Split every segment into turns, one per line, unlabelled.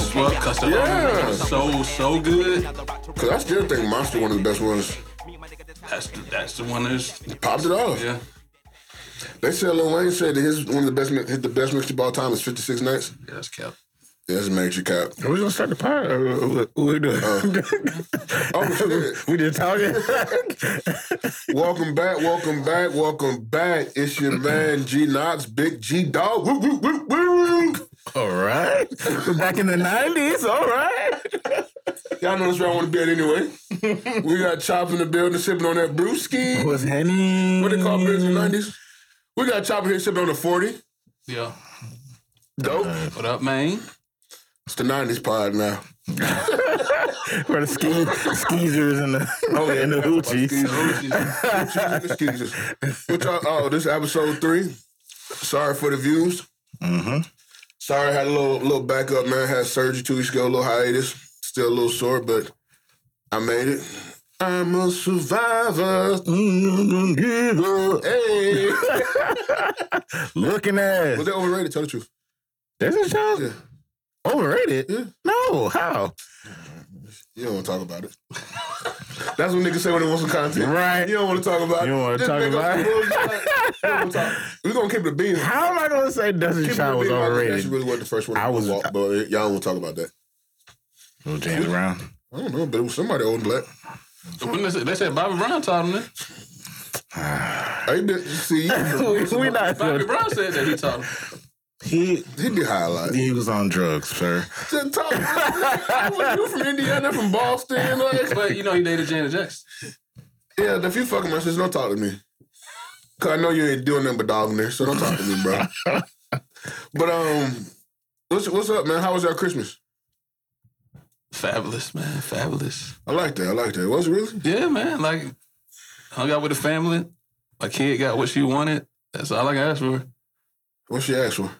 Yeah.
So so good.
Cause I still think Monster one of the best ones.
That's the, that's the one that's
Popped it off.
yeah.
They said Lil Wayne said that his one of the best mi- hit the best mixtape of all time is 56 Nights.
Yeah, that's kept.
Yeah, that's a major cap.
Are we gonna start the pod? uh, Or what- what we doing?
Oh shit.
we just talking.
Welcome back, welcome back, welcome back. It's your man G Knox, Big G Dog. Woo, woo, woo, woo.
all right. We're back in the nineties. All right.
Y'all know that's where I want to be at anyway. we got Chop in the building sipping on that brewski.
Was Henny?
What they call beers in the 90s? We got Chop in here sipping on the 40.
Yeah.
Dope.
What up, man?
It's the 90s pod now.
Where the ski skeezers and the oh and the hoochies.
Excuses. What y'all- oh, this is episode three. Sorry for the views.
Mm-hmm.
Sorry, I had a little little backup, man. had surgery two weeks ago, a little hiatus. Still a little sore, but I made it. I'm a survivor.
Mm-hmm.
Hey,
Looking
was
at
that overrated? Tell the truth.
there's a show
Yeah,
overrated.
Yeah.
No, how?
you don't want to talk about it. That's what niggas say when they want some content.
Right.
You don't want to talk about it.
You don't wanna
Just
talk
make up
about
some bullshit. You don't wanna talk. We're gonna keep it a bean.
How am I gonna say Dustin
Keep
Child was
it a bean.
overrated?
She really wasn't the first one.
I
I was,
was-
walk, but y'all won't talk about that.
Little Oh, James Brown.
I don't know, but it was somebody old and black.
When they, said, they said Bobby Brown taught him that.
Hey, did, see,
we,
he
we not.
Bobby Brown said that he taught him.
He
did highlight.
he was on drugs, sir.
Just talk. you from Indiana, from Boston, like
But you know he dated Janet Jackson.
yeah. If you fucking my sister, don't talk to me. Cause I know you ain't doing nothing but dogging there, so don't talk to me, bro. but um, what's what's up, man? How was your Christmas?
Fabulous, man. Fabulous.
I like that. I like that. Was it really?
Yeah, man. Like hung out with the family. My kid got what she wanted. That's all I can ask for.
What's your ask for?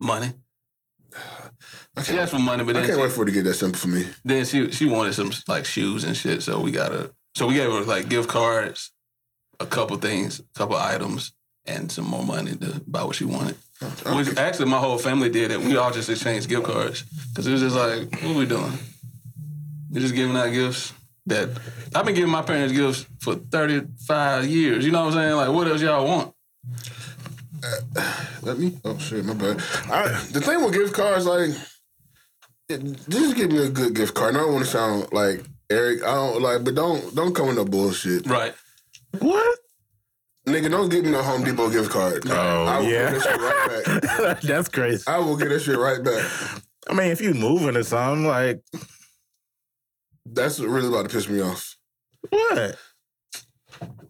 Money.
I
She
can't,
asked for money, but
I
then
can't
she-
wait for it to get that simple for me.
then she she wanted some like shoes and shit. So we got her. So we gave her like gift cards, a couple things, a couple items, and some more money to buy what she wanted. Which actually my whole family did it. We all just exchanged gift cards because it was just like, what we doing? We're just giving out gifts. That I've been giving my parents gifts for thirty five years. You know what I'm saying? Like, what else y'all want?
Let me. Oh shit, my bad. I, the thing with gift cards, like, it- just give me a good gift card. And I don't want to sound like Eric. I don't like, but don't don't come with no bullshit,
Right.
What?
nigga. Don't give me no Home Depot gift card.
Oh,
I will
yeah.
get that shit right back.
That's crazy.
I will get that shit right back.
I mean, if you moving or something, like
That's what really about to piss me off.
what?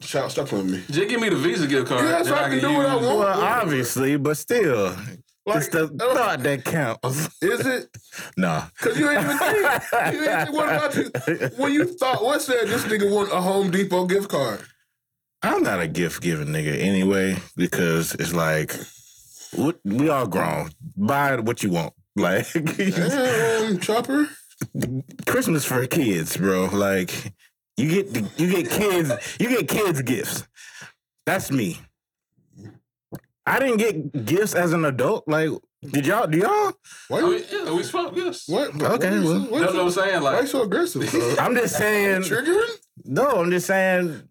Shout, stop playing with me.
Just give me the Visa gift card.
Yeah, that's
that
what I can do what I
use.
want.
Well, obviously, but still, it's the
uh,
thought that counts.
Is it?
nah.
Cause you ain't even think. You ain't, what about you? When you thought, what said this nigga want a Home Depot gift card?
I'm not a gift giving nigga anyway because it's like what we all grown. Buy what you want. Like
Damn, chopper.
Christmas for kids, bro. Like you get the, you get kids you get kids gifts. That's me. I didn't get gifts as an adult. Like did y'all do y'all?
Why?
I
You,
mean, Oh, yeah, we swapped gifts.
what?
Okay,
Why you so-
well.
why you
That's what
so-
I'm saying.
Why
Like,
you so aggressive? bro?
I'm just saying
Triggering?
no, I'm just saying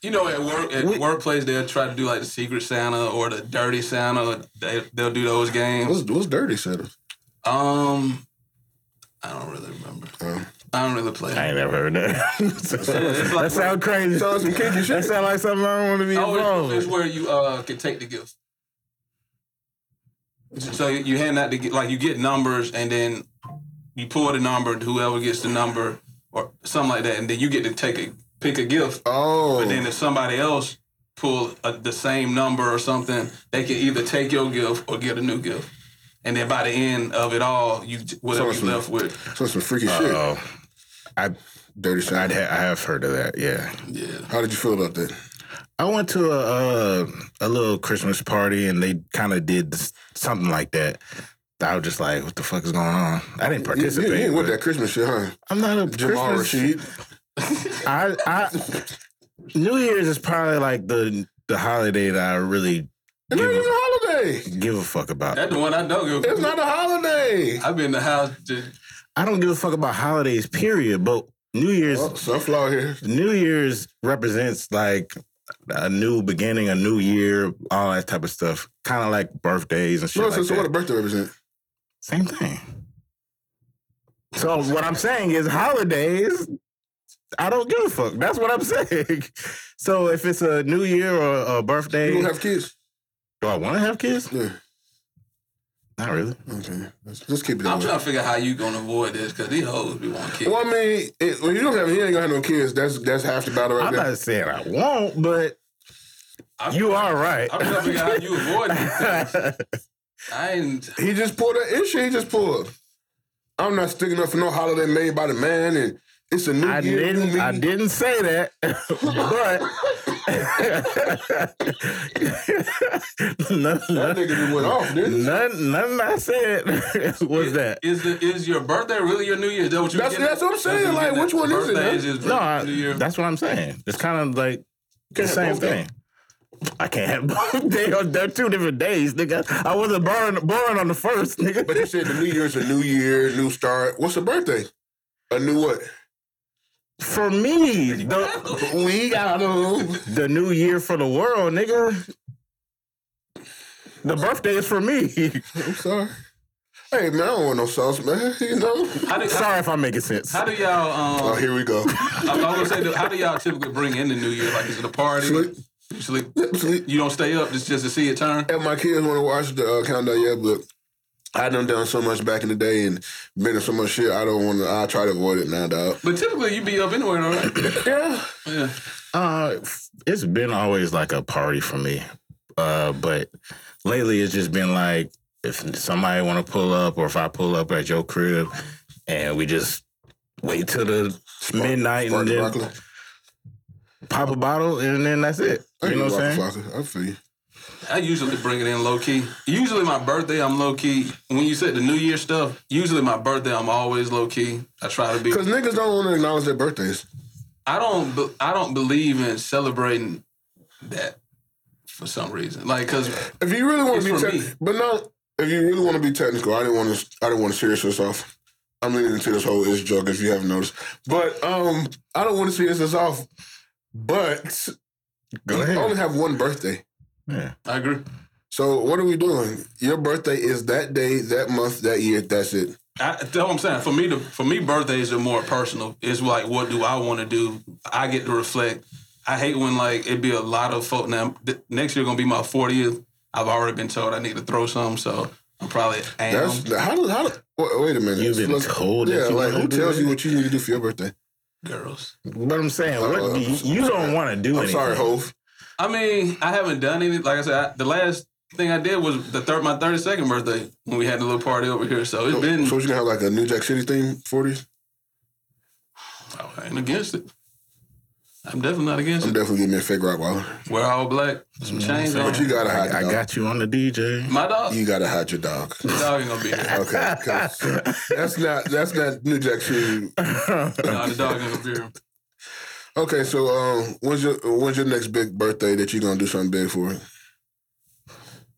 You know, at work, at
We-
workplace, they'll try to do like the Secret Santa or the Dirty Santa. They, they'll do those games.
What's, what's dirty Uh, Santa?
Um, I don't really remember.
Um,
I don't really play.
I ain't never heard that.
it's like-
that sound crazy.
Sounds some kinky
That
shit.
sound like something I don't want to be
Oh,
involved.
it's, it's
with.
where you uh can take the gift. So you- you hand out the gi- like you get numbers and then you pull the number. Whoever gets the number or something like that, and then you get to take a pick a gift.
Oh,
But then if somebody else pull a, the same number or something, they can either take your gift or get a new gift. And then by the end of it all, you whatever
Sounds
you left with.
so some freaky shit.
Uh-oh. I
Dirty Shine.
I'd ha- I have heard of that. Yeah.
Yeah.
How did you feel about that?
I went to a uh, a little Christmas party and they kind of did s- something like that. I was just like, "What the fuck is going on?" I didn't
You, you,
participate.
you ain't with
but-
that Christmas shit, huh?
I'm not a
Jamal Rashid.
Christmas. I, I New Year's is probably like the the holiday that I really
It's not
give
even a
a,
holiday.
give a fuck about.
That's the one I don't give.
It's not a holiday.
I've been in the house. Just,
I don't give a fuck about holidays. Period. But New Year's
Oh, sunflower here.
New Year's represents like a new beginning, a new year, all that type of stuff. Kind of like birthdays and shit.
No,
like
so, so
that.
what a birthday represent?
Same thing. So what I'm saying is holidays. I don't give a fuck. That's what I'm saying. So if it's a new year or a birthday,
You don't have kids.
do I want to have kids?
Yeah.
Not really.
Okay. Let's, let's keep it that
I'm
way.
trying to figure out how you gonna avoid this because these hoes be want kids.
Well, I mean, it, when you don't have, you ain't gonna have no kids. That's that's half the battle right
I'm
there.
not saying I won't, but
I'm-
you are right.
I'm trying to figure out how you avoid it. I ain't.
He just pulled that issue. He just pulled. I'm not sticking up for no holiday made by the man, and it's a new
I
year. new
didn't.
me.
I didn't say that, but none,
That
none,
nigga just went off, dude.
none, none I said was that.
Is the is your birthday really your New Year's? Is that what you?
That's-
getting at?
that's what I'm saying,
you
like,
getting
which
at?
one is it,
Birthday
man?
is just
No, I,
New Year.
that's what I'm saying. It's kind of like the
have
same
both,
thing. I can't have both. They are they're two different days, nigga. I wasn't born born on the first, nigga.
But you said the new year's a new year, new start. What's a birthday? A new what?
for me, the,
We got a
the new year for the world, nigga. The birthday is for me.
I'm sorry. Hey man, I don't want no sauce, man. You know.
How do, how,
Sorry if I'm making sense.
how do y'all? Um,
Oh, here we go.
I was gonna say, do- how do y'all typically bring in the New Year? Like, is it a party?
Sleep,
You sleep.
sleep.
You don't stay up just just to see it turn.
And my kids want to watch the uh, countdown yet, but I done done so much back in the day and been in so much shit. I don't want to. I try to avoid it now, dog.
But typically, you be up anyway, all right?
Yeah.
Yeah.
Uh, f- it's been always like a party for me, uh, but lately it's just been like if somebody want to pull up or if I pull up at your crib, and we just wait till the midnight
Spark
and
the
then
broccoli.
pop a bottle and then that's it. You know what I'm saying?
Rocker, I feel you.
I usually bring it in low key. Usually my birthday, I'm low key. When you said the New Year stuff, usually my birthday, I'm always low key. I try to be.
Because niggas don't want to acknowledge their birthdays.
I don't. be- I don't believe in celebrating that for some reason. Like, cause
If you really want
It's
to be,
for
tech
me.
but no, if you really want to be technical, I didn't want to. I didn't want to serious this off. I'm leaning into this whole is joke if you haven't noticed. But um, I don't want to serious this off. But
Go
I only
ahead.
have one birthday.
Yeah.
I agree.
So what are we doing? Your birthday is that day, that month, that year. That's it.
I, that's what I'm saying. For me, to, for me, birthdays are more personal. It's like, what do I want to do? I get to reflect. I hate when like it be a lot of folk. Now th- next year gonna be my 40th. I've already been told I need to throw some, so I'm probably am.
That's how. do- How? do- Wait, wait a minute.
You've been
Let's-
told that
Yeah,
you
like
wanna
who
do
tells
that?
you what you need to do for your birthday?
girls.
But I'm saying, what
Uh,
do you, you don't want to do
I'm
anything.
sorry, Hove.
I mean, I haven't done any. Like I said, I, the last thing I did was the third my 32nd birthday when we had the little party over here. So it's
So,
been.
so you gonna have like a New Jack City theme forties?
I ain't against it. I'm definitely not against
I'm
it.
definitely getting me a fake rock wallet.
We're all black. Some chains on.
Mm-hmm. But you gotta hide.
I
your dog.
got you on the DJ.
My dog.
You gotta hide your dog.
the dog ain't gonna be here.
Okay, 'cause that's not that's not New Jack City.
No, the dog ain't gonna be here.
Okay, so um, when's your when's your next big birthday that you're gonna do something big for?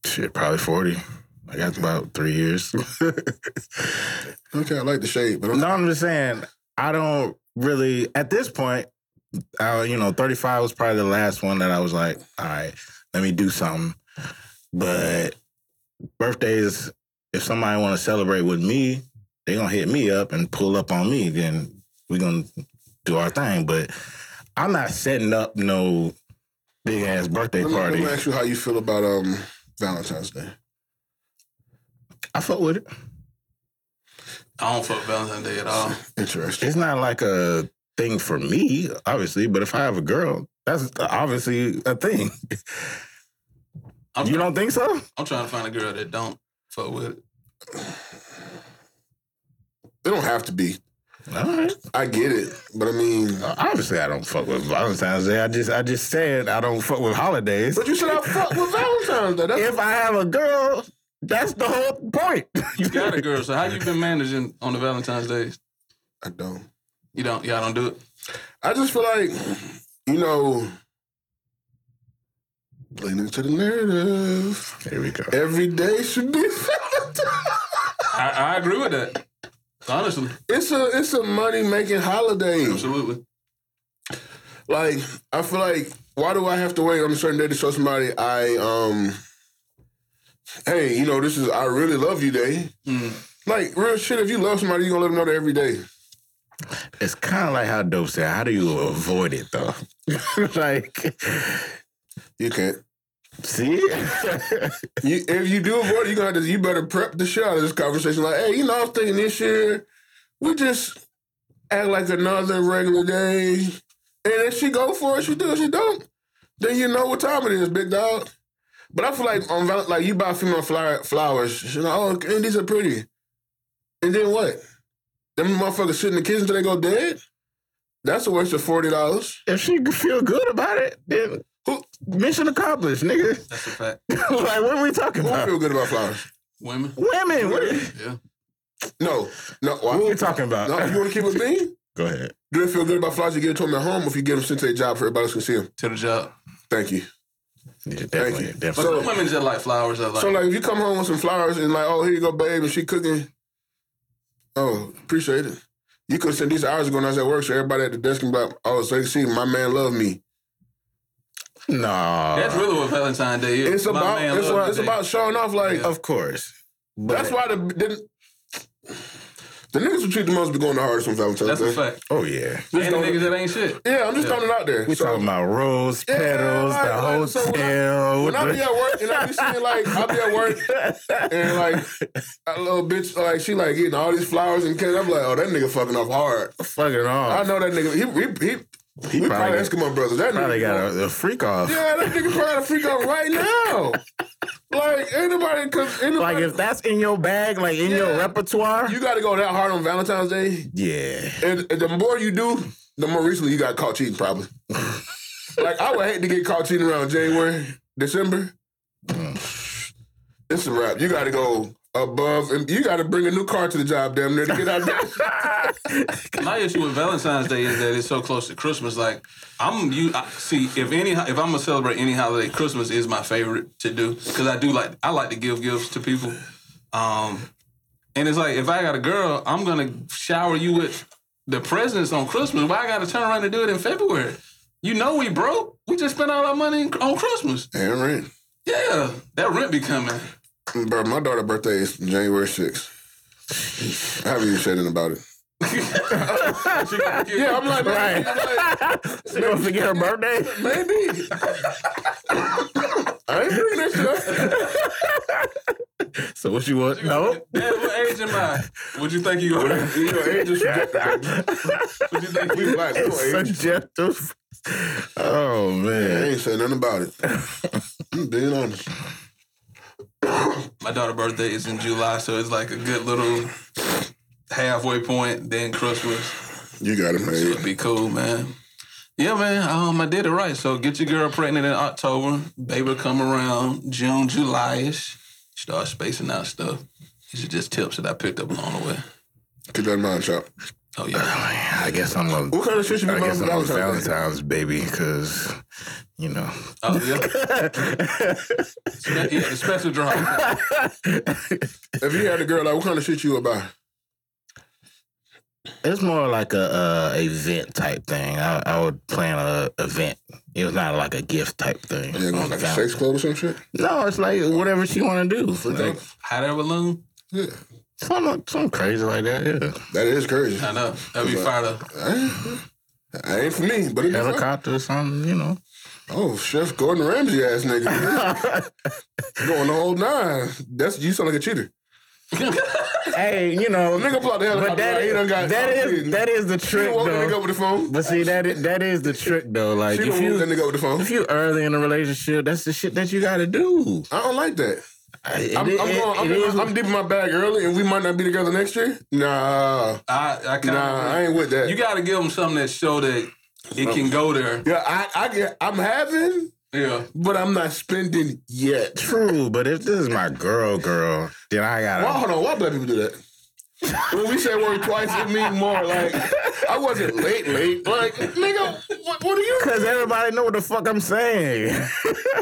Shit, probably 40. I got about three years.
Okay, I like the shade, but I'm
No, I'm just saying I don't really at this point. I, you know, 35 was probably the last one that I was like, all right, let me do something. But birthdays, if somebody want to celebrate with me, they gonna hit me up and pull up on me. Then we gonna do our thing. But I'm not setting up no big ass birthday
let me, let
party.
me ask you how you feel about um Valentine's Day.
I fuck with it.
I don't fuck Valentine's Day at all.
Interesting.
It's not like a thing for me, obviously. But if I have a girl, that's obviously a thing.
I'm,
You don't think so?
I'm trying to find a girl that don't fuck with it.
It don't have to be.
All right.
I get it, but I mean,
Obviously, I don't fuck with Valentine's Day. I just, I just said I don't fuck with holidays.
but you said I fuck with Valentine's Day. That's,
If I have a girl, that's the whole point.
You got a girl, so how you been managing on the Valentine's Days?
I don't.
You don't, y'all don't do it.
I just feel like, you know, playing into the narrative.
Here we go.
Every day should be.
I, I agree with that. Honestly,
it's a it's a money making holiday.
absolutely.
Like I feel like why do I have to wait on a certain day to show somebody I um. Hey, you know this is I really love you day.
Mm.
Like real shit. If you love somebody, you gonna let them know that every day.
It's kind of like how dope said. How do you avoid it though? like,
You can't.
see,
You, if you do avoid it, you gonna have to, you better prep the shit out of this conversation. Like, hey, you know, I was thinking this year, we just act like another regular day. And if she go for it, she do. If she don't, then you know what time it is, big dog. But I feel like on Val- like you buy female flower- flowers, she's like, oh, and these are pretty. And then what? Them motherfuckers sit in the kitchen until they go dead. That's a waste of forty dollars.
if she could feel good about it, then who- mission accomplished, nigga.
That's a fact.
like, what are we talking
Who
about?
feel good about flowers?
Women,
Women. What are,
yeah.
No, no. Why?
what are we talking about?
No, you want to keep it bean?
Go ahead.
Do they feel good about flowers? You give it to them at home, or if you get them sent to their job, for everybody else can see them.
To the job.
Thank you.
Yeah,
definitely, you.
But
So-
some women just like flowers. Are like,
so, like, if you come home with some flowers and like, oh, here you go, babe, and she cooking. Oh, appreciate it. You could send these hours ago when I was at work, so everybody at the desk can be like, oh, so they can see my man love me.
no,
that's really what Valentine's Day is.
It's about it's,
loved
about, it's
the day.
about showing off. Like,
Yeah.
of course. But
that's why the, the the niggas who treat the most be going the hardest on Valentine's
That's a
Day.
fact.
Oh yeah,
And the niggas that ain't shit.
Yeah, I'm just throwing it out there.
we
So-
talking about rose
Yeah,
petals,
like-
the
like, so
hotel.
when I- When I be at work and I be seeing like I be at work and like a little bitch like she like getting all these flowers and cake. I'm like, oh that nigga fucking up hard.
fucking
I
off.
know that nigga. He he he. we probably
probably-
Eskimo brothers. That
Probably
nigga,
got a, a freak off.
yeah, that nigga probably to freak out right now. like anybody, cause anybody,
Like if that's in your bag, like in your
Yeah.
repertoire.
you got to go that hard on Valentine's Day,
yeah.
and, and the more you do, the more recently you got caught cheating. Probably. like I would hate to get caught cheating around January, December. It's a wrap. You got to go above, and you got to bring a new car to the job, damn near, to get out. there.
My issue with Valentine's Day is that it's so close to Christmas. Like I'm you I, see if any if I'm gonna celebrate any holiday, Christmas is my favorite to do because I do like I like to give gifts to people. Um, and it's like if I got a girl, I'm gonna shower you with the presents on Christmas. Why I gotta turn around and do it in February? You know we broke. We just spent all our money on Christmas.
Damn right.
Yeah, that rent be coming.
Bro, my daughter's birthday is January 6th. I haven't even said anything about it. Yeah, I'm like,
Right.
man, I'm like,
So you gonna forget her birthday?
maybe. I ain't bringing that shit up.
So what you want? No.
Dad, what age am I? What you think you are?
You know, age is subjective.
What you think
We black, we
It's
don't age.
subjective. Oh
I
man.
ain't saying nothing about it. I'm being honest.
My daughter's birthday is in July, so it's like a good little halfway point. Then Christmas
You got it, man.
would be cool, man. Yeah, man. Um, I did it right. So get your girl pregnant in October. Baby come around June, July ish. Start spacing out stuff. These are just tips that I picked up along the way.
Keep that in mind, chop.
Oh yeah.
I guess I'm a.
What kind of shit you be
I
buying
guess
for
I'm a
Valentine's Day?
Valentine's baby because, you know,
Oh yeah. Spe- yeah the special drop.
If you had a girl, like, what kind of shit you would buy?
it's more like a uh, event type thing. I, I would plan a event. It was not like a gift type thing.
Yeah, going
on the
like a
Valentine's-
sex club or some shit?
No, it's like whatever she want to do. Like,
Hot air balloon.
Yeah.
something, something crazy like that. Yeah,
That is crazy.
I know that'd be fire. though.
That ain't for me, but it is.
helicopter or something. You know.
Oh, Chef Gordon Ramsay ass nigga. Going the whole nine. That's you sound like a cheater.
hey, you know,
Nigga pull out the helicopter.
but that
like, he done
is,
got
that is that is the
He
trick
done woke that nigga up
though.
with the phone.
But see, that is, that is the trick though. Like
She
if
done woke that
you
nigga up with the phone.
if you early in a relationship, that's the shit that you got to do.
I don't like that.
It-
I'm,
it-
I'm,
it-
going, I'm,
it is-
I'm dipping my bag early, and we might not be together next year. Nah,
I, I kind
nah, I ain't with that.
You got to give them something that show that it can go there.
yeah, I, I get, I'm having,
Yeah.
but I'm not spending yet.
True, but if this is my girl, girl, then I gotta.
Why, hold on, why black people do that? when we say work twice, it means more. Like I wasn't late, late. Like nigga, what, what are you?
Cause everybody know what the fuck I'm saying.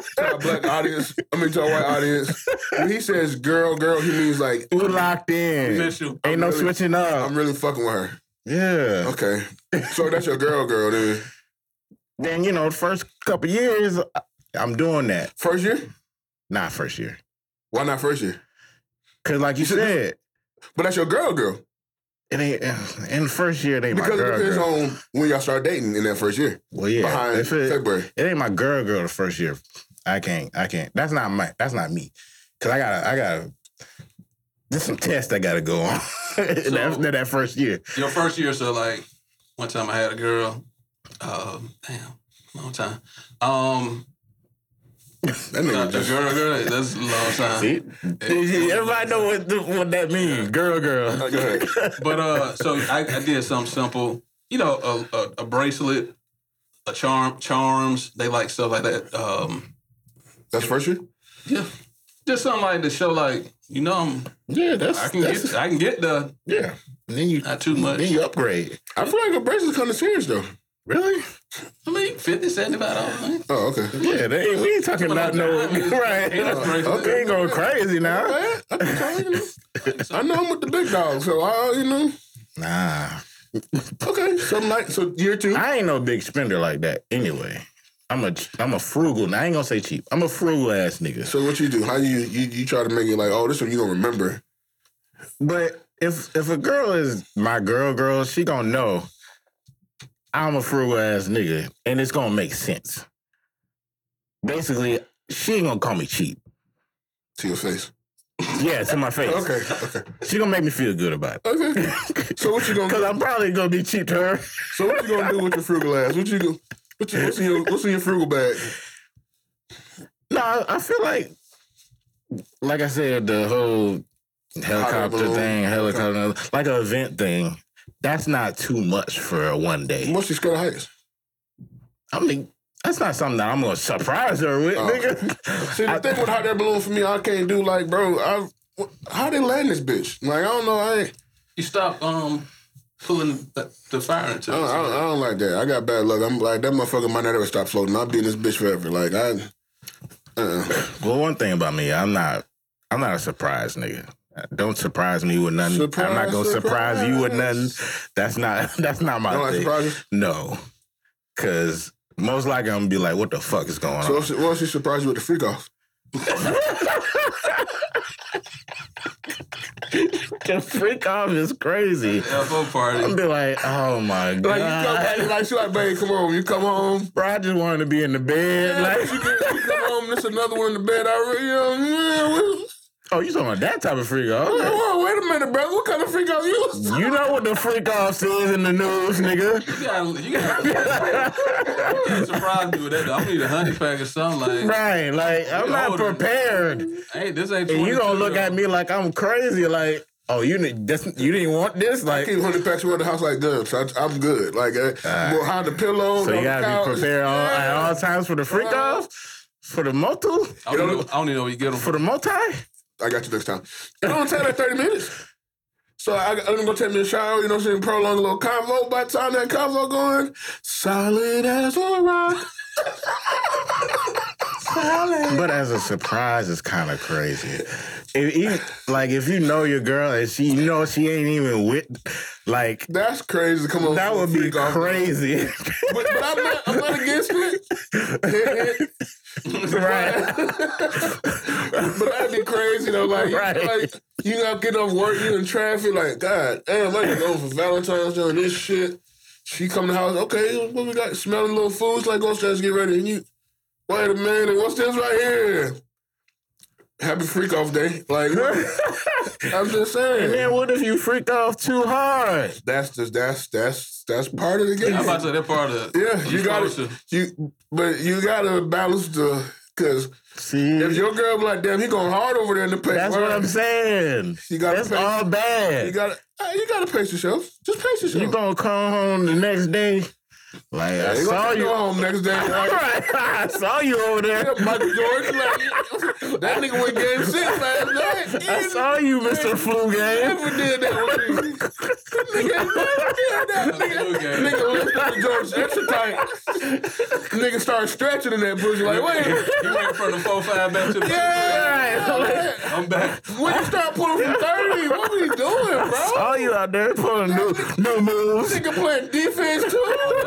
To our black audience, I mean to our white audience, when he says girl, girl, he means like
we locked in.
Miss you.
Ain't no
really-
switching up.
I'm really fucking with her.
Yeah.
Okay, so that's your girl, girl. Then
Then you know, the first couple years, I- I'm doing that.
first year,
Not first year,
why not first year?
cause like you said,
But that's your girl, girl.
it ain't in the first year. It ain't
Because
my
it
girl.
depends
girl.
on when y'all start dating in that first year.
well, yeah.
behind
if it,
February.
it ain't my girl, girl. The first year, I can't. I can't. That's not my. That's not me. Cause I gotta. I gotta. There's some tests I gotta go on
So-
after that first year.
Your first year, so like one time I had a girl. Um, damn, long time. Um,
That
a
nigga
girl,
just
girl, that's a long time.
See? Everybody know what what that means. Girl, girl.
Go ahead.
But uh, so I, I did something simple. You know, a, a, a bracelet, a charm, charms. They like stuff like that. Um,
That's first year?
yeah, just something like to show like you know I'm,
Yeah, that's,
I can
that's
get I can get the
yeah. And then you
not too much.
then you upgrade.
I feel like a bracelet's kind of serious though.
Really?
I mean, 50, 75 dollars. man.
Oh, okay.
Yeah, they, ain't- we ain't talking about no right.
Ain't no bracelet.
Okay, ain't going crazy now.
Alright, I think so, you know. I know I'm with the big dog, so I, you know,
Nah,
okay. So like, so year two,
I ain't no big spender like that. Anyway, I'm a I'm a frugal. I ain't gonna say cheap. I'm a frugal ass nigga.
so what you do? How you you, you try to make it like, oh, this one you gonna remember?
But if if a girl is my girl, girl, she gonna know I'm a frugal ass nigga, and it's gonna make sense. Basically, she ain't gonna call me cheap.
To your face.
Yeah, to my face.
Okay, okay,
She gonna make me feel good about it.
okay. So what you gonna
Cause I'm probably gonna be cheap to her.
so what you gonna do with your frugal ass? What you go? What you, what's in your what's in your frugal bag?
No, I, I feel like, like I said, the whole helicopter
balloon.
thing, helicopter, like an event thing. That's not too much for a one day.
What's your skirt highest?
I mean, that's not something that I'm gonna surprise her with,
Oh.
nigga.
See, the thing with hot air balloon for me, I can't do like, bro. I how they land this bitch? Like, I don't know. I ain't,
You stop um pulling the, the fire into
I,
Uh-huh.
don't, I,
it.
don't, I don't like that. I got bad luck. I'm like that motherfucker might not ever stop floating. I'll be in this bitch forever. Like I, uh,
Well, one thing about me, I'm not, I'm not a surprise nigga. Don't surprise me with nothing. I'm not gonna
Surprise,
surprise you with
surprise.
nothing. That's not, that's not my
don't like
thing.
surprises.
No, cause most likely I'm gonna be like, what the fuck is going
So
on?
she, well, she surprised you with the freak off.
the freak off is crazy.
Elbow
I'm
party.
be like, oh my god,
Like you come, like she like, babe, come home. You come home.
bro, I just wanted to be in the bed.
Like,
Like,
you, get, you come home. There's another one in the bed. I re- you know, yeah,
oh, you talking about that type of freak off?
we-
Okay.
whoa, wait a minute, bro. What kind of freak off you?
You know what the freak off says in the news, nigga.
You gotta, you gotta, you gotta surprise me with that. though. I'm gonna need a honey pack or something. Like,
Right, like I'm not
Older.
prepared.
hey, this ain't.
And you gonna
22,
look at
though.
me like I'm crazy, like, oh, you didn't, that's, you didn't want this,
I
like.
keep hundred packs around the house like guns. I, I'm good. Like, uh, behind the pillow.
So
on
you
the
gotta
couch.
be prepared all, at all times for the freak off, for the motel,
I don't, know, I don't even know where you get them.
for the multi.
I got you next time. It don't take like 30 minutes. So I, I'm gonna go take me a shower, you know what I'm saying? Prolong a little convo. By the time that convo going, solid as a rock.
But as a surprise, it's kind of crazy. If even, like if you know your girl and she you know she ain't even with, like
That's crazy. Come on.
that would be
freak off.
crazy,
But, but I'm, not, I'm not against it. Hit, hit.
right?
But that'd be crazy though. Like,
Right.
you, like you out getting off work, you in traffic. Like, God, damn, I can go for Valentine's doing this shit. She come to the house. Okay, what we got? Smelling little food. It's like, go upstairs, get ready. And you, wait a minute, what's this right here? Happy freak off day. Like, I'm just saying.
Man, what if you freak off too hard?
that's just that's that's that's part of the game.
I'm about to say that part of
Yeah, you
it's
got
closer.
to you, but you got to balance the Because
See,
if your girl be like, damn, he going hard over there in the paint.
that's what I'm saying.
You gotta
That's
pay-
all
You
bad.
gotta, uh, you gotta pace yourself. Just pace yourself.
You gonna come home the next day? Like I
They
saw
gonna go
you.
home next day. Like,
Right, I saw you over there.
yeah, Michael Jordan, like, that nigga went game six last night.
I saw you, Mr. Flu Game.
Never did that with me. nigga never did that. Nigga,
Okay.
nigga went to the Jordan's extra tight. nigga started stretching in that bushy like, wait. a minute.
You went from the four five back to the
Yeah, yeah.
I'm back.
When you start pulling from 30, what we doing, bro?
Saw you out there pulling new new moves.
Nigga playing defense too.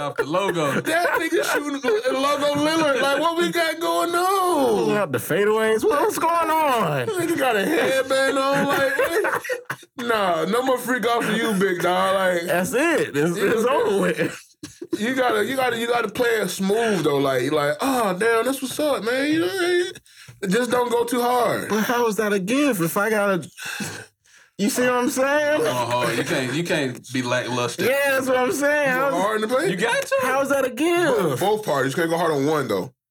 Off the logo.
That nigga shooting logo Lillard. Like, what we got going on?
Out the fadeaways. What- What's going on?
Nigga got a headband on, like, what? nah, no more freak out for you, big dog. Like,
That's it. It's, it's over with.
you gotta, you gotta, you gotta play it smooth though. Like, you like, oh damn, that's what's up, man. You know, hey, just don't go too hard.
But how is that a gift if I gotta? You see what I'm saying?
Going hard. You can't. You can't be lackluster.
Yeah, that's what I'm saying. How-
Hard in the play.
You got to.
how is that a gift?
both parties. You can't go hard on one though.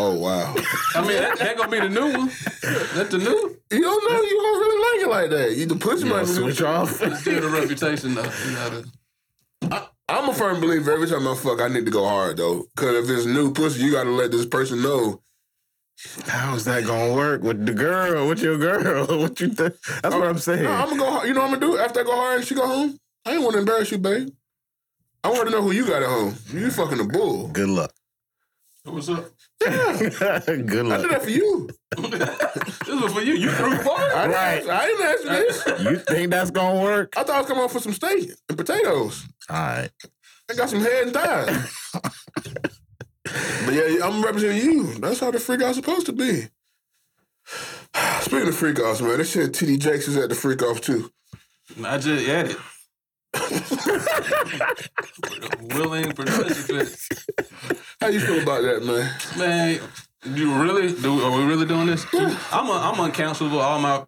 Oh wow.
I mean, that, that gonna be the new one. That's the new.
you don't know you gonna really like it like that. You the pussy might be-
Switch off.
Still the reputation though. You gotta.
I'm a firm believer every time I fuck, I need to go hard though. Cause if it's new pussy, you gotta let this person know.
How is that gonna work with the girl? With your girl? What you think? That's what I'm saying.
No, I'm gonna go. hard. You know what I'm gonna do after I go hard and she go home. I ain't want to embarrass you, babe. I want to know who you got at home. You fucking a bull.
Good luck.
What's up?
Good
I did
luck.
that for you.
This was for you. You threw
I
hard.
didn't,
Right.
ask, I didn't ask you this.
You think that's gonna work?
I thought I was coming home for some steak and potatoes.
All right.
I got some head and thighs. but yeah, I'm representing you. That's how the freak out's supposed to be. Speaking of freak offs, man, this shit TD Jakes is at the freak off too.
I just added. Willing participants.
How you feel about that, man?
Man, you really do? Are we really doing this? I'm i I'm uncancelable. All my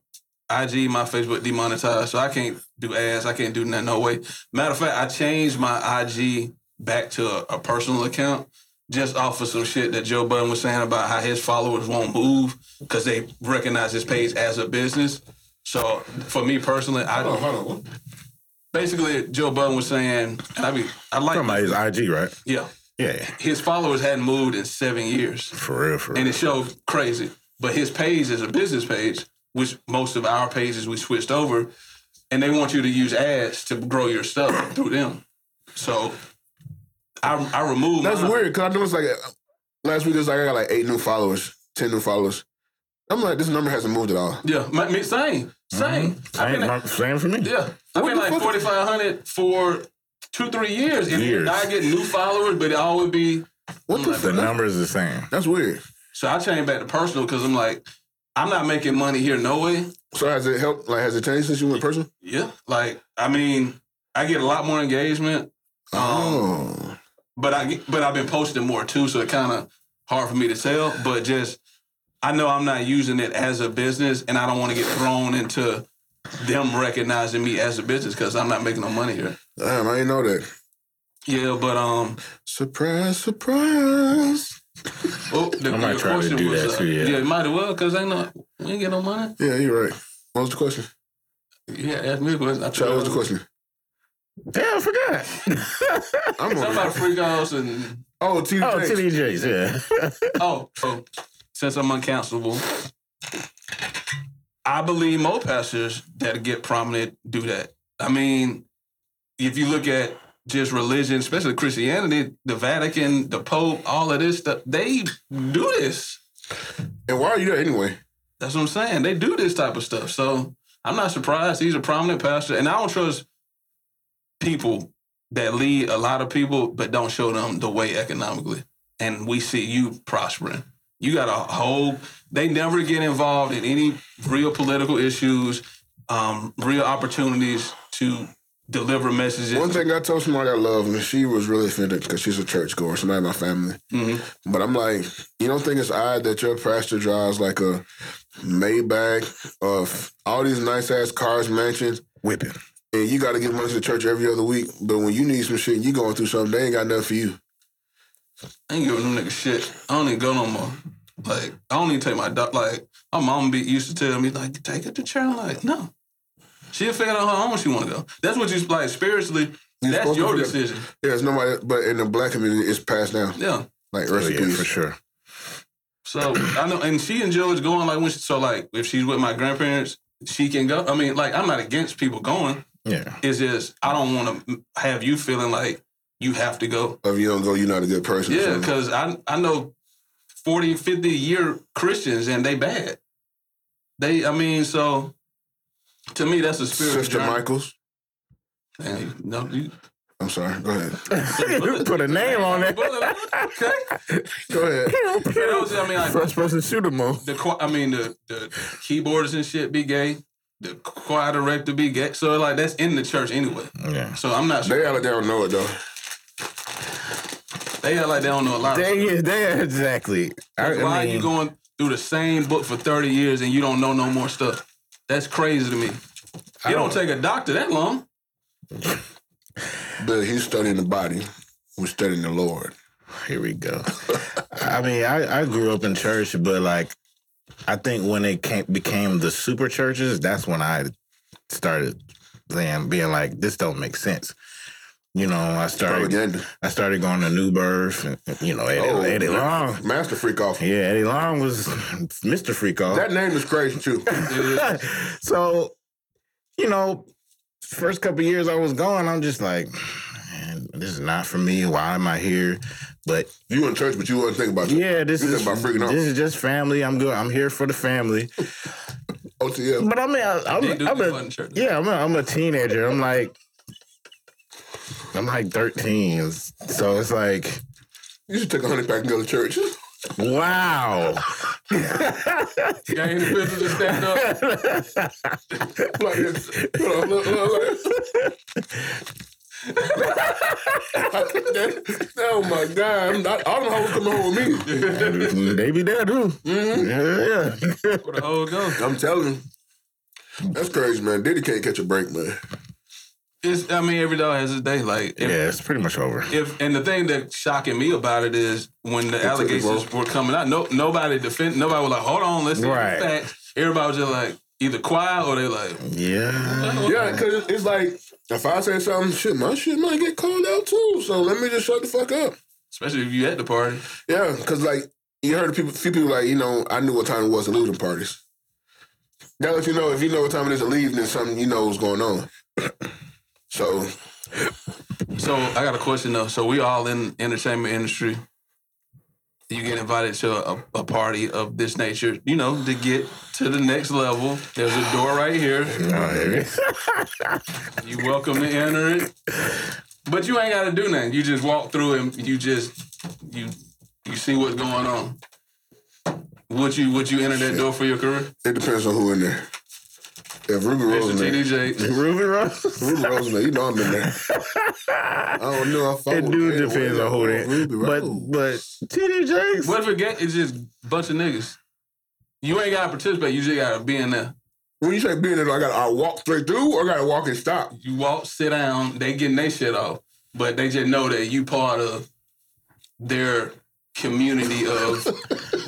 IG, my Facebook demonetized, so I can't do ads. I can't do nothing. No way. Matter of fact, I changed my IG back to a, a personal account just off of some shit that Joe Budden was saying about how his followers won't move because they recognize his page as a business. So for me personally, I don't.
hold on.
Basically, Joe Budden was saying, and I mean, I like,
Talking about his IG, right?
yeah,
Yeah.
his followers hadn't moved in seven years
For real. For real.
and it showed crazy. But his page is a business page, which most of our pages we switched over, and they want you to use ads to grow your stuff through them. So I I removed
That's
mine.
weird because I noticed like uh, last week it was like I got like eight new followers, ten new followers. I'm like, this number hasn't moved at all.
Yeah, my, me, same,
Mm-hmm.
same. I've
Same,
been,
not- same for me.
yeah, I've been
the
like
fuck?
forty five hundred for two three years, and
Years.
I get new followers, but it always be
What the
The
fuck?
numbers the same.
That's weird.
so I changed back to personal because I'm like I'm not making money here, no way.
So has it helped? Like, has it changed since you went personal?
Yeah, like I mean, I get a lot more engagement. um,
Oh,
Mm-hmm.
but I but I've been posting more too, so it kind of hard for me to tell. But just I know I'm not using it as a business, and I don't want to get thrown into them recognizing me as a business because I'm not making no money here.
damn! I didn't know that.
Yeah, but um,
Surprise, surprise.
oh, the,
I might
the
try to
question
do
was,
that
uh,
too, yeah.
might as well because I know we ain't get no money.
Yeah, you're right. What was the question?
Yeah, that's me a question. I
Chad, what was the question?
Damn, I forgot.
I'm
Somebody
on.
freak outs and
Oh, TD
oh,
Jakes.
TDJs, yeah.
oh, so since I'm uncancelable. I believe mo pastors that get prominent do that. I mean, if you look at just religion, especially Christianity, the Vatican, the Pope, all of this stuff, they do this.
And why are you there anyway?
That's what I'm saying. They do this type of stuff. So I'm not surprised. He's a prominent pastor. And I don't trust people that lead a lot of people, but don't show them the way economically. And we see you prospering. You got a whole, they never get involved in any real political issues, um, real opportunities to deliver messages.
One thing I told somebody I love, and she was really offended because she's a churchgoer, somebody in my family.
Mhm.
But I'm like, you don't think it's odd that your pastor drives like a Maybach of all these nice ass cars, mansions,
Whipping.
and you got to give money to the church every other week. But when you need some shit, you going through something, they ain't got nothing for you.
I ain't giving them niggas shit. I don't even go no more. Like, I don't even take my dog. Like, my mom be used to tell me, like, take it to church. I'm like, no. She'll figure out her own she want to go. That's what you like spiritually.
You're
that's
supposed to
your
figure-
decision.
Yeah, it's nobody, but in the black community, it's passed down.
Yeah.
Like
Oh,
recipes.
yeah, for sure.
So I know, and she enjoys going. Like when she, so, like if she's with my grandparents, she can go. I mean, like I'm not against people going.
Yeah.
It's just I don't want to have you feeling like you have to go.
If you don't go, you're not a good person.
Yeah,
So-
because I I know 40, 50 year Christians and they bad. They, I mean, so to me that's a spiritual
Sister
journey.
Michaels.
Damn, no, you
I'm sorry. Go ahead.
You Put a name on it.
uh, Okay.
Go ahead.
I mean, like-
First person shooter mode.
the cho- I mean the the keyboards and shit be gay. The choir director be gay. So like that's in the church anyway.
Yeah.
So I'm not sure.
They out of there don't know it though.
They act like they don't know a lot. of
There, yeah, there, exactly. I, I
Why are you
mean,
going through the same book for 30 years and you don't know no more stuff? That's crazy to me. It don't take a doctor that long.
But he's studying the body. We're studying the Lord.
Here we go. I mean, I, I grew up in church, but like, I think when it came, became the super churches, that's when I started saying, being like, this don't make sense. You know, I started,
Propaganda.
I started going to New Birth, and, you know, Eddie,
Oh,
Eddie Long.
Master freak off.
Yeah, Eddie Long was Mr. Freak Off.
That name is crazy too.
so, you know, first couple years I was going, I'm just like, man, this is not for me. Why am I here? But
You in church, but you wouldn't think about it.
yeah, this
You think
is
about freaking out.
this is just family. I'm good. I'm here for the family.
OTL.
But I mean, I,
They
I'm,
do
I'm
be
a
wanting church.
yeah, I'm a, I'm a teenager. I'm like, I'm like 13, so it's like,
You should take a hundred pack and go to church.
wow.
Got any business to stand up?
Like this. Hold on, look, look, look. That- oh my God! I'm not, all them hoes coming home with me.
Maybe that do.
Mm-hmm.
Yeah, yeah.
Where the whole go?
I'm telling you, that's crazy, man. Diddy can't catch a break, man.
It's, I mean, every dog has his day. Like, if,
yeah, it's pretty much over.
if and the thing that's shocking me about it is when the
it,
allegations were coming out, no, nobody defend, nobody was like, hold on, let's see
Right.
the facts. Everybody was just like either quiet or they like,
Yeah.
Yeah, because it's like if I say something, shit, my shit might get called out too. So let me just shut the fuck up.
especially if you at the party.
Yeah, because like you heard people, few people like you know, I knew what time it was to leave the parties. That lets you know if you know what time it is to leave, then something you know what's going on. so
So I got a question though. So we all in entertainment industry. You get invited to a, a party of this nature, you know, to get to the next level. There's a door right here.
Oh,
You welcome to enter it, but you ain't got to do nothing. You just walk through and you just you you see what's going on. Would you would you enter that door for your career?
it depends on who in there. If Ruby Rose
Mr.
in there,
TDJ,
Ruby Rose.
Ruby Rose in there, you know I'm in there. I don't know if I
It
would-
do
Oh, yeah,
depends
well,
on who that.
Ruby
But
Rose.
but TD Jakes.
what if it get it's just bunch of niggas? You ain't got to participate. You just got to be in there.
when you say being there, do I got I walk straight through or I gotta walk and stop.
you walk, sit down, they getting their shit off, but they just know that you part of their community of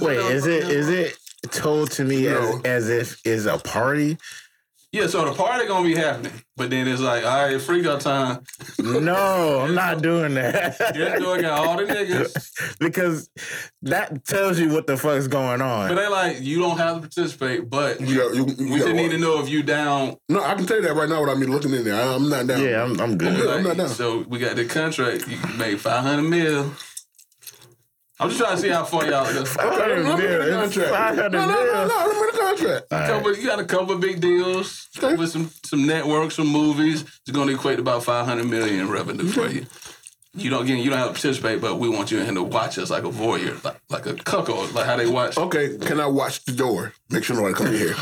Wait, is it is it told to me
No.
as, as if it's a party?
yeah. So the party gonna be happening, but then it's like, all right, freak out time.
No, I'm not doing that
That door got all the niggas,
because that tells you what the fuck's going
but
on.
they like you don't have to participate, but
You got, you, you gotta
we just need
walk.
to know if you down.
No, I can tell you that right now without me looking in there. I, I'm not down.
Yeah, I'm, I'm good.
I'm not down.
So we got the contract. You made five hundred mil. I'm just trying to see how far y'all go.
I'm in the
500 mil, it's
contract.
500
No, no, no,
mil.
no, I'm in the contract.
All right.
Couple, you got a couple big deals
Okay.
with some some networks, some movies. It's going to equate to about five hundred million in revenue for you. You don't again, you don't have to participate, but we want you in here to watch us like a voyeur, like, like a cuckold, like how they watch.
Okay, can I watch the door? Make sure nobody comes in here.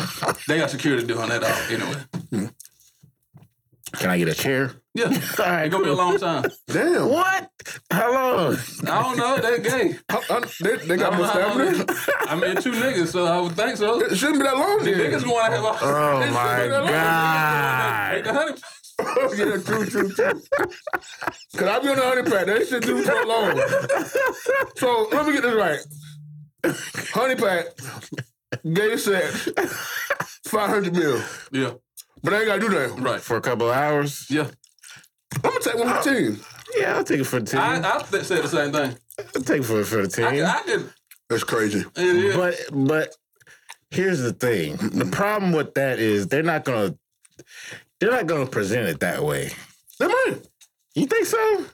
They got security doing that all anyway.
Can I get a chair?
Yeah,
All right,
it's gonna be a
cool.
long time.
Damn.
What? How long?
I don't know. They gay.
How- how- they, they
I
got
don't
more
know how long
stamina?
they- I mean, two niggas, so I would think so.
It shouldn't be that long.
The niggas
Then.
want to have.
Oh my
They- they-
god!
they- they-
Oh, yeah, true, true, true. Cause I be on the honey pack. That shit do so long. So let me get this right. Honey pack, gay sex, five hundred mil.
Yeah,
But I ain't gotta do nothing.
right.
for a couple of hours.
Yeah,
I'm gonna take one for the team.
Yeah, I'll take it for the team.
I,
I,
I th- said the same thing.
will take it for, for the team.
I, could- I could.
That's crazy.
Yeah, yeah.
but but here's the thing. The problem with that is they're not gonna they're not gonna present it that way.
They might.
You think so?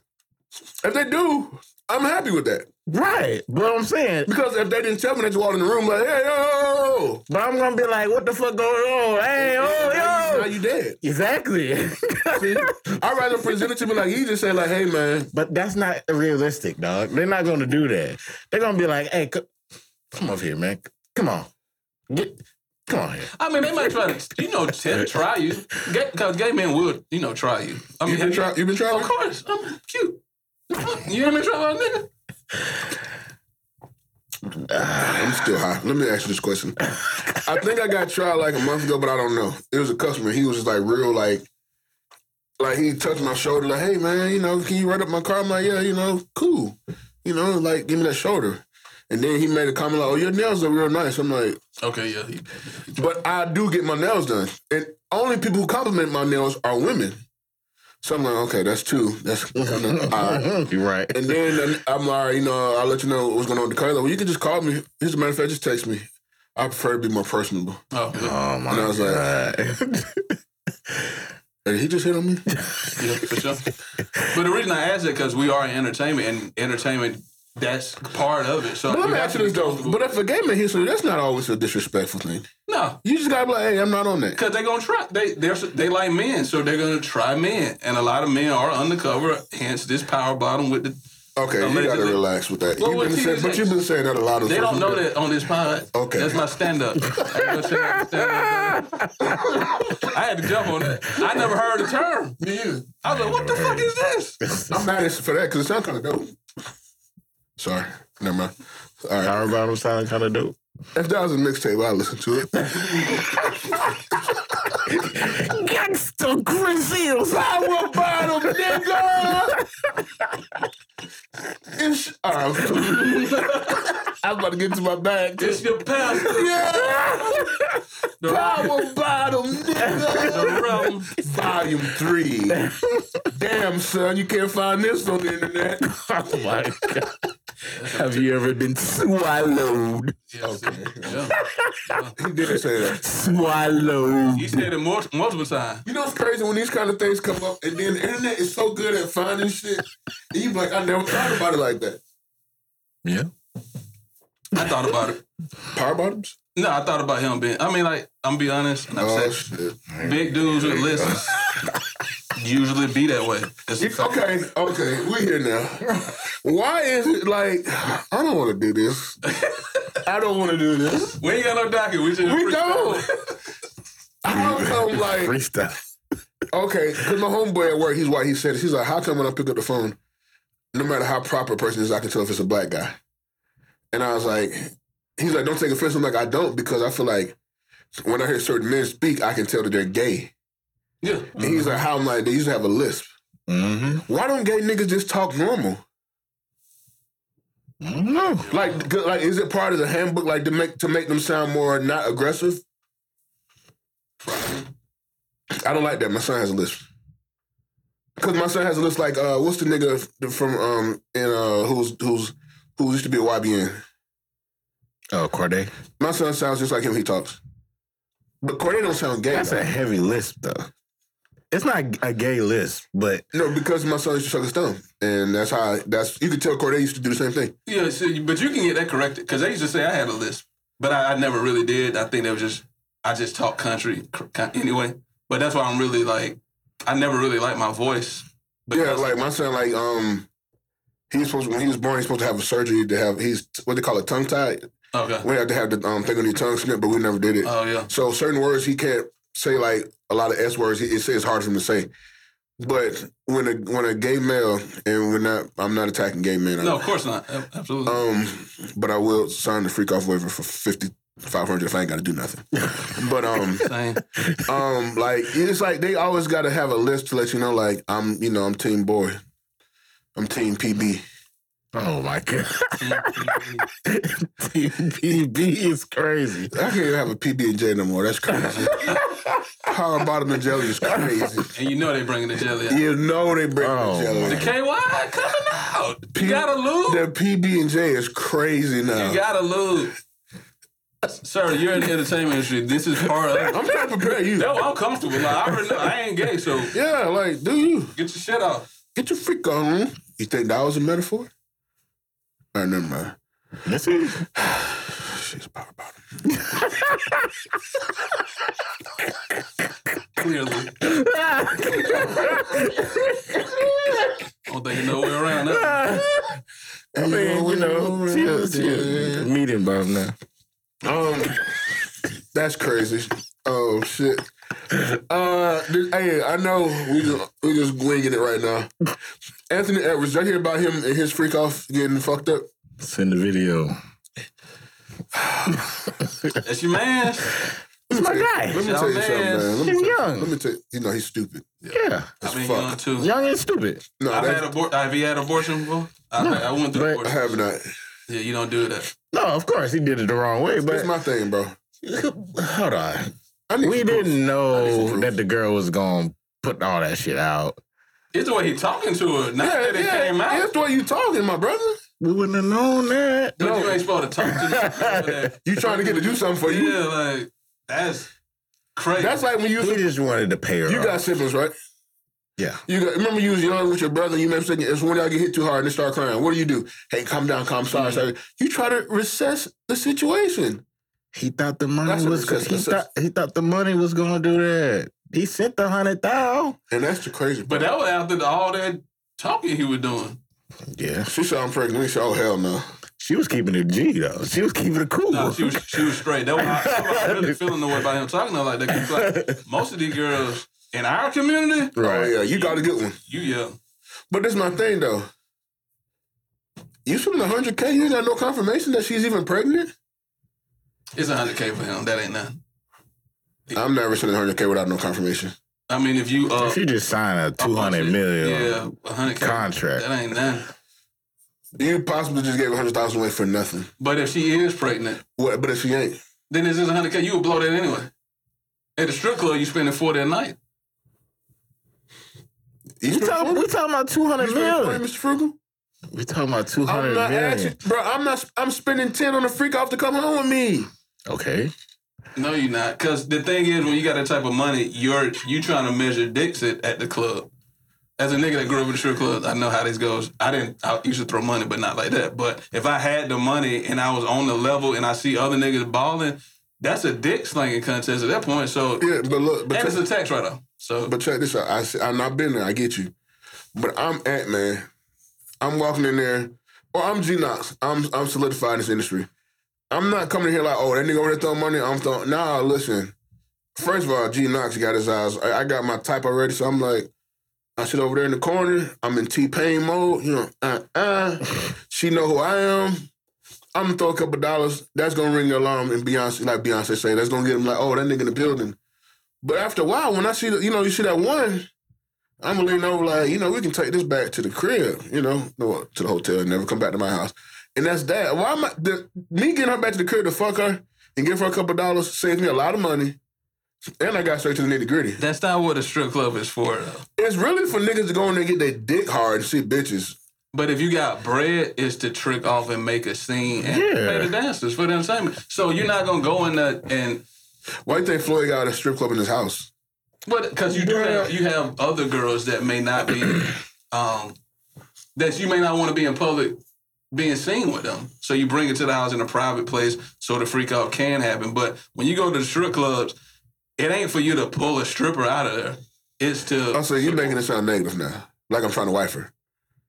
If they do, I'm happy with that.
Right. But I'm saying,
Because if they didn't tell me that you walked in the room like, hey yo,
but I'm gonna be like, what the fuck going on? Hey, oh
now
yo.
you dead.
Exactly.
I'd rather present it to me like he just said, like, hey man,
but that's not realistic, dog. They're not gonna do that. They're gonna be like, hey, c- come over here, man. Come on. Get come on here.
I mean, they might try to, you know, t- try you. Because gay men would, you know, try you. I mean,
you been try you been
of
trying?
course, I'm cute. You ain't been trying, nigga.
I'm still high. Let me ask you this question. I think I got tried like a month ago, but I don't know. It was a customer. He was just like real, like, like he touched my shoulder, like, hey man, you know, can you write up my car? I'm like, yeah, you know, cool. You know, like, give me that shoulder. And then he made a comment like, oh, your nails are real nice. I'm like,
Okay, yeah. He,
but I do get my nails done. And only people who compliment my nails are women. So I'm like, okay, that's two. That's kind of odd.
You're right.
And then I'm like, you know, I'll let you know what's going on with the color. Well, you can just call me. Here's a matter of fact, just text me. I prefer to be more personable.
oh, yeah,
Oh my
And I was like-
god.
And he just hit on me.
yeah, for sure. But the reason I asked that because we are in entertainment, and entertainment, that's part of it. So
But let
you
me
have
ask
to
you this
be
though.
comfortable.
But if a gay man hits you, that's not always a disrespectful thing.
no,
You just gotta be like, hey, I'm not on that.
Cause they gonna try. They they're they like men, so they're gonna try men, and a lot of men are undercover. Hence this power bottom with the.
Okay, you gotta
Allegedly.
relax with that.
Well,
you've
what
been
he
saying,
was
but
saying-
you've been saying that a lot of
They don't
times.
know that on this pod.
Okay.
that's my stand up. I had to jump on that. I never heard the term.
Me either.
I was like, what the fuck is this?
I'm mad at for that because it sounds kind of dope. Sorry, never mind. All right,
Power bottom sound kind of dope.
if that was a mixtape, I'd listen to it.
Gangsta Grizzlies.
Power bottom, nigga. It's, all right. I'm about to get to my bag.
It's your pastor.
Yeah.
The,
Power bottom, nigga.
the realm.
Volume three. Damn, son, you can't find this on the internet.
Oh my god. Have you ever been swallowed?
Yes, yeah.
He did say that.
Swallowed.
He said it mul- multiple times.
You know what's crazy when these kind of things come up, and then the internet is so good at finding shit. And you be like, I never thought about it like that.
Yeah.
I thought about it.
Power bottoms?
No, I thought about him being. I mean, like I'm gonna be honest, and I'm
Oh
sad.
shit.
Big dudes with lists usually be that way. It's a
It's-
fact.
okay, okay, we here now. Why is it like I don't want to do this? I don't want to do this.
We ain't got no docket. We just
We don't. How come like
Freestyle.
okay? Because my homeboy at work, he's white. He said this. He's like, how come when I pick up the phone, no matter how proper a person is, I can tell if it's a black guy. And I was like, he's like, don't take offense. I'm like, I don't because I feel like when I hear certain men speak, I can tell that they're gay.
Yeah.
And he's like, how? I'm like, they used to have a lisp.
Mm-hmm.
Why don't gay niggas just talk normal?
No.
Like, g- like, is it part of the handbook? Like to make to make them sound more not aggressive. I don't like that. My son has a list. Cause my son has a list. Like, uh, what's the nigga f- from um in uh who's who's who used to be a YBN?
Oh, Corday.
My son sounds just like him. He talks, but Corday don't sound gay.
That's a heavy lisp though. It's not a gay lisp, but
no, because my son used to suck his thumb, and that's how that's you could tell Corday used to do the same thing.
Yeah, so, but you can get that corrected because they used to say I had a list, but I, I never really did. I think they was just I just talk country cr- con- anyway. But that's why I'm really like I never really like my voice.
yeah, like my son, like um, he was supposed when he was born, he's supposed to have a surgery to have he's what they call it tongue tied.
okay.
We had to have the um, thing on your tongue snip, but we never did it.
Oh yeah.
so certain words he can't say, like a lot of S words. He, it's, it's hard for him to say. But when a when a gay male, and we're not, I'm not attacking gay men.
No, of course not. Ab- Absolutely.
Um, but I will sign the freak off waiver for fifty Five hundred if I ain't gotta do nothing. but um
Same.
um like it's like they always gotta have a list to let you know like I'm you know, I'm team boy. I'm team PB.
Oh my god, PB is crazy.
I can't even have a PB and J no more. That's crazy. Power bottom and jelly is crazy.
and you know they bringing the jelly out.
You know they bring
Oh,
the jelly.
The KY coming out.
P-
You gotta lose.
The PB and J is crazy now.
You gotta lose. Sir, you're in the entertainment industry. This is part of it.
I'm trying to prepare you.
No, I'm comfortable. Like, I already know I ain't gay, so get
Yeah, like, do you
your shit off.
get your freak on? You think that was a metaphor? All right, never mind.
This is
She's power bottom.
Clearly. I don't think there's no way around that.
I mean, you know,
she was she was meeting buff now.
Um, that's crazy. Oh shit. Uh, th- hey, I know we just, we just winging it right now. Anthony Edwards, did I hear about him and his freak off getting fucked up?
Send the video.
That's your man.
It's my
Let
guy.
me tell you something, man. Let me,
He's
tell-
young.
Let me tell you, you know, he's stupid.
Yeah,
I've been
fuck.
young too.
young and stupid.
No,
I've had
that's,
abor- have you had abortion before? I, I went through
but-
I
abortion.
have not.
Yeah, you don't do that.
No, of course he did it the wrong way, but
That's my thing, bro.
hold on.
I need
We
some proof.
didn't
need
know
some
that the girl was gonna put all that shit out.
It's the way he talking to her. Not
Yeah,
that it
yeah,
came out.
yeah, that's the way you talking, my brother.
We wouldn't have known that.
But you ain't supposed to talk to that.
You trying to get to do something for you?
Yeah, like that's crazy.
That's like when you
He just wanted to pay her.
you
off.
got siblings, right?
yeah.
You got, remember you was young with your brother, and you made a mistake, it's when y'all get hit too hard and they start crying. What do you do? Hey, calm down, calm sorry, sorry. You try to recess the situation.
He thought the money
That's a
was go- he
recess-
thought, he thought the money was gonna do that. He sent the hundred thousand.
And that's the crazy part.
but that was after all that talking he was doing.
Yeah.
She said I'm pregnant. We said, oh, hell no.
She was keeping it G though. She was keeping it cool.
No, she was she was straight. That was I, I was really feeling the way about him talking to her like that. 'Cause, like, most of these girls in our community,
Oh,
right.
yeah, you got a good one.
you young.
But that's my thing, though. You spending 100K, you ain't got no confirmation that she's even pregnant?
It's hundred k for him. That ain't nothing.
I'm never spending 100K without no confirmation.
I mean, if you
Oh,
uh,
She just signed a two hundred million
yeah, hundred k
contract.
That ain't nothing.
You possibly just gave 100000 away for nothing.
But if she is pregnant,
What, but if she ain't,
then it's just hundred k. You would blow that anyway. At the strip club, you spending forty a night.
you
We
spend
talking, we talking about two hundred million.
Mr. Frugal?
We talking about two
I'm
hundred
not
million.
asking, bro. I'm not. I'm spending ten on a freak off to come home with me.
Okay.
No, you're not. Because the thing is, when you got that type of money, you're you trying to measure dicks at, at the club. As a nigga that grew up in the strip clubs, I know how this goes. I didn't. I used to throw money, but not like that. But if I had the money and I was on the level and I see other niggas balling, that's a dick slinging contest at that point. So
Yeah, but look, but
and
check,
it's a tax write off. So
but check this out. I, see- and I've been there. I get you, but I'm Ant Man. I'm walking in there, or I'm G Knox. I'm I'm solidified in this industry. I'm not coming in here like, oh, that nigga over there throwing money. I'm throwing. Nah, listen. First of all, G Knox got his eyes. I, I got my type already, so I'm like, I sit over there in the corner. I'm in T Pain mode. You know, uh uh. She know who I am. I'm gonna throw a couple dollars. That's gonna ring the alarm, and Beyonce, like Beyonce say, that's gonna get him like, oh, that nigga in the building. But after a while, when I see the, you know, you see that one, I'm gonna lean over like, you know, we can take this back to the crib, you know, no, to the hotel and never come back to my house. And that's that. Why am I the, me getting her back to the crib to fuck her and give her a couple dollars saved me a lot of money. And I got straight to the nitty gritty.
that's not what a strip club is for. though.
It's really for niggas to go in there and get their dick hard and see bitches.
But if you got bread, it's to trick off and make a scene and
Yeah.
pay the dancers for the entertainment. So you're not gonna go in there and
Why you think Floyd got a strip club in his house?
But because you do have you have other girls that may not be, um, that you may not want to be in public being seen with them. So you bring it to the house in a private place, so the freak out can happen. But when you go to the strip clubs, it ain't for you to pull a stripper out of there. It's
I
Uh,
to
say you making it sound negative now. Like I'm trying to wife her.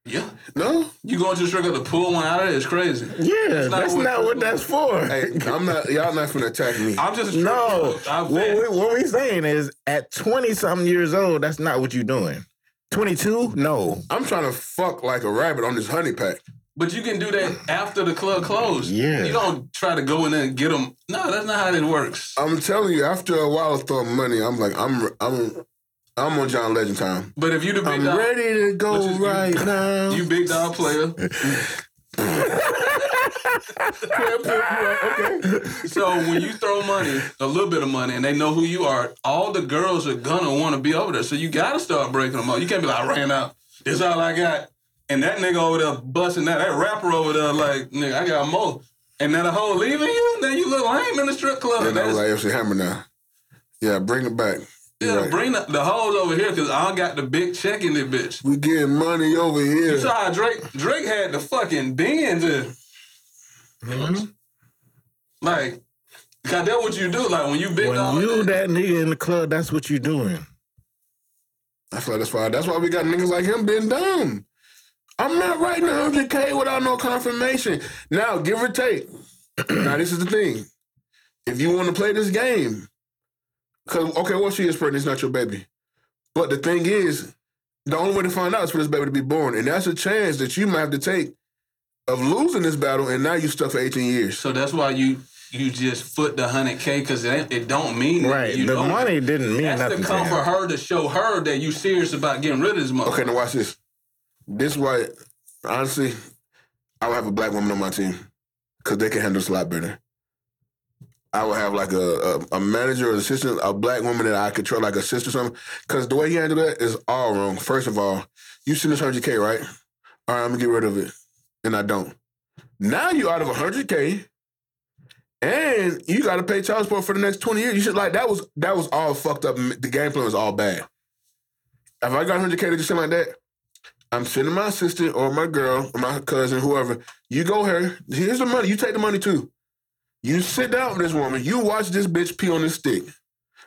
yeah,
No?
you going to the strip club to pull one out of there is crazy.
Yeah,
not
that's
what-
not what that's for.
Hey, I'm not y'all not finna attack me.
I'm just a strip
No,
club. I've
what
been-
we, what we saying is at twenty something years old, that's not what you're doing. Twenty two? No.
I'm trying to fuck like a rabbit on this honey pack.
But you can do that after the club closed.
Yeah.
You don't try to go in there and get them. No, that's not how it works.
I'm telling you, after a while of throwing money, I'm like, I'm, I'm, I'm on John Legend time.
But if you the big
I'm
dog,
ready to
But
go
you- you-
right now.
you big dog player. So when you throw money, a little bit of money, and they know who you are, all the girls are gonna want to be over there. So you gotta start breaking them up. You can't be like, I ran out. That's all I got. And that nigga over there busting that that rapper over there like, nigga, I got more. And then the whole leaving you, then you look lame in the strip club.
and I'm
That's-
like, MC Hammer now. Yeah, bring it back. You're
yeah,
right.
bring the, the hoes over here because I got the big check in this bitch.
we getting money over here.
You saw how Drake Drake had the fucking bins in. Like, God, that what you do. Like when you big
When
dog.
you that nigga in the club, that's what you doing.
I feel like that's why. That's why we got niggas like him being dumb. I'm not writing 100k without no confirmation. Now, give or take. now, this is the thing. If you want to play this game, because okay, well, she is pregnant. It's not your baby. But the thing is, the only way to find out is for this baby to be born, and that's a chance that you might have to take of losing this battle, and now you stuck for 18 years.
So that's why you you just foot the hundred k because it, ain't- it don't mean nothing.
Right.
You
the
don't-
money didn't mean
That's
nothing
to
to
come for
him.
her to show her that you serious about getting rid of this mother.
Okay, now watch this. This why, honestly, I would have a black woman on my team because they can handle this a lot better. I would have like a, a, a manager or assistant, a black woman that I could trust, like a sister or something. Because the way you handle that is all wrong. First of all, you send this 100K, right? All right, I'm going to get rid of it. And I don't. Now you out of 100K. And you got to pay child support for the next 20 years. You should like, that was that was all fucked up. The game plan was all bad. If I got 100K to do something like that, I'm sending my assistant or my girl, or my cousin, whoever. You go here. Here's the money. You take the money too. You sit down with this woman. You watch this bitch pee on this stick.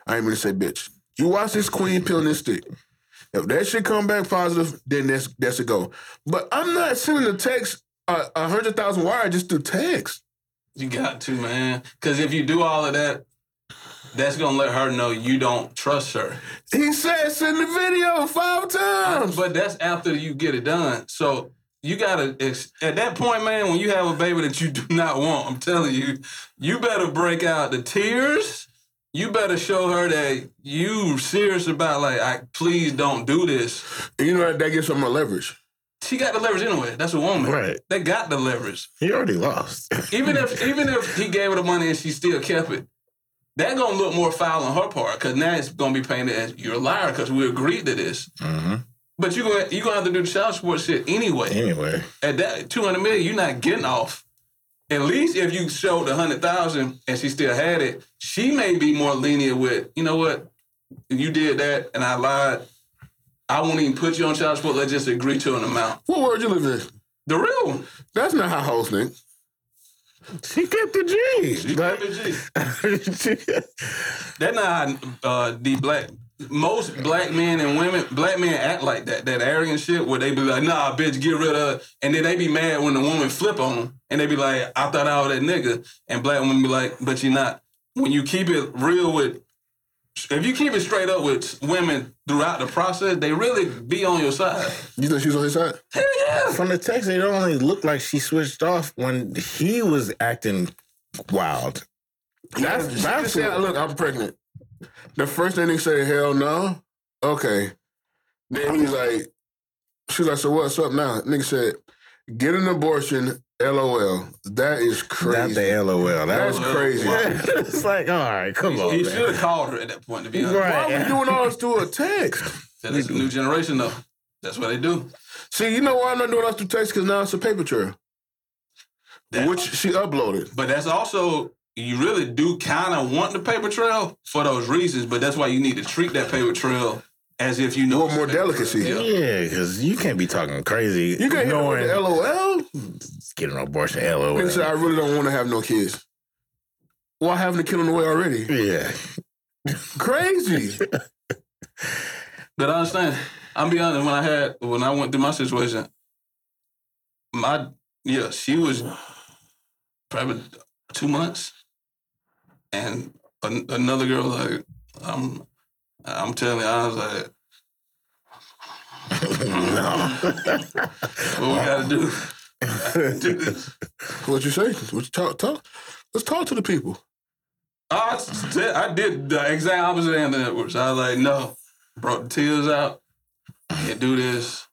I ain't gonna say bitch. You watch this queen pee on this stick. If that shit come back positive, then that's that's a go. But I'm not sending a text a a hundred thousand wire just through text.
You got to man, because if you do all of that, that's gonna let her know you don't trust her.
He said send the video five times.
But that's after you get it done. So you gotta ex- at that point, man. When you have a baby that you do not want, I'm telling you, you better break out the tears. You better show her that you serious about like, I please don't do this.
And you know what? That gets on my leverage.
She got the leverage anyway. That's a woman.
Right.
They got the leverage.
He already lost.
Even if even if he gave her the money and she still kept it, that gonna look more foul on her part because now it's gonna be painted as you're a liar because we agreed to this.
hmm
But you gonna you gonna have to do the child support shit anyway.
Anyway,
at that 200 million, you're not getting off. At least if you showed the 100,000 and she still had it, she may be more lenient with, you know what, you did that and I lied. I won't even put you on child support. Let's just agree to an amount.
What world you live in?
The real one.
That's not how hoes think.
she kept the
G.
G. But
That's not how uh, D black. Most black men and women, black men act like that, that arrogant shit where they be like, nah, bitch, get rid of her. And then they be mad when the woman flip on them. And they be like, I thought I was that nigga. And black women be like, but you're not. When you keep it real with, if you keep it straight up with women throughout the process, they really be on your side.
You think she was on his side?
Hell yeah.
from the text, it only looked like she switched off when he was acting wild. That's
She
that's
just said, look, I'm pregnant. The first thing they say, hell no. Okay. Then he's like, she's like, so what's up now? Nigga said, get an abortion, LOL. That is
not
crazy.
the LOL. That
That's
was
crazy.
Wow.
it's like all right, come on,
He should
man.
have called her at that point, to be honest.
Right.
Why are we doing all this through a text?
That's the new generation, though. That's what they do.
See, you know why I'm not doing all this through text? Because now it's a paper trail.
That-
Which she uploaded.
But that's also you really do kind of want the paper trail for those reasons. But that's why you need to treat that paper trail as if you know
More- more
it's a paper
delicacy.
trail. Yeah.
Yeah, because you can't be talking crazy.
You can't hit her
knowing
with the LOL.
getting an abortion. LOL.
Nigga said, I really don't want to have no kids. Why having a kid on the way already?
Yeah,
Crazy.
But I understand. I'm be honest. When I had when I went through my situation, my yeah, she was probably two months, and an, another girl like I'm. I'm telling you, I was like,
no.
what we gotta do?
What you say? What you talk, talk? Let's talk to the people.
Oh, I said I did the exact opposite of Anthony Edwards. I was like, no, brought the tears out. Can't do this.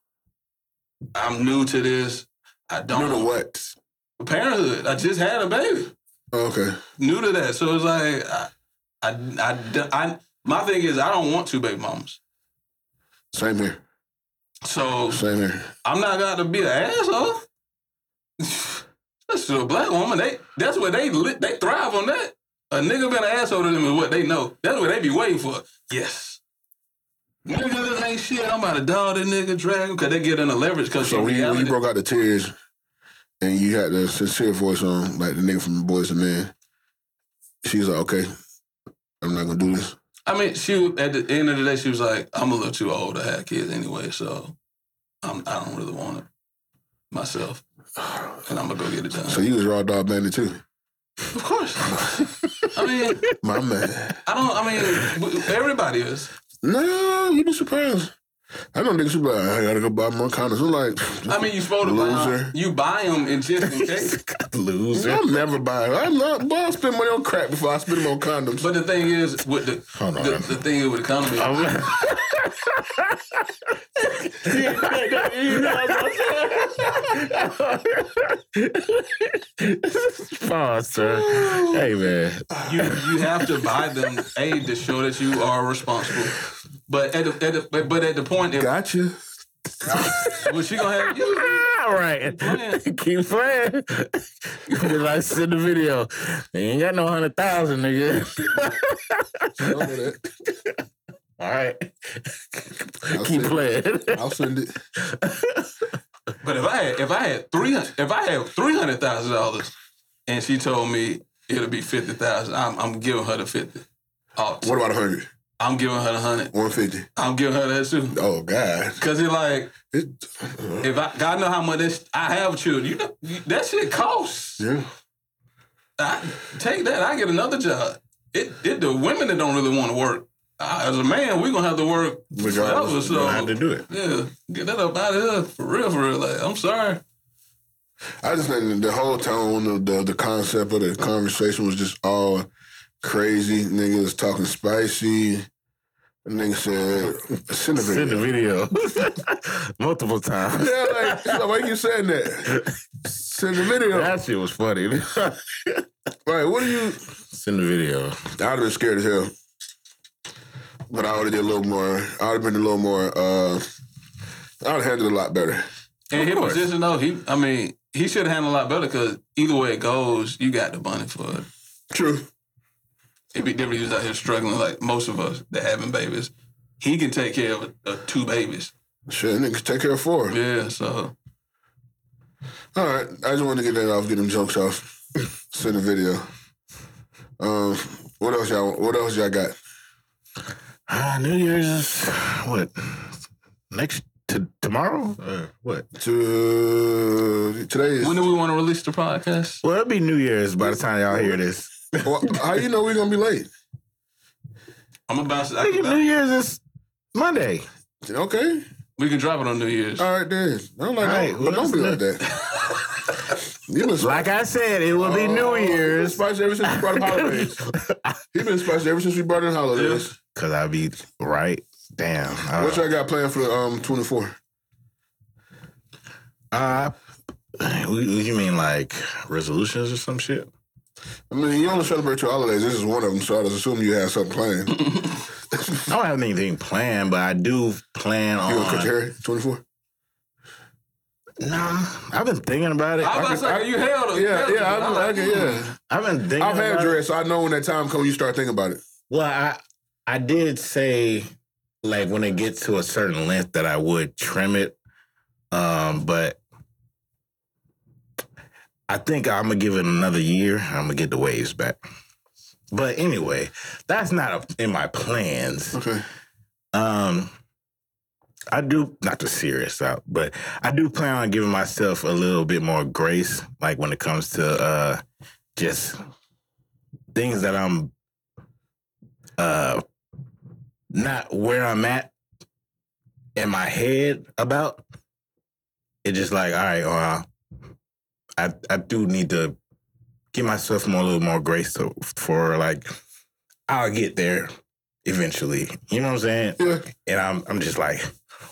I'm new to this. I
You know
don't
what? Oh,
parenthood. I just had a baby.
Okay.
New to that, so it's like I, I, I, I- my thing is I don't want two baby mamas.
Same here.
So
Same here.
I'm not got to be an asshole. That's a black woman. They that's what they li- they thrive on that. A nigga been an asshole to them is what they know. That's what they be waiting for. Yes. Nigga, this ain't shit. I'm about to dog that nigga, drag him, cause they get in the leverage. Cause
So
in
when you, when you
reality-
broke out the tears and you had the sincere voice on, like the nigga from Boys and Men, she was like, okay, I'm not going to do this.
I mean, she at the end of the day, she was like, "I'm a little too old to have kids anyway, so I'm, I don't really want it myself, and I'm gonna go get it done."
So you was Raw Dog Bandit too.
of course, I mean,
My man.
I don't. I mean, w- everybody is.
No, you be surprised. I know niggas who be like, I gotta go buy more condoms. I'm like,
I mean, you supposed to buy
Loser.
you buy them in just in case.
Loser.
I'll never buy it. I'm not, boy, I'll spend money on crack before I spend it on condoms.
But the thing is, with the
Hold on. Oh.
the, the thing is with the economy,
Pause, sir. Hey, man.
you you have to buy them a to show that you are responsible. But at the, at the but- but at the point, if,
Gotcha.
when she gonna have you?
All right.
playing.
Keep playing. Because I send the video. You ain't got no 100,000, nigga.
I know that.
All right.
I'll
Keep
send it.
playing.
I'll send it.
But if I had if I had three hundred if I had three hundred thousand dollars, and she told me it'll be fifty thousand, I'm I'm giving her the fifty. Oh,
What about 100?
I'm giving her the hundred.
150.
I'm giving her that too.
Oh, God.
Cause it's like
It, uh,
if I God know how much this, I have children, you know you- that shit costs.
yeah.
I take that. I get another job. It it the women that don't really want to work. I, as a man, we gonna have to work forever.
Regardless,
You don't have to
So
do it.
yeah, get that up out of here for real, for real. Like I'm sorry.
I just think that the whole tone of the, the concept of the conversation was just all crazy. Nigga was talking spicy. Nigga said, send a
Send the
video.
video multiple times.
Yeah, like, like, why you saying that? Send the video.
That shit was funny.
right, what do you...
Send the video.
I'd have been scared as hell. But I would have did a little more. I would have been a little more. Uh, I would have handled it a lot better.
In his
course.
position, though, he I mean, he should have handled a lot better because either way it goes, you got the money for it.
True.
It'd be different. He was out here struggling like most of us that having babies. He can take care of uh, two babies.
Shit, nigga, take care of four.
Yeah, so
All right, I just wanted to get that off, get them jokes off. Send a video. Um, what else y'all? What else y'all got?
Ah, New Year's is what? Next to tomorrow?
Uh,
Or what?
To today is.
when do we want to release the podcast?
Well, it'll be New Year's by the time y'all hear this.
Well, how you know we gonna be late?
I'm about to. I
Nigga,
can,
New Year's is Monday.
Okay.
we can drop it on New Year's.
All right then. I'm like,
All right,
don't, but don't be like that. You been
Like I said, it will be New
He's
Year's
been spicy ever since we brought in Oh, holidays. He's been spicy ever since we brought in holidays.
because I be right. Damn. Uh,
What y'all got planned for um twenty four?
uh, what- you mean like resolutions or some shit?
I mean, you only celebrate your holidays. This is one of them, so I just assume you have something planned. You
I don't have anything planned, but I do plan
gonna cut
on.
your hair twenty four?
Nah, I've been thinking about it.
I'm about to
I-
say you held him.
Yeah,
held him.
yeah, I,
I'm
I,
like,
can- yeah.
I've been thinking.
I've
about
had
it.
dread, so I know when that time comes, you start thinking about it.
Well, I I did say like when it gets to a certain length that I would trim it. Um, but I think I'm gonna give it another year. I'm gonna get the waves back. But anyway, that's not a, in my plans.
Okay.
Um, I do not to serious out, but I do plan on giving myself a little bit more grace, like when it comes to uh, just things that I'm uh not where I'm at in my head about. It's just like, all right, well, I I do need to give myself more a little more grace to, for like I'll get there eventually. You know what I'm saying?
Yeah.
And I'm I'm just like,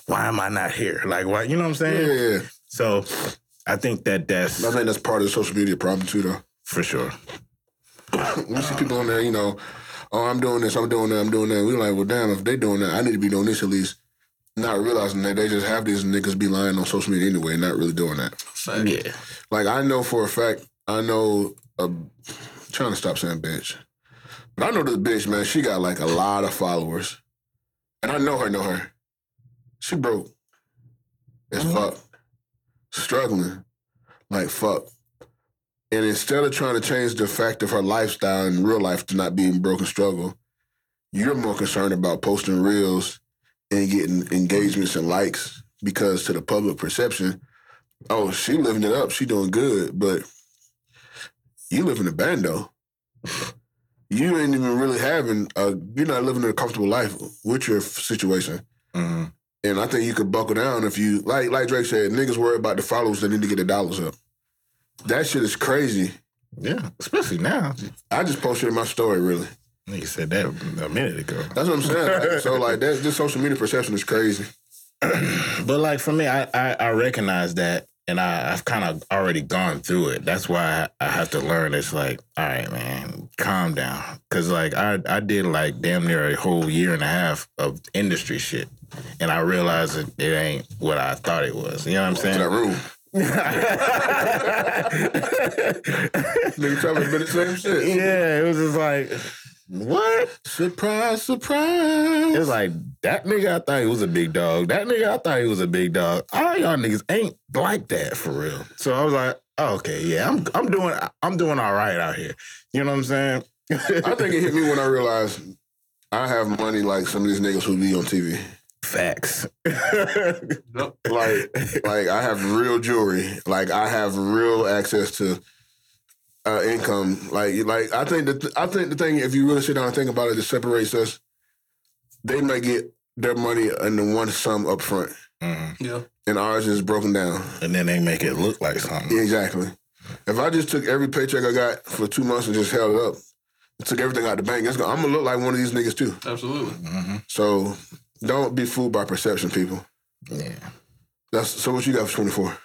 why am I not here? Like why? You know what I'm saying?
Yeah.
So I think that that's
I think that's part of the social media problem too, though.
for sure.
we see people on there, you know, oh, I'm doing this, I'm doing that, I'm doing that. We're like, well, damn, if they doing that, I need to be doing this at least. Not realizing that they just have these niggas be lying on social media anyway, and not really doing that.
Fact.
Like I know for a fact, I know. A, trying to stop saying bitch, but I know this bitch, man. She got like a lot of followers, and I know her. Know her. She broke as fuck, struggling like fuck. And instead of trying to change the fact of her lifestyle in real life to not being broken struggle, you're more concerned about posting reels and getting engagements and likes because to the public perception, oh, she living it up, she doing good, but you live in a bando. You ain't even really having a you're not living a comfortable life with your f- situation.
Mhm.
And I think you could buckle down if you like like Drake said, niggas worry about the followers, they need to get the dollars up. That shit is crazy.
Yeah, especially now.
I just posted my story really.
Nigga said that a minute ago.
That's what I'm saying. Like, so like that's this social media perception is crazy.
But like for me, I I, I recognize that, and I, I've kind of already gone through it. That's why I, I have to learn. It's like, all right, man, calm down, because like I I did like damn near a whole year and a half of industry shit, and I realized that it ain't what I thought it was. You know what I'm
In that
saying?
room. Nigga trying to the same shit.
yeah, it was just like. What?
Surprise, surprise.
It's like that nigga. I thought he was a big dog. That nigga. I thought he was a big dog. All y'all niggas ain't like that for real. So I was like, oh, okay, yeah, I'm I'm doing I'm doing all right out here. You know what I'm saying?
I think it hit me when I realized I have money like some of these niggas who be on TV.
Facts. Mm-hmm.
Yep.
Like, like I have real jewelry. Like I have real access to uh, income. Like, like I think the I think the thing if you really sit down and think about it that separates us, they might get their money in the one sum up front,
Mhm.
Yeah.
and ours is broken down.
And then they make it look like something.
Exactly. If I just took every paycheck I got for two months and just held it up, took everything out the bank, it's gonna, I'm gonna look like one of these niggas too.
Absolutely.
Mhm.
So don't be fooled by perception, people.
Yeah.
That's so. What you got for twenty four?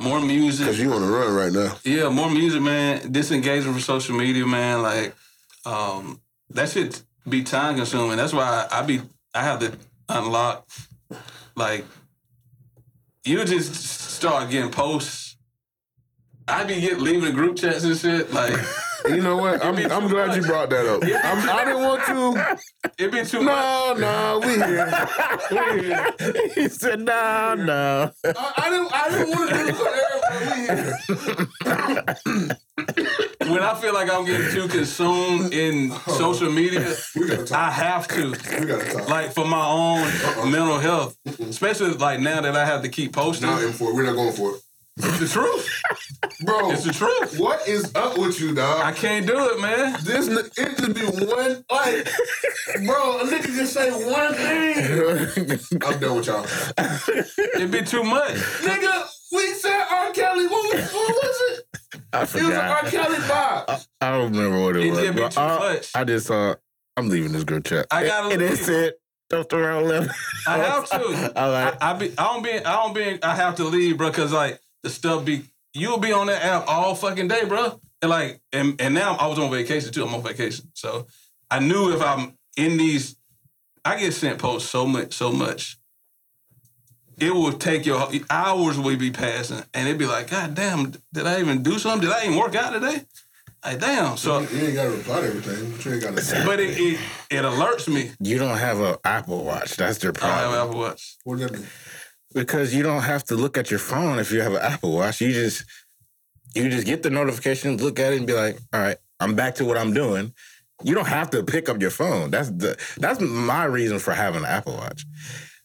More music.
Because you on the run right now.
Yeah, more music, man. Disengagement from social media, man. Like, um, that shit be time consuming. That's why I, be I have to unlock. Like, you just start getting posts. I be get leaving the group chats and shit. Like,
You know what? I'm, I'm glad you brought that up. I'm, I didn't want to.
it be too
No,
much.
no, we here. We here.
he said, no, no.
I, I didn't. I didn't want to do it. but we here.
When I feel like I'm getting too consumed in social media, I have to.
We gotta talk.
Like for my own mental health, especially like now that I have to keep posting.
Not in for it. We're not going for it,
It's the truth.
bro.
It's the truth.
What is up with you, dog?
I can't do it, man.
This n- it just be one like, bro. A nigga just say one thing. I'm done with y'all,
It'd be too much.
nigga. We said R. Kelly. What was, what was it?
I
It was an R.
forgot.
Kelly vibe.
I don't remember what it
It-
was.
it'd be
but
too
I,
much.
I just saw. I'm leaving this group chat.
I gotta
And it
leave.
said, don't throw around left.
I have to.
I
I,
like.
I be. I don't be. I don't be. I have to leave, bro. Cause like the stuff be. You'll be on that app all fucking day, bro. And like, and, and now I was on vacation too. I'm on vacation, so I knew if I'm in these, I get sent posts so much, so much. It will take your hours will be passing, and it'd be like, God damn, did I even do something? Did I even work out today? Like, damn. So,
You ain't gotta reply to everything. But you ain't gotta.
but it it, it alerts me.
You don't have an Apple Watch. That's their
I have
problem.
Apple Watch.
What does that mean?
because you don't have to look at your phone if you have an Apple Watch. You just you just get the notification, look at it, and be like, "All right, I'm back to what I'm doing." You don't have to pick up your phone. That's the that's my reason for having an Apple Watch.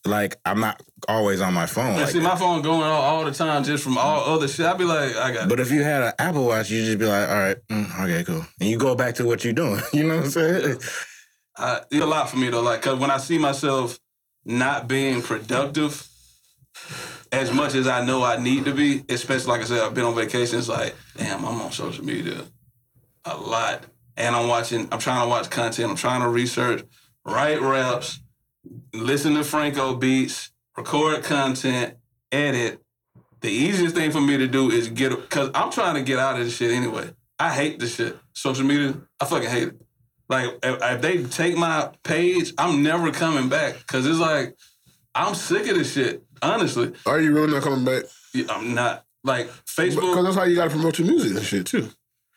Like I'm not always on my phone.
And
Like,
see my phone going on all the time just from all other shit. I'd be like, I got it.
but if you had an Apple Watch, you just be like, "All right, mm, okay, cool," and you go back to what you're doing. You know what I'm saying?
I, it's a lot for me though. Like, cause when I see myself not being productive, as much as I know I need to be, especially like I said, I've been on vacation. It's like, damn, I'm on social media a lot, and I'm watching. I'm trying to watch content. I'm trying to research, write raps, listen to Franco beats, record content, edit. The easiest thing for me to do is get because I'm trying to get out of this shit anyway. I hate this shit. Social media, I fucking hate it. Like if, if they take my page, I'm never coming back because it's like I'm sick of this shit. Honestly,
Are you really not coming back?
Yeah, I'm not like
Because
Facebook,
that's how you gotta promote your music and shit too.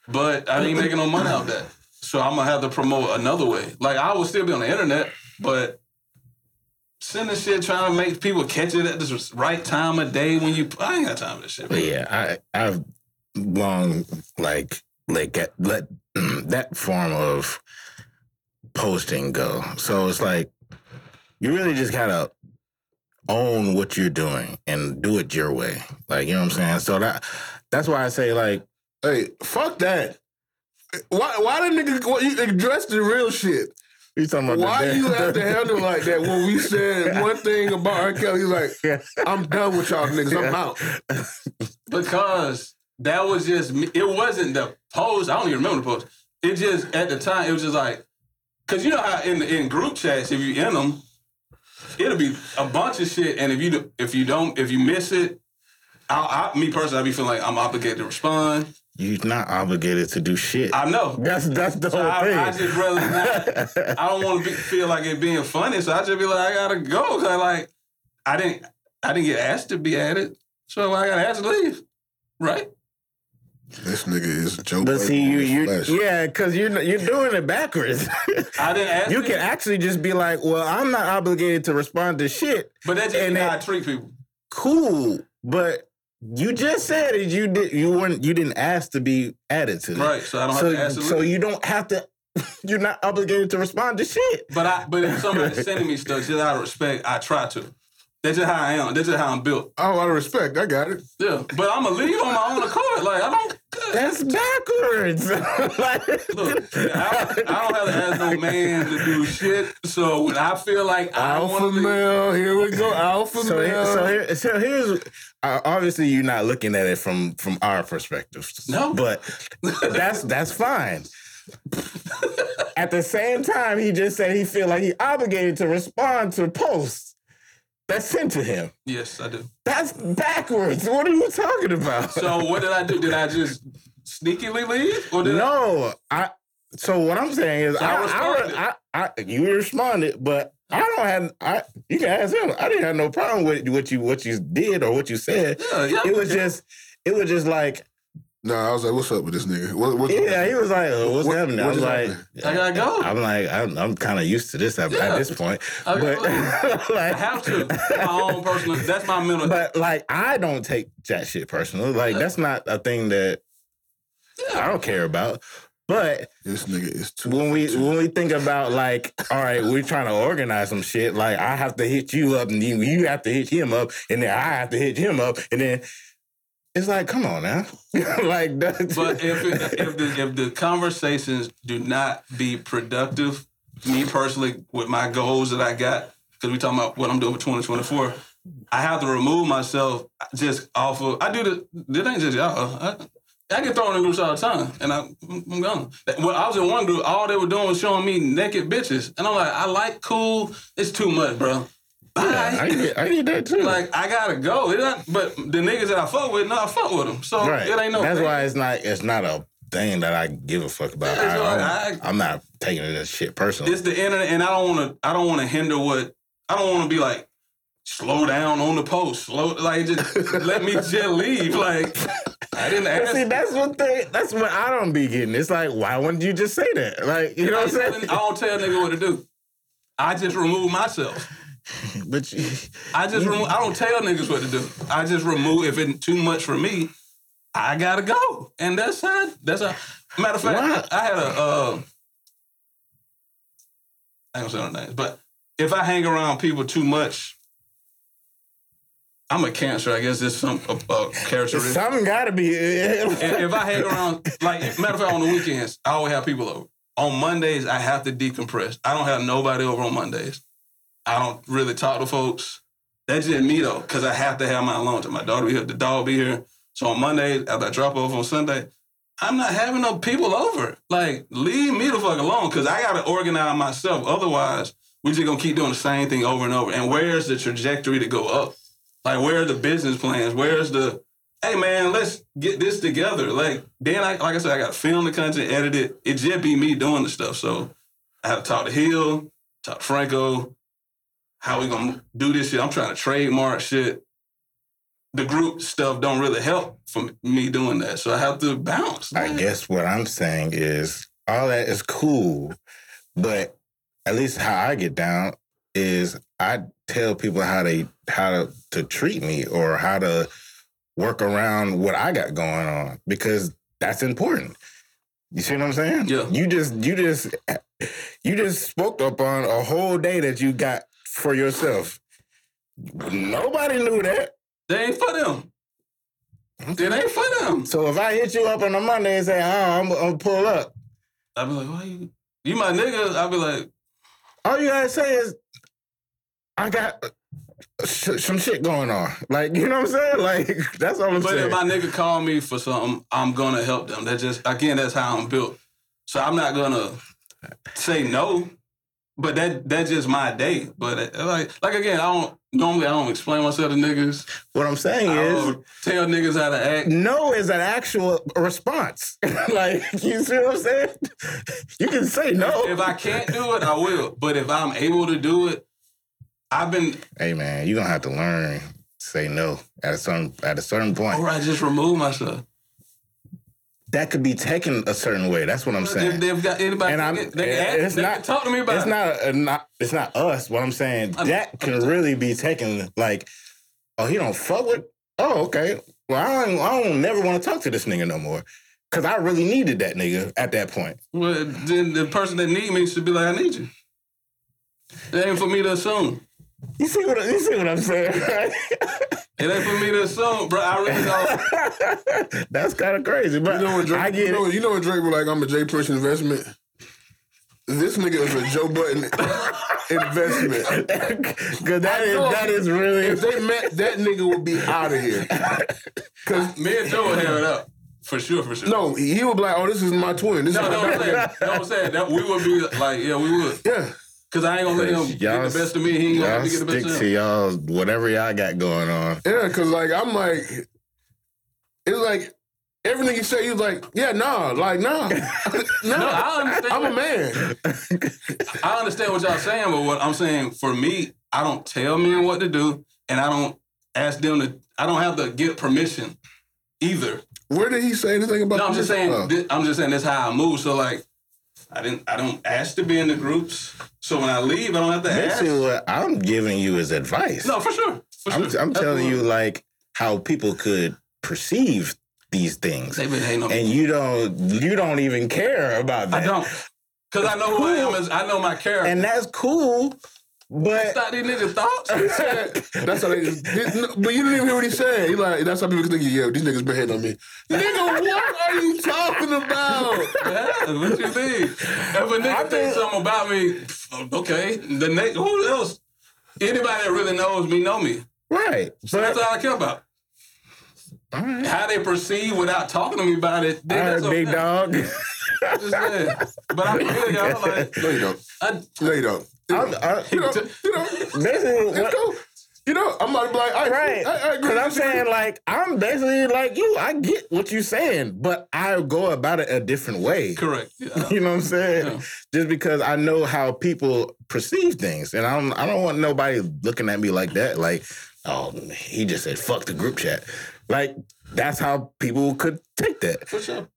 but I ain't making no money out that. So I'm gonna have to promote another way. Like I will still be on the internet, but sending shit trying to make people catch it at this right time of day when you I ain't got time for this shit.
But yeah, I I've long like let get let mm, that form of posting go. So it's like you really just gotta own what you're doing and do it your way. Like you know what I'm saying. So that that's why I say like
Hey, fuck that. Why why the nigga why you address the real shit?
you talking about.
Why
the
you have to handle like that when we said one thing about R. Kelly? He's like, I'm done with y'all niggas. I'm out.
Because that was just me. It wasn't the post. I don't even remember the post. It just at the time it was just like, cause you know how in in group chats if you in them, it'll be a bunch of shit. And if you do- if you don't if you miss it, I, I me personally I be feeling like I'm obligated to respond.
You're not obligated to do shit.
I know.
that's that's the whole
I,
thing.
I just rather not. I don't want to be, feel like it being funny, so I just be like, I gotta go. Cause I like, I didn't, I didn't get asked to be at it, so I got asked to leave, right?
This nigga is Joe.
but
Budden
see, you
in
you
flesh.
yeah, because you're you're doing it backwards.
I didn't ask.
you
to
can actually just be like, "Well, I'm not obligated to respond to shit."
But that's just
And
how I
that-
treat people.
Cool, but you just said it. You did. You weren't. You didn't ask to be added to that.
Right. So I don't have to
So,
ask them.
so you don't have to. You're not obligated to respond to shit.
but I but if somebody's sending me stuff just out of respect, I try to. That's just how I am. That's just how I'm built.
Oh, out of respect, I got it.
Yeah. But I'm gonna leave on my own accord. Like I don't
That's backwards. Like-
look, I, don't- I don't have to ask no man to do shit. So when I feel like I don't
Alpha
wanna leave,
male, here we go. Alpha
so, here-
male.
so, here, so here's uh, obviously you're not looking at it from from our perspective.
No.
but that's that's fine. at the same time, he just said he feel like he obligated to respond to posts that's sent to him.
Yes, I do.
That's backwards. What are you talking about?
So what did I do? Did I just sneakily leave? Or did I
no, I. So what I'm saying is,
So I
I,
responded.
I, I, I, you responded, but I don't have. I you can ask him. I didn't have no problem with what you what you did or what you said.
yeah, yeah.
It was just, it was just like,
nah, I was like, what's up with this nigga? What, what,
yeah. He was like, oh, "What's
What-
happening?" I
what is
was like,
I gotta go.
I'm like, I'm, I'm kind of used to this at,
Yeah.
at this point,
I,
but
I
like,
have to. My own personal that's my mental
but like, I don't take that shit personal. Like, that's not a thing that I don't care about. But
This nigga is too.
when we when we think about like, all right, we're trying to organize some shit. Like, I have to hit you up, and you you have to hit him up, and then I have to hit him up, and then it's like, come on now, like that's
But if it, if the if the conversations do not be productive, me personally with my goals that I got, because we talking about what I'm doing for 2024, I have to remove myself just off of. I do the. This ain't just y'all. I, I get thrown in groups all the time, and I, I'm gone. When I was in one group, all they were doing was showing me naked bitches, and I'm like, I like cool. It's too much, bro. Bye.
I get, I get that too.
like I gotta go. It not- but the niggas that I fuck with, no, I fuck with them. So
right.
oh, it ain't no.
That's
thing.
why it's not it's not a thing that I give a fuck about.
Yeah, it's all
I,
right.
I, am not taking this shit personally.
it's the internet, and I don't want to. I don't want to hinder what. I don't want to be like slow down on the post. Slow, like just let me just leave. Like I didn't
But
ask.
See, that's what they that's what I don't be getting. It's like, why wouldn't you just say that? Like, you know
I
what
ain't
I'm
telling-
saying?
I don't tell nigga what to do. I just remove myself.
But you,
I just remove, I don't tell niggas what to do. I just remove if it's too much for me. I gotta go, and that's how. That's how. Matter of fact, I, I had a. Uh, I ain't gonna say no names, but if I hang around people too much, I'm a cancer. I guess it's some a, a characteristic
something gotta be
if, if I hang around, like matter of fact, on the weekends, I always have people over. On Mondays, I have to decompress. I don't have nobody over on Mondays. I don't really talk to folks. That's just me though, because I have to have my alone time. My daughter be here, the dog be here. So on Monday, after I drop off on Sunday, I'm not having no people over. Like, leave me the fuck alone, because I gotta organize myself. Otherwise, we just gonna keep doing the same thing over and over. And where's the trajectory to go up? Like, where are the business plans? Where's the hey man, let's get this together? Like, then I like I said, I gotta film the content, edit it. It just be me doing the stuff. So I had to talk to Hill, talk to Franco, how we gonna do this shit. I'm trying to trademark shit. The group stuff don't really help for me doing that, so I have to bounce.
I guess what I'm saying is all that is cool, but at least how I get down is I tell people how they how to, to treat me or how to work around what I got going on because that's important. You see what I'm saying?
Yeah.
You just you just you just spoke up on a whole day that you got for yourself. Nobody knew that.
They ain't for them. It ain't for them.
So if I hit you up on a Monday and say, "Oh, I'm gonna pull up,"
I'd be like, why you you my nigga? I'd be like,
all you gotta say is, "I got sh- some shit going on." Like you know what I'm saying? Like that's all I'm
But
saying.
if my nigga call me for something, I'm gonna help them. That just again, that's how I'm built. So I'm not gonna say no. But that that's just my day. But uh, like like again, I don't normally I don't explain myself to niggas.
what I'm saying
I
is,
don't tell niggas how to act.
no is an actual response. like you see what I'm saying? You can say no.
If I can't do it, I will. But if I'm able to do it, I've been
Hey man, you gonna have to learn to say no at a certain at a certain point.
or I just remove myself.
That could be taken a certain way. That's what I'm
If
saying.
they've got anybody,
And
they
I'm
can- they can ask-
it's
they can
not
talk to me about
it's
it.
not, a, not it's not us. What I'm saying
I'm-
that can really be taken like, oh he don't fuck with. Oh okay. Well I don't, I don't never want to talk to this nigga no more because I really needed that nigga at that point.
Well, then the person that need me should be like, I need you. It ain't for me to assume.
You see what you see what I'm saying?
It ain't for me to assume, bro. I really don't.
That's kind of crazy, but
You know what Drake,
I get
you know,
it.
you know what Drake was like, I'm a Jay Prince investment. This nigga is a Joe Button investment.
Cause that is
know.
that is really
If they met, that nigga would be out of here. Cause
Me and Joe would have it up for sure, for sure.
no, he would be like, oh, this is my twin. This
no,
is
no,
my
I'm
dog.
saying, no, I'm saying that we would be like, yeah, we would,
Yeah.
cause I ain't gonna let him
Y'all
get the best of me. He ain't gonna let
y'all
me get the
stick
best of
to
him.
y'all whatever y'all got going on.
Yeah, cause like I'm like, it's like everything you say, you like, yeah, nah, like nah,
No,
nah.
I understand.
I'm a man.
I understand what y'all saying, but what I'm saying for me, I don't tell men what to do, and I don't ask them to. I don't have to get permission either.
Where did he say anything about?
No, I'm just saying.
Oh.
thi- I'm just saying that's how I move. So like, I didn't. I don't ask to be in the groups. So when I leave, I don't have to ask.
Basically, what I'm giving you is advice.
No, for sure. For
I'm,
sure.
I'm
That's
telling
what-
you like how people could perceive these things,
They been hating on me.
and you don't you don't even care about
I
that.
don't, cause I know who I am. Is I know my character.
and that's cool, but
Stop these niggas' thoughts.
That's how they just. This, no, but you didn't even hear what he said. He like that's how people think. Yo, these niggas been hating on me. Nigga, what are you talking about?
Yeah, what you mean? If a nigga thinks something about me, pff, okay. The next, who else? Anybody that really knows me know me.
right,
So that's
but
all I care about.
all right,
How they perceive without talking to me about it.
all
Then
right
that's
big
okay.
dog.
Just saying. But I'm good, y'all. Like,
No, you don't.
I,
No, you don't.
I'm- I-
You know, you know,
basically, what,
let's go. You know, I'm about to be like, I,
Right.
I, I agree.
Because I'm saying, like, I'm basically like you. I get what you're saying, but I go about it a different way.
correct. Yeah.
You know what I'm saying?
Yeah.
Just because I know how people perceive things. And I don't, I don't want nobody looking at me like that. Like, oh, he just said, fuck the group chat. Like, that's how people could take that.
For sure.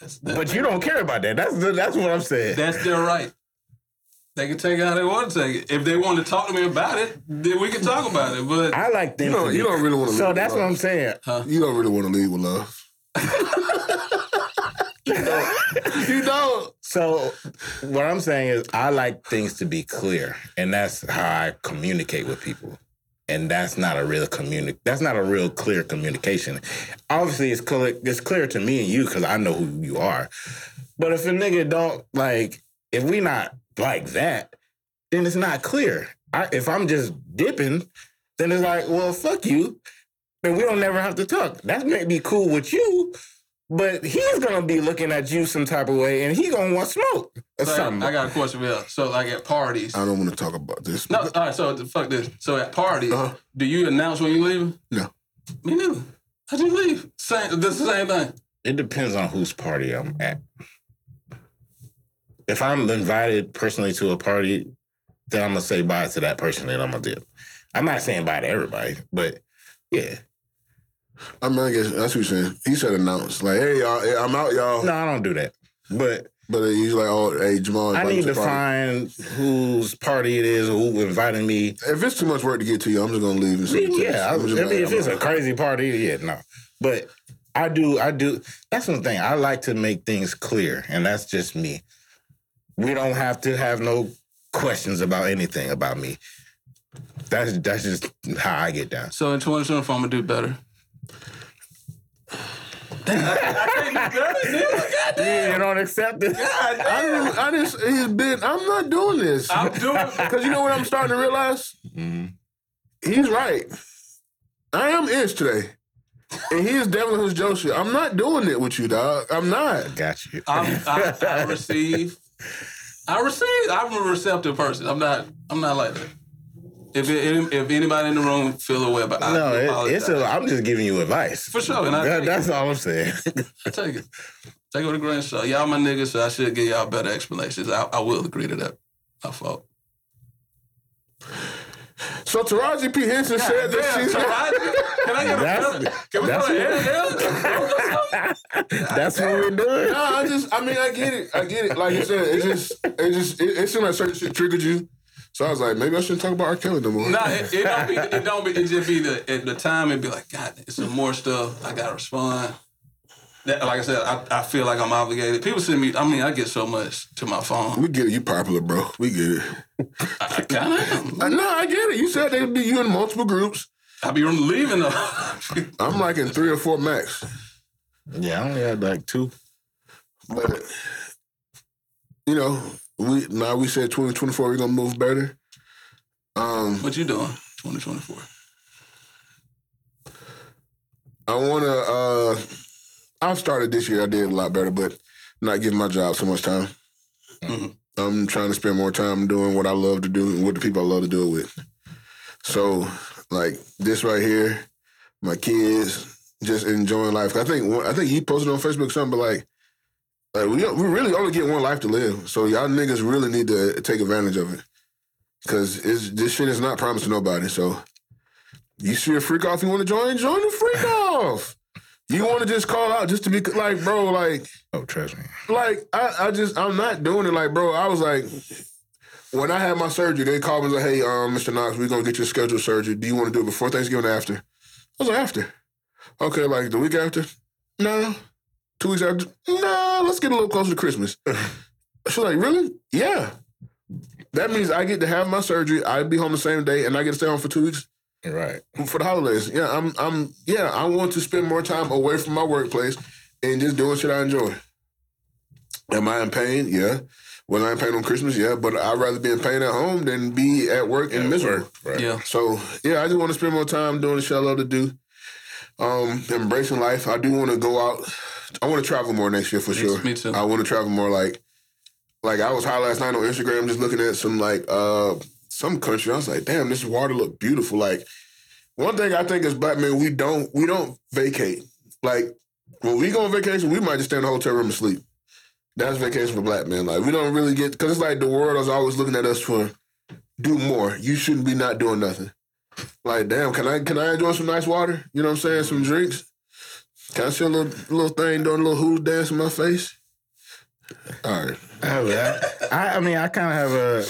That's, that,
But you don't care about that. That's the, that's what I'm saying.
that's their right. They can take it how they want to take it. If they want to talk to me about it, then we can talk about it. But
I like them.
You don't-
to be-
you don't really wanna
So
look
that's
like-
what I'm saying.
You don't really want to leave with love. you don't.
So what I'm saying is I like things to be clear, and that's how I communicate with people. And that's not a real communi- that's not a real clear communication. Obviously it's clear it's clear to me and you because I know who you are. But if a nigga don't like if we not like that, then it's not clear. I, if I'm just dipping, then it's like, well, fuck you. Then we don't never have to talk. That may be cool with you, but he's gonna be looking at you some type of way, and he gonna want smoke or
So,
something.
I got a question for you. So like at parties.
I don't want to talk about this.
No, all right. So th- fuck this. So at parties,
Uh-huh.
do you announce when you leaving?
No.
Me neither. I just leave. Same. This is the same thing.
It depends on whose party I'm at. If I'm invited personally to a party, then I'm gonna say bye to that person that I'm gonna do. I'm not saying bye to everybody, but yeah.
I mean, I guess that's what he's saying. He said announce like, "Hey y'all, yeah, I'm out y'all."
No, I don't do that. But
But then he's like, "Oh, hey Jamal."
I
invite
need
me
to
the party.
find whose party it is or who invited me.
If it's too much work to get to you, I'm just gonna leave. And send you text.
Yeah, I, I
I'm
mean,
just like,
if
I'm
it's a
out.
crazy party, yeah, no. But I do, I do. That's one thing. I like to make things clear, and that's just me. We don't have to have no questions about anything about me. That's that's just how I get down.
So in 2024, I'm gonna do better. Damn, I, I can't do better. nigga.
Yeah, you don't accept it.
I didn't. I just. He's been. I'm not doing this
I'm doing.
because you know what I'm starting to realize. He's right. I am is today, and he is definitely his Joshua. I'm not doing it with you, dog. I'm not.
Got you.
I'm, I, I receive. I receive. I'm a receptive person. I'm not. I'm not like that. If it, if anybody in the room feel a way about, I
no, it,
apologize.
it's a. I'm just giving you advice.
for sure. And I
That-
take it.
that's all I'm saying.
I take it. Take it with a grain of salt. Y'all my niggas, so I should give y'all better explanations. I, I will agree to that. My fault.
So Taraji P Henson said that
Damn,
she's.
so I- can I get
That's-
a Can we
that's-
throw an L?
that's what we're doing.
No, I just, I mean, I get it. I get it. Like you said, it just, it just, it, it seemed like certain shit triggered you. So I was like, maybe I shouldn't talk about R. Kelly no more.
No, it, it don't be. It don't be. It just be the at the time. It'd be like, God, it's some more stuff. I gotta respond. That, like I said, I, I feel like I'm obligated. People send me. I mean, I get so much to my phone.
We get it. You popular, bro. We get it.
I kind of am.
Uh, no, I get it. You said they'd be you in multiple groups.
I be leaving them.
I'm like in three or four max.
Yeah, I only had like two.
But you know, we now we said 2024 we're gonna move better. Um,
what you doing? 2024.
I wanna. uh I've started this year. I did a lot better, but not giving my job so much time.
Mhm.
I'm trying to spend more time doing what I love to do and with the people I love to do it with. So, like this right here, my kids just enjoying life. I think one- I think he posted on Facebook something, but like, like we we really only get one life to live. So y'all niggas really need to take advantage of it, because this shit is not promised to nobody. So, you see a freak off, you want to join, join the freak off. You want to just call out just to be like, bro, like
Oh, trust me.
like I, I just I'm not doing it. Like, bro, I was like, when I had my surgery, they called me and was like, hey, um, Mr. Knox, we're gonna get your scheduled surgery. Do you want to do it before Thanksgiving or after? I was like, after. Okay, like the week after? No. Two weeks after? No, let's get a little closer to Christmas. She's like, really? Yeah. That means I get to have my surgery. I'd be home the same day, and I get to stay home for two weeks
Right.
for the holidays. Yeah, I'm. I'm. Yeah, I want to spend more time away from my workplace and just doing shit I enjoy. Am I in pain? Yeah. Was I in pain on Christmas? Yeah. But I'd rather be in pain at home than be at work and miserable.
Right.
Yeah.
So yeah, I just want to spend more time doing the shit I love to do. Um, embracing life. I do want to go out. I want to travel more next year for
Me-
sure.
me too.
I want to travel more. Like, like I was high last night on Instagram, just looking at some like uh some country. I was like, damn, this water look beautiful. Like, one thing I think as black men, we don't we don't vacate. Like, when we go on vacation, we might just stay in a hotel room and sleep. That's vacation for black men. Like, we don't really get because it's like the world is always looking at us for do more. You shouldn't be not doing nothing. Like, damn, can I can I enjoy some nice water? You know what I'm saying? Some drinks. Can I see a little little thing doing a little hula dance in my face? All right.
I have that. I, I mean, I kind of have a.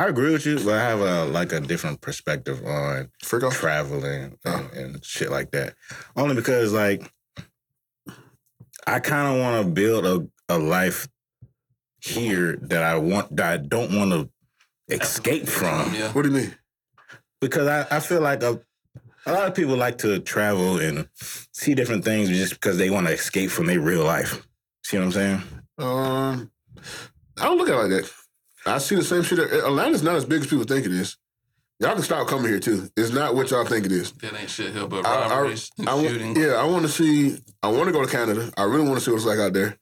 I agree with you, but I have a like a different perspective on
Freak off.
traveling and, and shit like that. Only because like I kind of want to build a, a life here that I want that I don't want to escape from
Yeah.
What do you mean?
because I, I feel like a a lot of people like to travel and see different things just because they want to escape from their real life. See what I'm saying?
Um I don't look at it like that. I see the same shit. Atlanta's not as big as people think it is. Y'all can stop coming here too. It's not what y'all think it is.
That ain't shit here, but
I- I-
robberies
I
and
wa-
shooting.
yeah, I want to see. I want to go to Canada. I really want to see what it's like out there.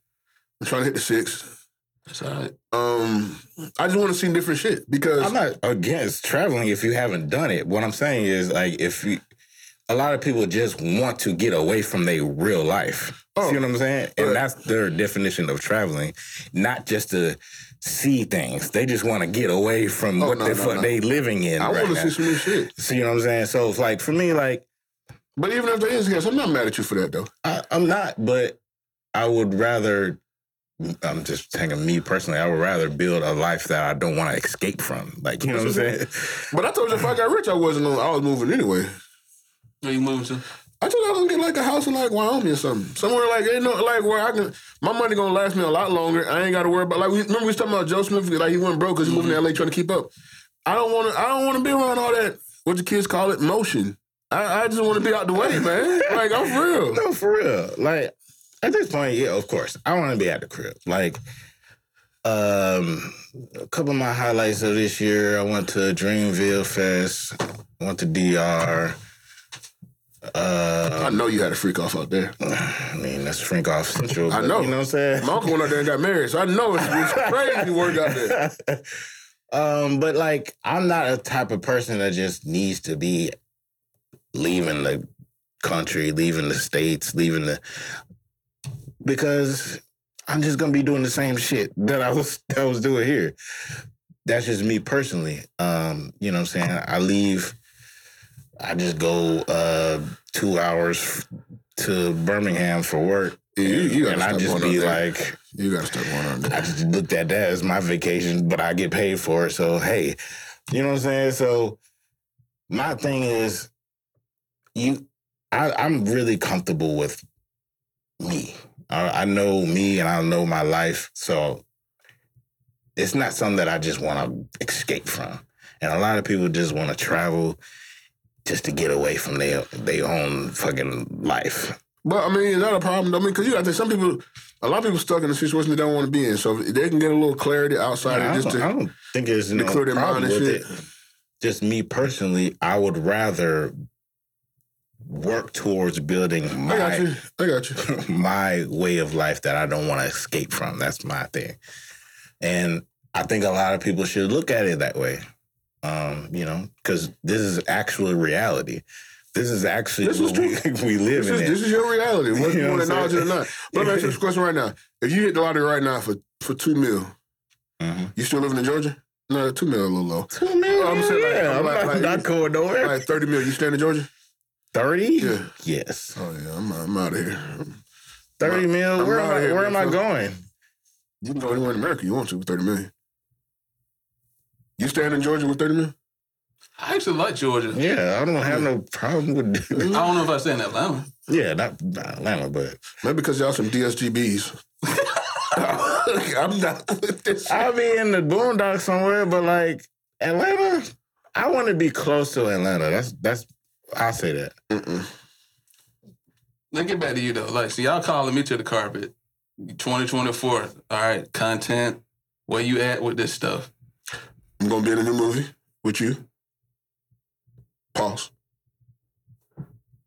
I'm trying to hit the six.
That's all right.
Um, I just want to see different shit because
I'm not against traveling if you haven't done it. What I'm saying is like if you a lot of people just want to get away from their real life.
Oh.
See what I'm saying?
Right.
And that's their definition of traveling, not just to see things. They just want to get away from
Oh,
what
no,
the
no,
fuck
no.
they living in.
I
right
want to
now.
see some new shit.
See what I'm saying? So it's like for me, like
But even if there is guests, I'm not mad at you for that though.
I, I'm not, but I would rather. I'm just taking me personally. I would rather build a life that I don't want to escape from. Like you know what I'm saying?
But I told you if I got rich, I wasn't. On, I was moving anyway.
Where you moving to?
I told you I was gonna get like a house in like Wyoming or something, somewhere like ain't no like where I can. My money gonna last me a lot longer. I ain't got to worry about like. we- Remember we was talking about Joe Smith like he went broke because he moved to L.A. trying to keep up. I don't want to. I don't want to be around all that. What the kids call it, motion. I, I just want to be out the way, man. Like I'm for real.
No, for real. Like at this point, yeah, of course, I want to be at the crib. Like, um, a couple of my highlights of this year, I went to Dreamville Fest, went to DR. Uh,
I know you had a freak off out there.
I mean that's Frank off central.
I
but
know.
You know what I'm saying?
My uncle went out there and got married, so I know it's, it's crazy work out there.
um, but like I'm not a type of person that just needs to be leaving the country, leaving the states, leaving the because I'm just gonna be doing the same shit that I was that I was doing here. That's just me personally. Um, you know what I'm saying? I leave, I just go uh two hours f- to Birmingham for work.
Yeah, you, you gotta
and I
stop
just
going out
be
there.
like
you gotta stop going out
I
there.
just looked at that as my vacation, but I get paid for it. So hey, you know what I'm saying? So my thing is you I, I'm really comfortable with me. I, I know me and I know my life. So it's not something that I just want to escape from. And a lot of people just want to travel just to get away from their their own fucking life.
But I mean, it's not a problem. I mean, because you got to think some people, a lot of people stuck in a situation they don't want to be in. So if they can get a little clarity outside
I,
of just
don't, I
to,
don't think there's no
clear their
problem
mind and
with
shit.
it. Just me personally, I would rather work towards building
I got
my
you. I got you.
my way of life that I don't want to escape from. That's my thing, and I think a lot of people should look at it that way. Um, you know, because this is actual reality. This is actually
This is
what we, we live
This
in.
is,
it.
this is your reality, whether
You
you,
know
want to
what I'm
acknowledge it or
saying?
not. But let me ask you this question right now: If you hit the lottery right now for for two mil,
Mhm.
you still living in Georgia? No, two mil a little low. I'm
I'm
saying, like,
yeah,
I'm
I'm
like-
not,
like-
not going nowhere.
Like thirty mil, you staying in Georgia?
Thirty?
Yeah.
Yes.
Oh yeah, I'm I'm out of here.
Thirty mil.
I'm
Where am
outta
I?
here,
Where am I
motherfucker.
going?
You can go anywhere in America you want to with thirty million. You staying in Georgia with thirty mil?
I actually like Georgia.
Yeah, I don't have no problem with.
I don't know if I stay in Atlanta.
yeah, not, not Atlanta, but
Maybe because y'all some DSGBs. I'm not with this.
I'll be in the boondocks somewhere. But like Atlanta, I want to be close to Atlanta. That's that's. I'll say that.
Let me get back to you though. Like, so y'all calling me to the carpet. 2024. All right, content. Where you at with this stuff?
I'm gonna be in a new movie with you. Pause.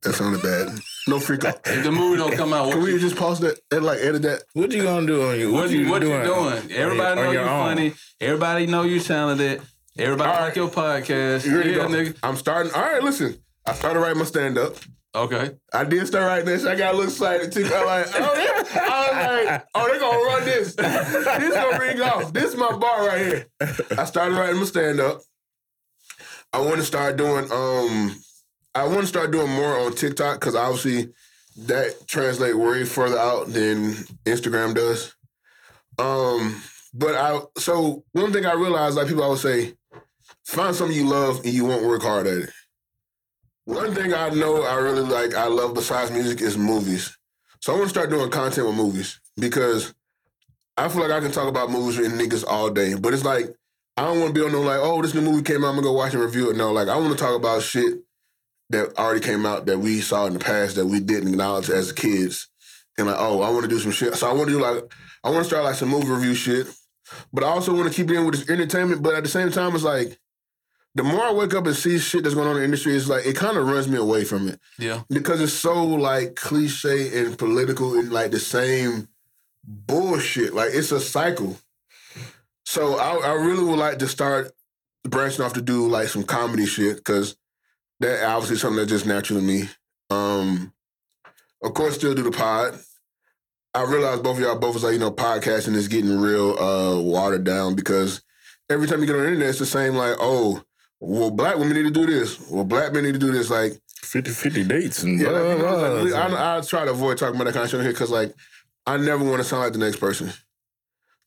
That sounded bad. No freak out.
If the movie don't come out, what
Can we
you,
just pause that and like edit that?
What you gonna do on you?
what you, what you doing?
on
Everybody know
your
you
own.
funny. Everybody know you talented. Everybody like your podcast.
You ready to
yeah,
go?
nigga.
I'm starting. All right, listen. I started writing my stand up.
Okay.
I did start writing this. I got a little excited too. I'm like, oh, they- I was like, oh, they're gonna run this. This gonna ring off. This is my bar right here. I started writing my stand up. I want to start doing. um I want to start doing more on TikTok because obviously that translate way further out than Instagram does. Um, but I so one thing I realized like people always say, find something you love and you won't work hard at it. One thing I know I really like I love besides music is movies. So I want to start doing content with movies because I feel like I can talk about movies with niggas all day. But it's like I don't want to be on no like, oh, this new movie came out, I'm gonna go watch and review it. No, like I want to talk about shit that already came out that we saw in the past that we didn't acknowledge as kids. And like, oh, I want to do some shit. So I want to do like, I want to start like some movie review shit, but I also want to keep it in with this entertainment. But at the same time, it's like the more I wake up and see shit that's going on in the industry, it's like it kind of runs me away from it
Yeah.
because it's so like cliche and political and like the same bullshit. Like it's a cycle. So I, I really would like to start branching off to do like some comedy shit because that obviously something that's just natural to me. Um, of course, still do the pod. I realize both of y'all both was like you know podcasting is getting real uh watered down because every time you get on the internet, it's the same like oh well black women need to do this, well black men need to do this like.
50 50 dates and
Yeah,
blah,
like, you know,
blah,
it's like, we- I, I try to avoid talking about that kind of shit here because, like, I never want to sound like the next person.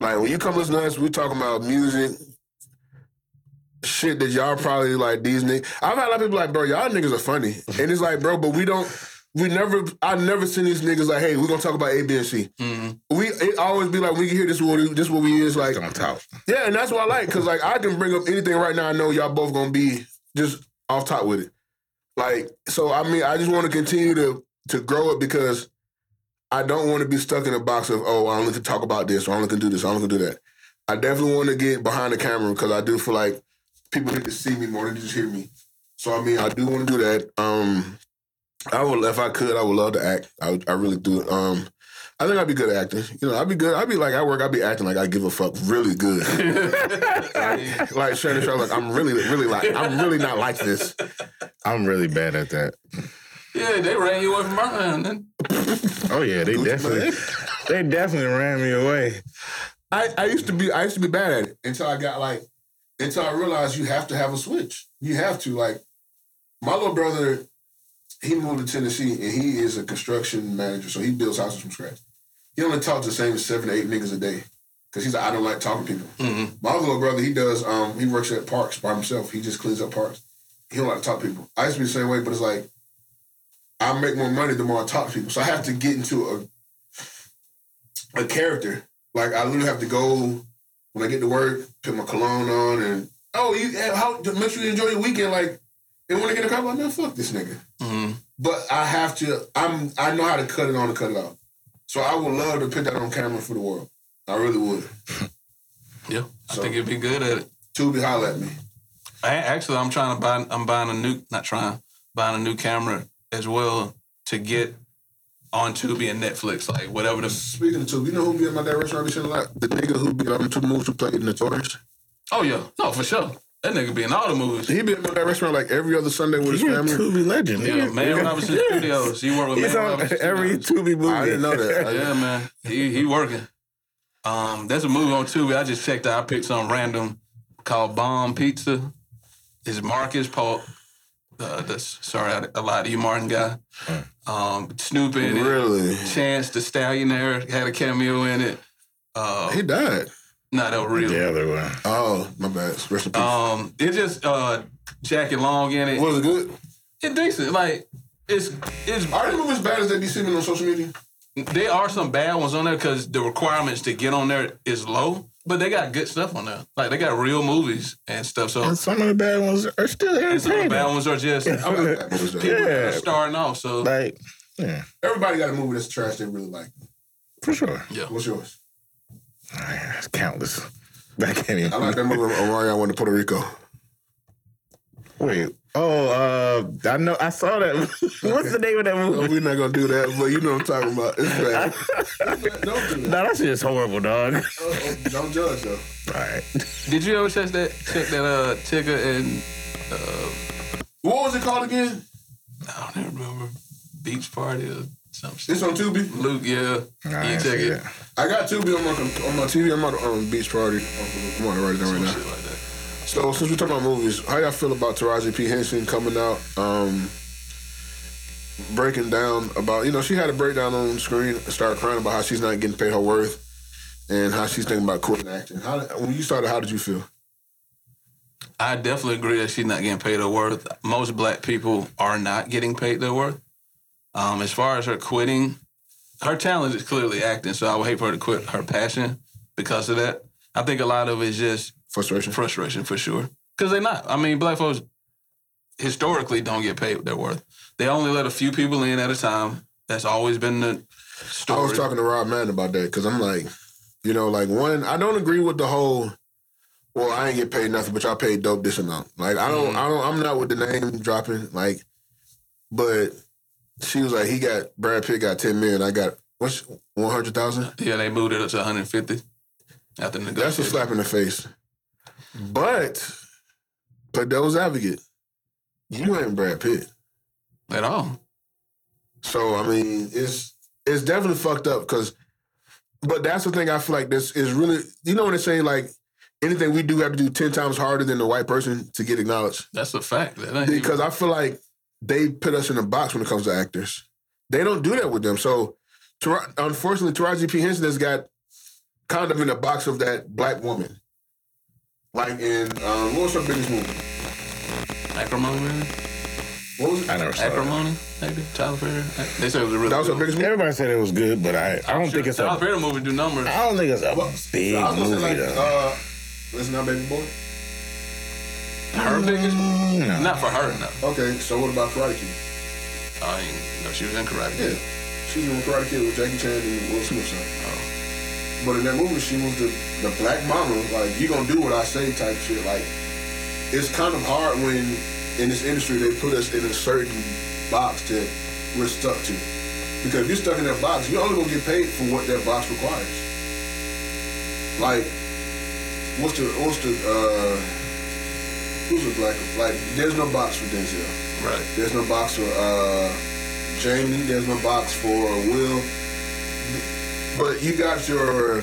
Like, when you come listen to us, we're talking about music, shit that y'all probably, like, these niggas. I've had a lot of people like, bro, y'all niggas are funny. And it's like, bro, but we don't, we never, I never seen these niggas like, hey, we're going to talk about A, B, and C.
Mhm.
We, it always be like, we can hear this, what, we- this what we is, like,
on top.
yeah, and that's what I like because like I can bring up anything right now. I know y'all both gonna be just off top with it. Like, so I mean, I just want to continue to to grow it because I don't want to be stuck in a box of oh, I only can talk about this, or I only can do this, or I only can do that. I definitely want to get behind the camera because I do feel like people need to see me more than just hear me. So I mean, I do want to do that. Um, I would, if I could, I would love to act. I, would- I really do. Um, I think I'd be good at acting. You know, I'd be good. I'd be like, I work. I'd be acting like I give a fuck really good
Yeah.
like Shannon Sharp, like I'm really, really like I'm really not like this.
I'm really bad at that.
yeah, they ran you away from mine. Then.
Oh yeah, they definitely they definitely ran me away.
I, I used to be I used to be bad at it until I got like until I realized you have to have a switch. You have to like my little brother. He moved to Tennessee and he is a construction manager, so he builds houses from scratch. He only talks to the same seven to eight niggas a day because he's like, I don't like talking to people.
Mhm.
My other little brother, he does. Um, he works at parks by himself. He just cleans up parks. He don't like to talk to people. I used to be the same way, but it's like I make more money the more I talk to people. So I have to get into a a character. Like I literally have to go when I get to work, put my cologne on, and oh, you and how to make sure you enjoy your weekend. Like, and when I get a car, I'm like, man, fuck this nigga.
Mhm.
But I have to. I'm. I know how to cut it on and cut it off. So I would love to put that on camera for the world. I really would.
Yeah. I
So-
think you'd be good at it.
Tubi, holla at me.
I, actually, I'm trying to buy. I'm buying a new. Not trying. Buying a new camera as well to get on Tubi and Netflix. Like whatever the.
Speaking of Tubi, you know who be in my direction? I be seeing a lot. The nigga who be um, on two moves who played Notorious.
Oh yeah. No, for sure. That nigga be in all the movies.
He be in my direction like every other Sunday with his
You're a
family.
Tubi legend.
Yeah,
nigga.
man.
Yeah.
Robinson
Yeah.
Studios. You work with
He's
man.
on
Robinson
every
Studios. Oh,
Tubi movie.
I didn't know that. I-
Yeah, man. He he working. Um, there's a movie on Tubi. I just checked out. I picked some random called Bomb Pizza. It's Marcus Paul. Uh, that's, sorry, I, I lied to you, Martin guy. Um, Snoop in it.
Really?
Chance the Stallionaire had a cameo in it. Uh,
He died.
not a real.
The other one.
Oh, my bad. Rest in peace.
Um, it's just uh, Jackie Long in it.
was it good?
It's decent. Like it's it's
Are these movies bad as they be seeming on social media?
There are some bad ones on there because the requirements to get on there is low, but they got good stuff on there. Like they got real movies and stuff. So
And some of the bad ones are still
some of the
entertaining.
bad ones are just
I'm not bad movies, though.
people that
Yeah.
are starting off. So
Like, yeah,
Everybody got a movie that's trash they really like.
for sure.
What's yours?
Man, It's countless. I can't even.
I like that movie Omarion went to Puerto Rico.
Wait. Oh, uh, I know. I saw that. What's the name of that
No,
movie?
we're not gonna do that, but you know what I'm talking about. It's bad. It's bad. Don't do that.
No, that shit is horrible, dog. All
Oh, oh, Don't judge though.
right.
did you ever check that check that uh ticker and
What was it called again?
I don't even remember Beach Party or some shit.
It's on Tubi.
Luke, yeah,
Nah, I
you
ain't
check
see
it.
that.
I got Tubi on my com- on my TV. I'm on um, beach party. I'm on to write it down right now.
Shit like that.
So since we're talking about movies, how y'all feel about Taraji P Henson coming out, um, breaking down about you know she had a breakdown on screen, started crying about how she's not getting paid her worth, and how she's thinking about quitting acting. How when you started, how did you feel?
I definitely agree that she's not getting paid her worth. Most black people are not getting paid their worth. Um, as far as her quitting, her talent is clearly acting, so I would hate for her to quit her passion because of that. I think a lot of it is just
Frustration.
frustration for sure. Because they're not. I mean, black folks historically don't get paid their worth. They only let a few people in at a time. That's always been the
I
story.
was talking to Rob Madden about that because I'm like, you know, like one, I don't agree with the whole well, I ain't get paid nothing, but y'all paid dope this amount. Like I don't, I don't, I'm not with the name dropping. Like, but she was like, he got Brad Pitt got ten million. I got what's one hundred thousand.
Yeah, they moved it up to 150 after negotiation.
That's a slap in the face. But, but devil's advocate, you ain't Brad Pitt.
At all.
So I mean, it's it's definitely fucked up because. But that's the thing I feel like this is really you know when they say like anything we do we have to do ten times harder than the white person to get acknowledged
That's a fact. That ain't even-
because I feel like they put us in a box when it comes to actors. They don't do that with them. So, Tara- unfortunately, Taraji P Henson has got kind of in a box of that black woman. Like in um, what was her biggest movie?
acrimony, maybe?
What was
I never saw it.
Acrimony, maybe? Tyler Perry? Ac- They said it was a really
that was her
good
biggest movie?
Everybody said it was good, but I, I don't think it's
Tyler
a,
Perry movie do numbers.
I don't think it's a big
I was gonna
movie
say like,
though.
uh, listen now, baby boy.
Her biggest?
Mm, no.
Not for her, no.
Okay, so what about Karate Kid?
I ain't, no, she was in Karate
Yeah,
Kid.
she was in Karate Kid with Jackie Chan and Will Smith's son. But in that movie, she was the, the black mama, like you gonna do what I say type shit. Like it's kind of hard when in this industry they put us in a certain box that we're stuck to. Because if you're stuck in that box, you're only gonna get paid for what that box requires. Like what's the what's the uh, who's a black like? There's no box for Denzel.
Right.
There's no box for uh, Jamie. There's no box for Will. But you got your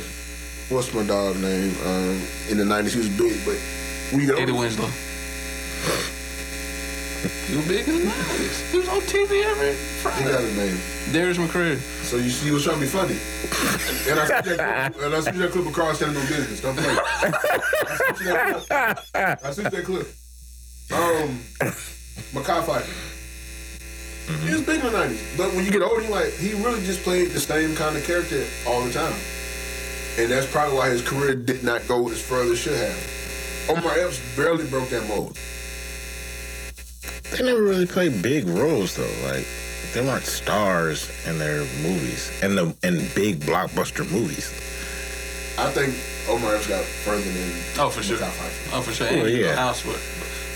what's my dog's name? Um, in the '90s, he was big, but we
Eddie
don't.
Winslow. You big in the 90s. He was on TV every
He got
Friday.
a name.
Darius McCreary.
So you see, he was trying to be funny. And I see that clip, and I see that clip of Carl standing on business. Don't play. I see that clip. I see that clip. Um, Makai Pfeiffer.
Mm-hmm.
He was big in the 90s. But when you get older, you like, he really just played the same kind of character all the time. And that's probably why his career did not go as further as it should have. Omar Epps barely broke that mold.
They never really played big roles though. Like they weren't stars in their movies and the in big blockbuster movies.
I think Omar Epps got further than
Oh, for sure.
Makai Pfeiffer.
Oh, for sure.
Oh,
And
yeah.
Housework.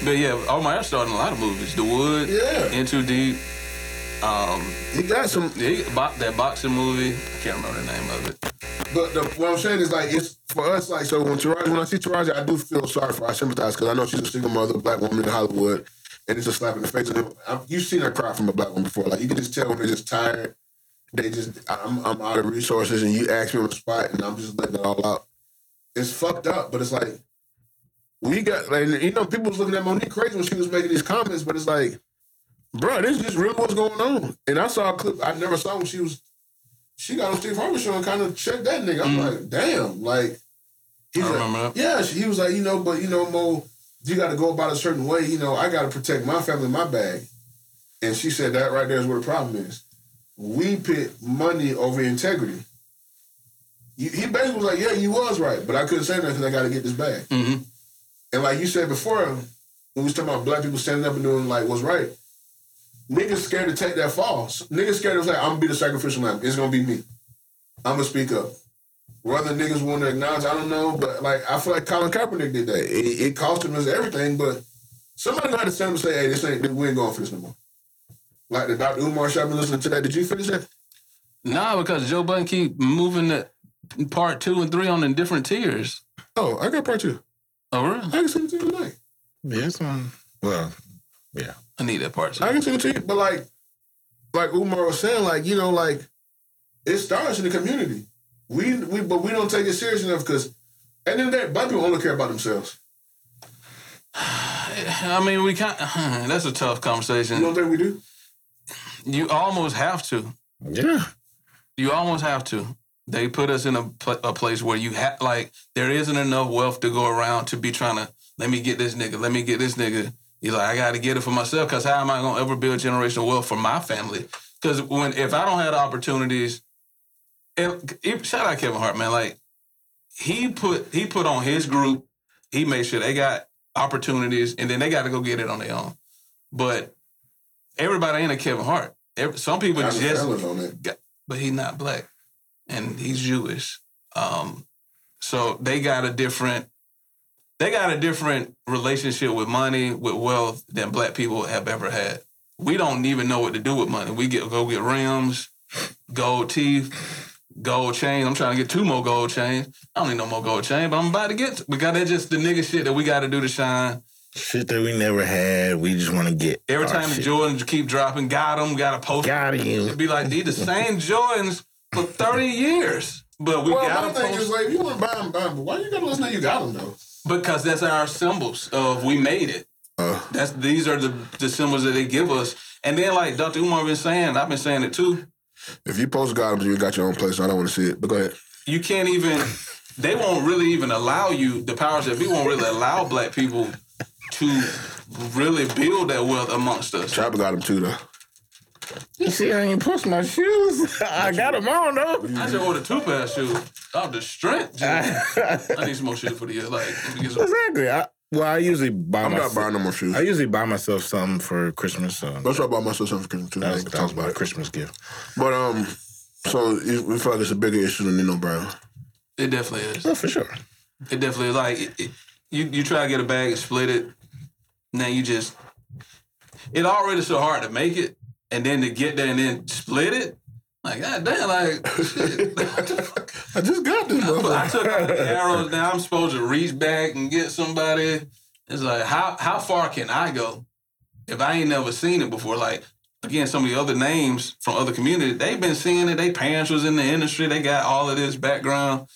But yeah, Omar Epps started in a lot of movies. The Wood,
Yeah.
In Too Deep. Um,
He got some
he, bo- that boxing movie. I can't remember the name of it.
But the, what I'm saying is like it's for us like so when Taraji when I see Taraji I do feel sorry for her. I sympathize because I know she's a single mother, black woman in Hollywood, and it's a slap in the face. And I'm, you've seen her cry from a black woman before. Like you can just tell when they're just tired. They just I'm I'm out of resources, and you ask me on the spot, and I'm just letting it all out. It's fucked up, but it's like we got like you know people was looking at Monique crazy when she was making these comments, but it's like, bro, this is just really what's going on. And I saw a clip I never saw when she was she got on Steve Harvey show and kind of checked that nigga. I'm like, damn, like he
Mm. I
was
remember
like,
that.
yeah, she, he was like, you know, but you know, Mo, you got to go about it a certain way. You know, I got to protect my family, my bag. And she said that right there is where the problem is. We pit money over integrity. You, he basically was like, yeah, you was right, but I couldn't say nothing because I got to get this bag.
Mm-hmm.
And like you said before, when we was talking about black people standing up and doing like what's right, niggas scared to take that fall. Niggas scared to say, I'm gonna be the sacrificial lamb. It's gonna be me. I'm gonna speak up. Whether niggas want to acknowledge, I don't know, but like I feel like Colin Kaepernick did that. It, it cost him his everything, but somebody got to stand up and say, "Hey, this ain't we ain't going for this no more." Like the Dr. Umar show, I've been listening to that. Did you finish that?
Nah, because Joe Budden keep moving the part two and three on in different tiers.
Oh, I got part two.
Oh, really?
I can send it to you tonight.
Yes, one. Well, yeah.
I need that part two.
I can see it to you, but like, like Umar was saying, like you know, like it starts in the community. We we but we don't take it serious enough because and then that black people only care about themselves.
I mean, we kind. That's a tough
You
conversation.
don't think we do?
You almost have to.
Yeah.
You almost have to. They put us in a, pl- a place where you have like there isn't enough wealth to go around to be trying to let me get this nigga, let me get this nigga. He's like, I got to get it for myself because how am I gonna ever build generational wealth for my family? Because when if I don't have the opportunities, and if, shout out Kevin Hart, man. Like he put he put on his group. He made sure they got opportunities, and then they got to go get it on their own. But everybody ain't a Kevin Hart. Every, some people
I
just
fellas on that.
but he's not black and he's Jewish. Um, so they got a different they got a different relationship with money, with wealth than black people have ever had. We don't even know what to do with money. We get go get rims, gold teeth, gold chains. I'm trying to get two more gold chains. I don't need no more gold chain, but I'm about to get. We got that just the nigga shit that we got to do to shine.
Shit that we never had. We just want to get
Every
our
time the
Oh, shit.
Jordans keep dropping, got them, got to post.
Got you.
It'd be like these the same Jordans for 30 years, but we
well,
got
my
them
thing is
post
like, if you want to buy them, buy them. But why you gotta let us know you got them though?
because that's our symbols of we made it.
Oh.
That's these are the, the symbols that they give us. And then like Dr. Umar been saying, I've been saying it too.
If you post got them, you got your own place. I don't want to see it. But go ahead.
You can't even. They won't really even allow you. The powers that be won't really allow black people to really build that wealth amongst us.
Chopper got them too though.
You see, I ain't pushed my shoes. I got them on though.
I should order two pair of shoes. Oh, the strength. Dude. I need some more shit for the year. Like, let me get some-
Exactly. I, well, I usually buy
I'm not
myself.
buying no more shoes.
I usually buy myself something for Christmas. So
That's why I bought myself something for Christmas too.
that was,
Like,
that
talk
was
about
my
it.
Christmas gift.
But um, so you- we feel like it's a bigger issue than Nino Brown.
it definitely is.
Oh, for sure.
It definitely is. Like, it, it, you you try to get a bag and split it. Now you just. It already so hard to make it, and then to get there and then split it. Like, god damn, like, shit. What the fuck?
I just got this
But I
motherfucker.
took out the arrows. Now I'm supposed to reach back and get somebody. It's like how how far can I go if I ain't never seen it before? Like again, some of the other names from other communities, they've been seeing it. They parents was in the industry. They got all of this background,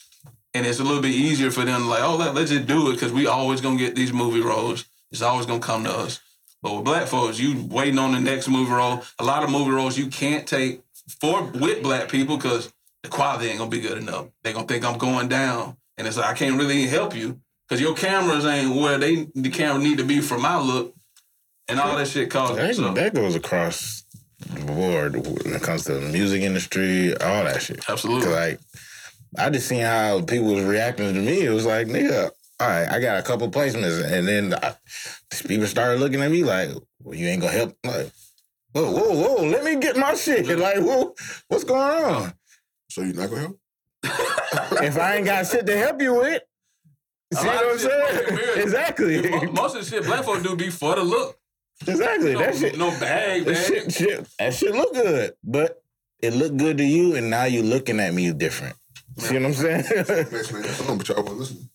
and it's a little bit easier for them. Like oh, let, let's just do it because we always gonna get these movie roles. It's always gonna come to us. But with black folks, you waiting on the next movie role. A lot of movie roles you can't take for with black people because the quality ain't gonna be good enough. They gonna think I'm going down, and it's like I can't really help you because your cameras ain't where they the camera need to be for my look, and all that shit causes.
That,
so,
that goes across the board when it comes to the music industry, all that shit. 'Cause,
absolutely,
Like, I just seen how people was reacting to me. It was like, nigga, all right, I got a couple placements, and then I, people started looking at me like, well, you ain't gonna help. I'm Like, whoa, whoa, whoa, let me get my shit. Like, whoa, what's going on?
So you not gonna help?
If I ain't got shit to help you with,
A
see
lot
what
of
I'm
shit fucking
saying?
weird.
Exactly,
Mo- most of the shit black folks do be for the look.
exactly.
No,
That shit,
no bag,
That
man.
shit, shit, that shit look good, but it looked good to you, and now you looking at me different. See what I'm saying?
Next man, come on, but y'all won't listen.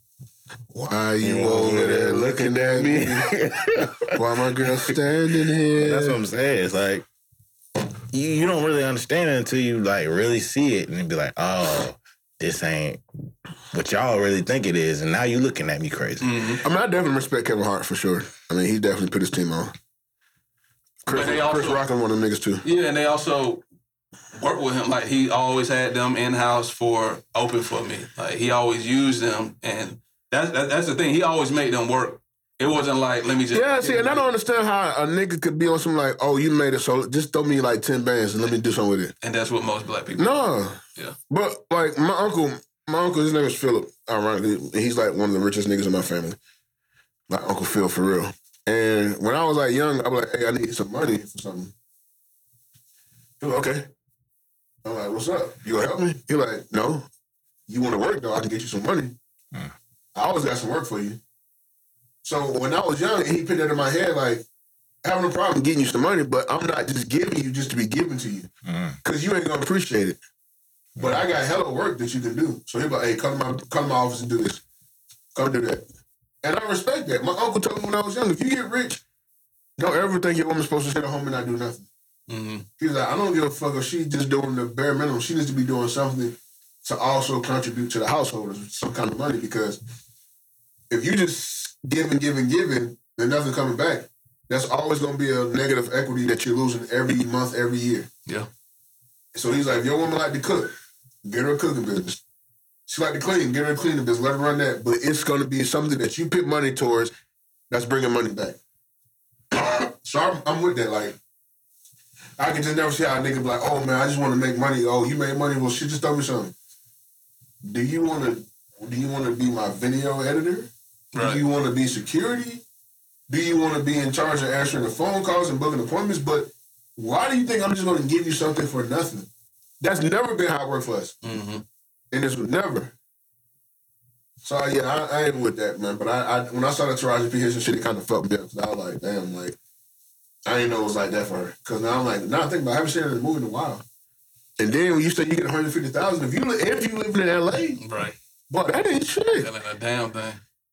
Why you
You
over there looking at me? Why my girl standing here?
That's what I'm saying. It's like you, you don't really understand it until you like really see it, and then be like, oh, this ain't what y'all really think it is, and now you looking at me crazy.
Mhm.
I mean, I definitely respect Kevin Hart for sure. I mean, he definitely put his team on. Chris,
But they also-
Chris Rock and one of them niggas too.
Yeah, and they also work with him. Like he always had them in house for open for me. Like he always used them, and that's that, that's the thing. He always made them work. It wasn't like let me just
Yeah, see, and I don't understand how a nigga could be on some like, oh, you made it, so just throw me like ten bands and let me do something with it.
And that's what most black people.
No.
Yeah.
But like my uncle, my uncle, his name is Philip. Ironically, he's like one of the richest niggas in my family. My uncle Phil for real. And when I was like young, I was like, hey, I need some money for something. He was like, okay. I'm like, what's up? You gonna help me? He like, no. You wanna work though, I can get you some money.
Hmm.
I always got some work for you. So when I was young, he put that in my head like, having a problem getting you some money, but I'm not just giving you just to be given to you
Mm.
because you ain't gonna appreciate it. But I got hella work that you can do. So he like, hey, come to my come to my office and do this. Come do that. And I respect that. My uncle told me when I was young, if you get rich, don't ever think your woman's supposed to sit at home and not do nothing.
Mhm.
He's like, I don't give a fuck if she just doing the bare minimum. She needs to be doing something to also contribute to the household or some kind of money because if you just giving, giving, giving, then nothing coming back. That's always going to be a negative equity that you're losing every month, every year.
Yeah.
So he's like, if your woman like to cook, get her a cooking business. She like to clean, get her a cleaning business. Let her run that. But it's going to be something that you put money towards that's bringing money back. so I'm, I'm with that. Like, I can just never see how a nigga be like, oh man, I just want to make money. Oh, you made money. Well, shit, just throw me something. Do you want to? Do you want to be my video editor? Do
Right.
you want to be security? Do you want to be in charge of answering the phone calls and booking appointments? But why do you think I'm just going to give you something for nothing?
Mm-hmm.
That's never been how it worked for us,
hmm
and it's never. So yeah, I, I ain't with that, man. But I, I when I saw that Taraji P Henson shit, it kind of fucked me up. 'Cause I was like, damn, like I didn't know it was like that for her. Because now I'm like, now I think about, it, I haven't seen her in a movie in a while. And then when you say you get 150,000, if you li- if you live in L.A.,
Right.
boy, that ain't shit.
Telling a damn thing.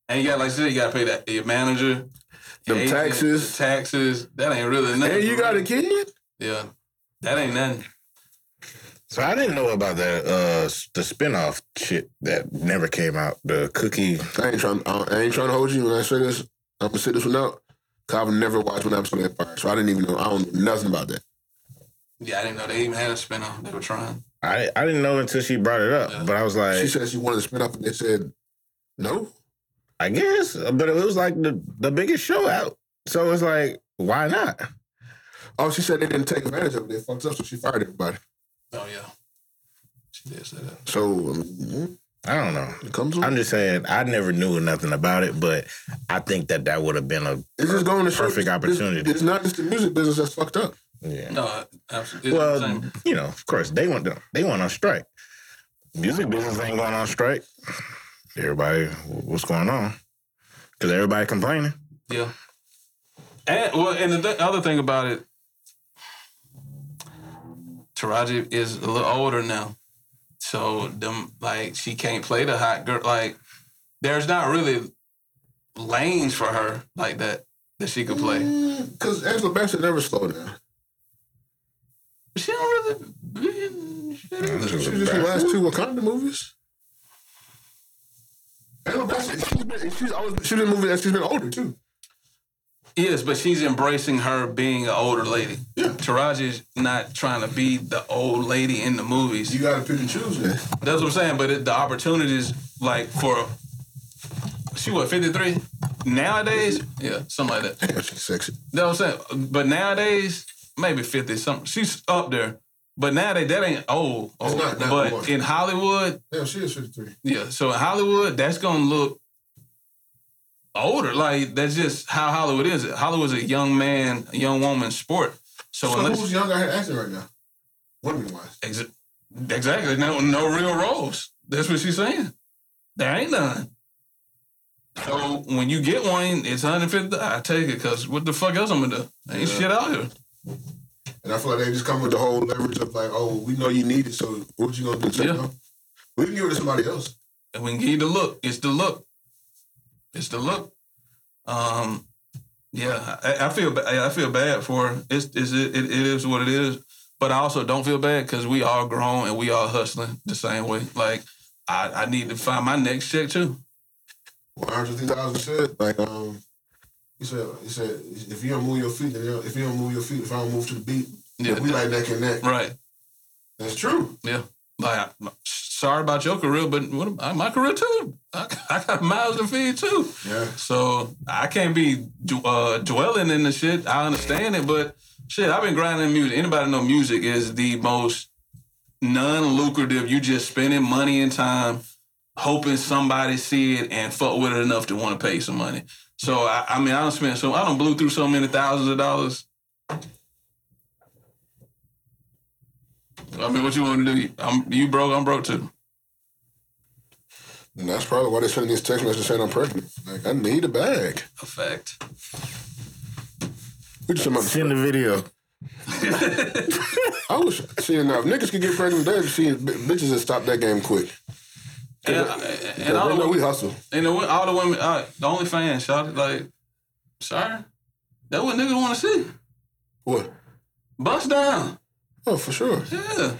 And you got like I said, you gotta pay that your manager.
Them
your agent,
taxes.
the taxes. That ain't really nothing.
And you got a
to
kid.
Yeah. That ain't nothing.
So I didn't know about that uh s- the spinoff shit that never came out. The cookie
I ain't trying. I ain't trying to hold you when I say this. I'm gonna sit this one out. Cause I've never watched one episode of Empire, so I didn't even know. I don't know nothing about that.
Yeah, I didn't know they even had a spinoff. They were trying.
I I didn't know until she brought it up,
Yeah.
but I was like,
She said she wanted to spin off, and they said no.
I guess, but it was like the the biggest show out. So it's like, why not?
Oh, she said they didn't take advantage of it. They fucked up, so she fired everybody.
Oh yeah. She did say that.
So I mean,
I don't know.
it comes.
I'm just saying, I never knew nothing about it, but I think that that would have been a
It's just going to show
perfect
it's-
opportunity.
It's not just the music business that's fucked up.
yeah.
No, absolutely.
Well, you know, of course they went to, they went on strike. Music business ain't going on strike. Everybody, what's going on? Because everybody complaining.
Yeah. And well, and the th- other thing about it, Taraji is a little older now, so them like she can't play the hot girl. Like there's not really lanes for her like that that she could play.
Because Angela Bassett never slowed down.
She don't really. be in shit either.
She was just in the last two Wakanda movies. Angela Bassett, she's been, she's always, she's in movies and she's been older too.
Yes, but she's embracing her being an older lady.
Yeah.
Taraji's not trying to be the old lady in the movies.
You gotta pick and choose man.
That's what I'm saying. But it, the opportunities, like for she what 53 nowadays, yeah, something like that.
Damn, she's sexy.
That's what I'm saying. But nowadays, maybe 50 something. She's up there. But nowadays, that ain't old. old.
not- not
but
old.
in Hollywood,
Damn, she is 53.
yeah. So in Hollywood, that's gonna look older. Like that's just how Hollywood is. Hollywood's a young man, a young woman sport. So,
So
unless
who's younger at acting right now? Women wise.
Ex- exactly. No, no real roles. That's what she's saying. There ain't none. So when you get one, it's 150. I take it because what the fuck else I'm gonna do? Ain't shit out here.
And I feel like they just come with the whole leverage of like, oh, we know you need it, so what you gonna do? Say
Yeah.
no? We can give it to somebody else.
And we can give you the look. It's the look. It's the look. Um, yeah, I, I feel ba- I feel bad for her. It's, it's it, it is what it is. But I also don't feel bad because we all grown and we all hustling the same way. Like I, I need to find my next check too.
150,000 said, like, um, he said, he said, if you don't move your feet, then you don't- if you don't move your feet, if I don't move to the beat,
Yeah,
then we like neck and neck.
right.
That's true.
Yeah. Like, I'm uh, sorry about your career, but what am- my career too. I, I got miles to feed too.
Yeah.
So I can't be d- uh, dwelling in the shit. I understand it, but shit, I've been grinding in music. Anybody know music is the most non-lucrative. You just spending money and time hoping somebody see it and fuck with it enough to want to pay some money. So I, I mean, I don't spend so I don't blew through so many thousands of dollars. I mean, what you want to do? I'm you broke. I'm broke too.
And that's probably why they sending these text messages saying I'm pregnant. Like, I need a bag.
A fact.
We just talking about-
Send the video.
I wish, see, now, if niggas could get pregnant today, see, b- bitches would stop that game quick.
And, and all
they know
the
we hustle.
and the, wo- all the women, uh, the only fans shouted like, "Sorry, that what niggas want to see?
What?
Bust down,
Oh, for sure.
yeah."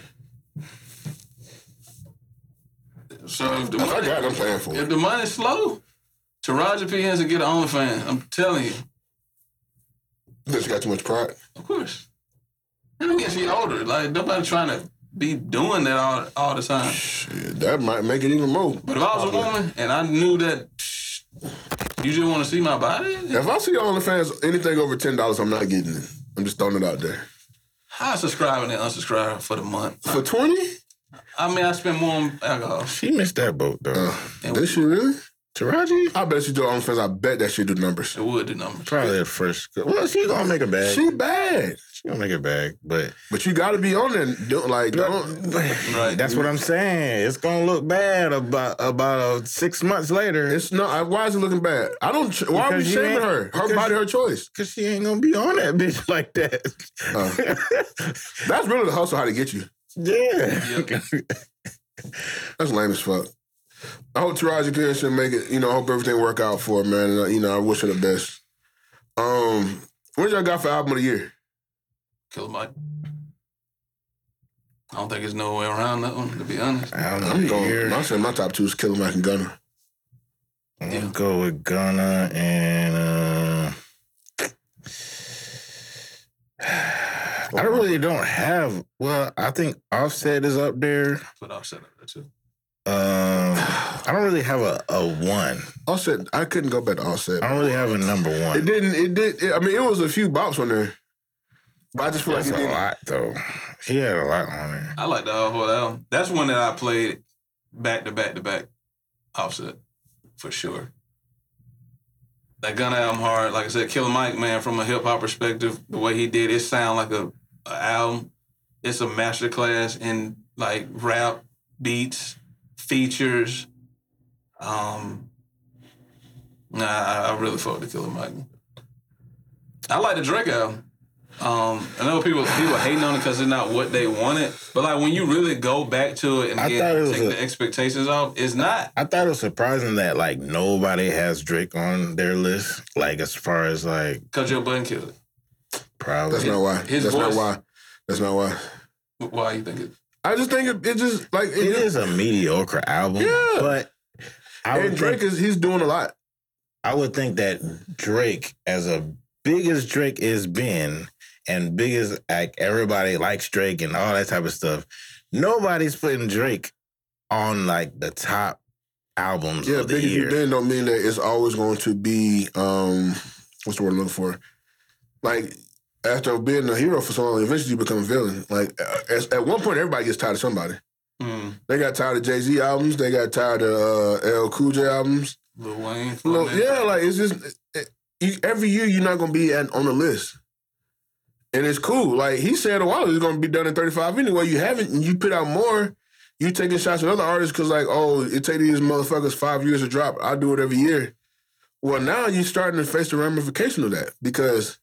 So if the
If I
money,
got it, I'm paying for
if
it.
the money's slow, Taraji P Henson get an OnlyFans. I'm telling you,
Bitch got too much pride.
of course. And again, she older. Like nobody trying to be doing that all all the time.
Shit, that might make it even more.
But if I was a woman and I knew that psh, you just want to see my body,
If I see OnlyFans anything over ten dollars, I'm not getting it. I'm just throwing it out there.
I subscribe and then unsubscribe for the month.
For twenty?
I mean, I spend more on alcohol.
She missed that boat though.
Did she really?
Taraji?
I bet she do OnlyFans. I bet that she do numbers.
It would the numbers.
Probably the first. Well, she gonna make a bag.
She bad,
She gonna make a bag, but
but you got to be on there. and do- Like, don't,
Right.
that's what I'm saying. It's gonna look bad about about uh, six months later
it's not. Why is it looking bad? I don't. Why are we
Because you
shaming
ain't-
her? Her
because-
body, her choice. Uh,
because she ain't gonna be on that bitch like that.
That's really the hustle how to get you.
yeah.
That's lame as fuck. I hope Taraji P should make it. You know, I hope everything work out for her, man. And, uh, you know, I wish her the best. Um, what y'all got for album of the year?
Killer Mike. I don't think there's no way around that one, to be honest.
I don't know.
I'm going.
Here.
I said my top two is Killer Mike and Gunner.
I'm
Yeah.
gonna go with Ghana and uh, I don't really don't have. Well, I think Offset is up there.
But I'll set up there too.
Um, I don't really have a, a one.
Offset. I couldn't go back to Offset.
I don't really have a number
It
one.
didn't. It did. It, I mean, it was a few bops on there, but I just feel like
That's
it
a
didn't.
lot though. He had a lot on there.
I like the whole album. That's one that I played back to back to back offset for sure. That gun album hard, like I said, Killer Mike, man, from a hip hop perspective, the way he did it sound like a, a album. It's a masterclass in like rap, beats, features. Um Nah, I, I really fuck with Killer Mike. I like the Drake album. Um, I know people people hating on it because it's not what they wanted, but like when you really go back to it and
I
get,
thought it was
take
a-
the expectations off, it's not.
I thought it was surprising that like nobody has Drake on their list. Like as far as like
Cause your button killed it.
That's
probably
not why.
His
That's not
voice.
why. That's not why.
Why you think it?
I just think it, it just like it,
it is a mediocre album.
Yeah.
but I
And
would
Drake
think,
is he's doing a lot.
I would think that Drake, as a big as Drake is been, and big as like everybody likes Drake and all that type of stuff, nobody's putting Drake on like the top albums
Yeah,
of the
big as you
year.
been don't mean that it's always going to be um what's the word I'm looking for? Like after being a hero for so long, eventually you become a villain. Like uh, at, at one point, everybody gets tired of somebody.
Mm,
They got tired of Jay Z albums. They got tired of uh, L Cool J albums.
Lil Wayne.
Look,
Flo
yeah,
Milli.
like it's just it, you, every year you're not gonna be at, on the list, and it's cool. Like he said a while ago, it's gonna be done in 35 anyway. You haven't, and you put out more. You taking shots at other artists because like, oh, it take these motherfuckers five years to drop. I do it every year. Well, now you're starting to face the ramification of that because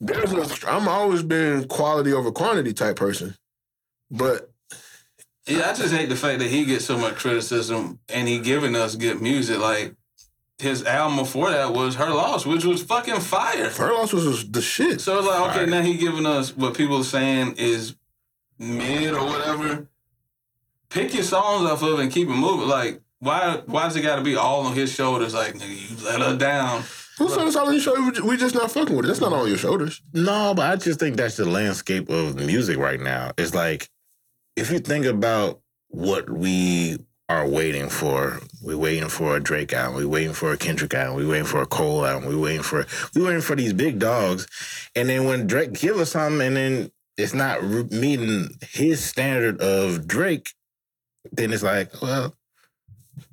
there's a, I'm always been quality over quantity type person, but
Yeah, I just hate the fact that he gets so much criticism and he giving us good music. Like his album before that was Her Loss, which was fucking fire.
her loss was, was the shit.
So it's like, okay, now he giving us what people are saying is mid or whatever. Pick your songs off of and keep it moving. Like, why why's it gotta be all on his shoulders? Like, nigga, you let her down.
Who said it's all on your shoulders? We just not fucking with it. That's not on your shoulders.
No, but I just think that's the landscape of music right now. It's like if you think about what we are waiting for, we're waiting for a Drake album, we're waiting for a Kendrick album, we're waiting for a Cole album, we're waiting for we waiting for these big dogs, and then when Drake give us something, and then it's not re- meeting his standard of Drake, then it's like, well,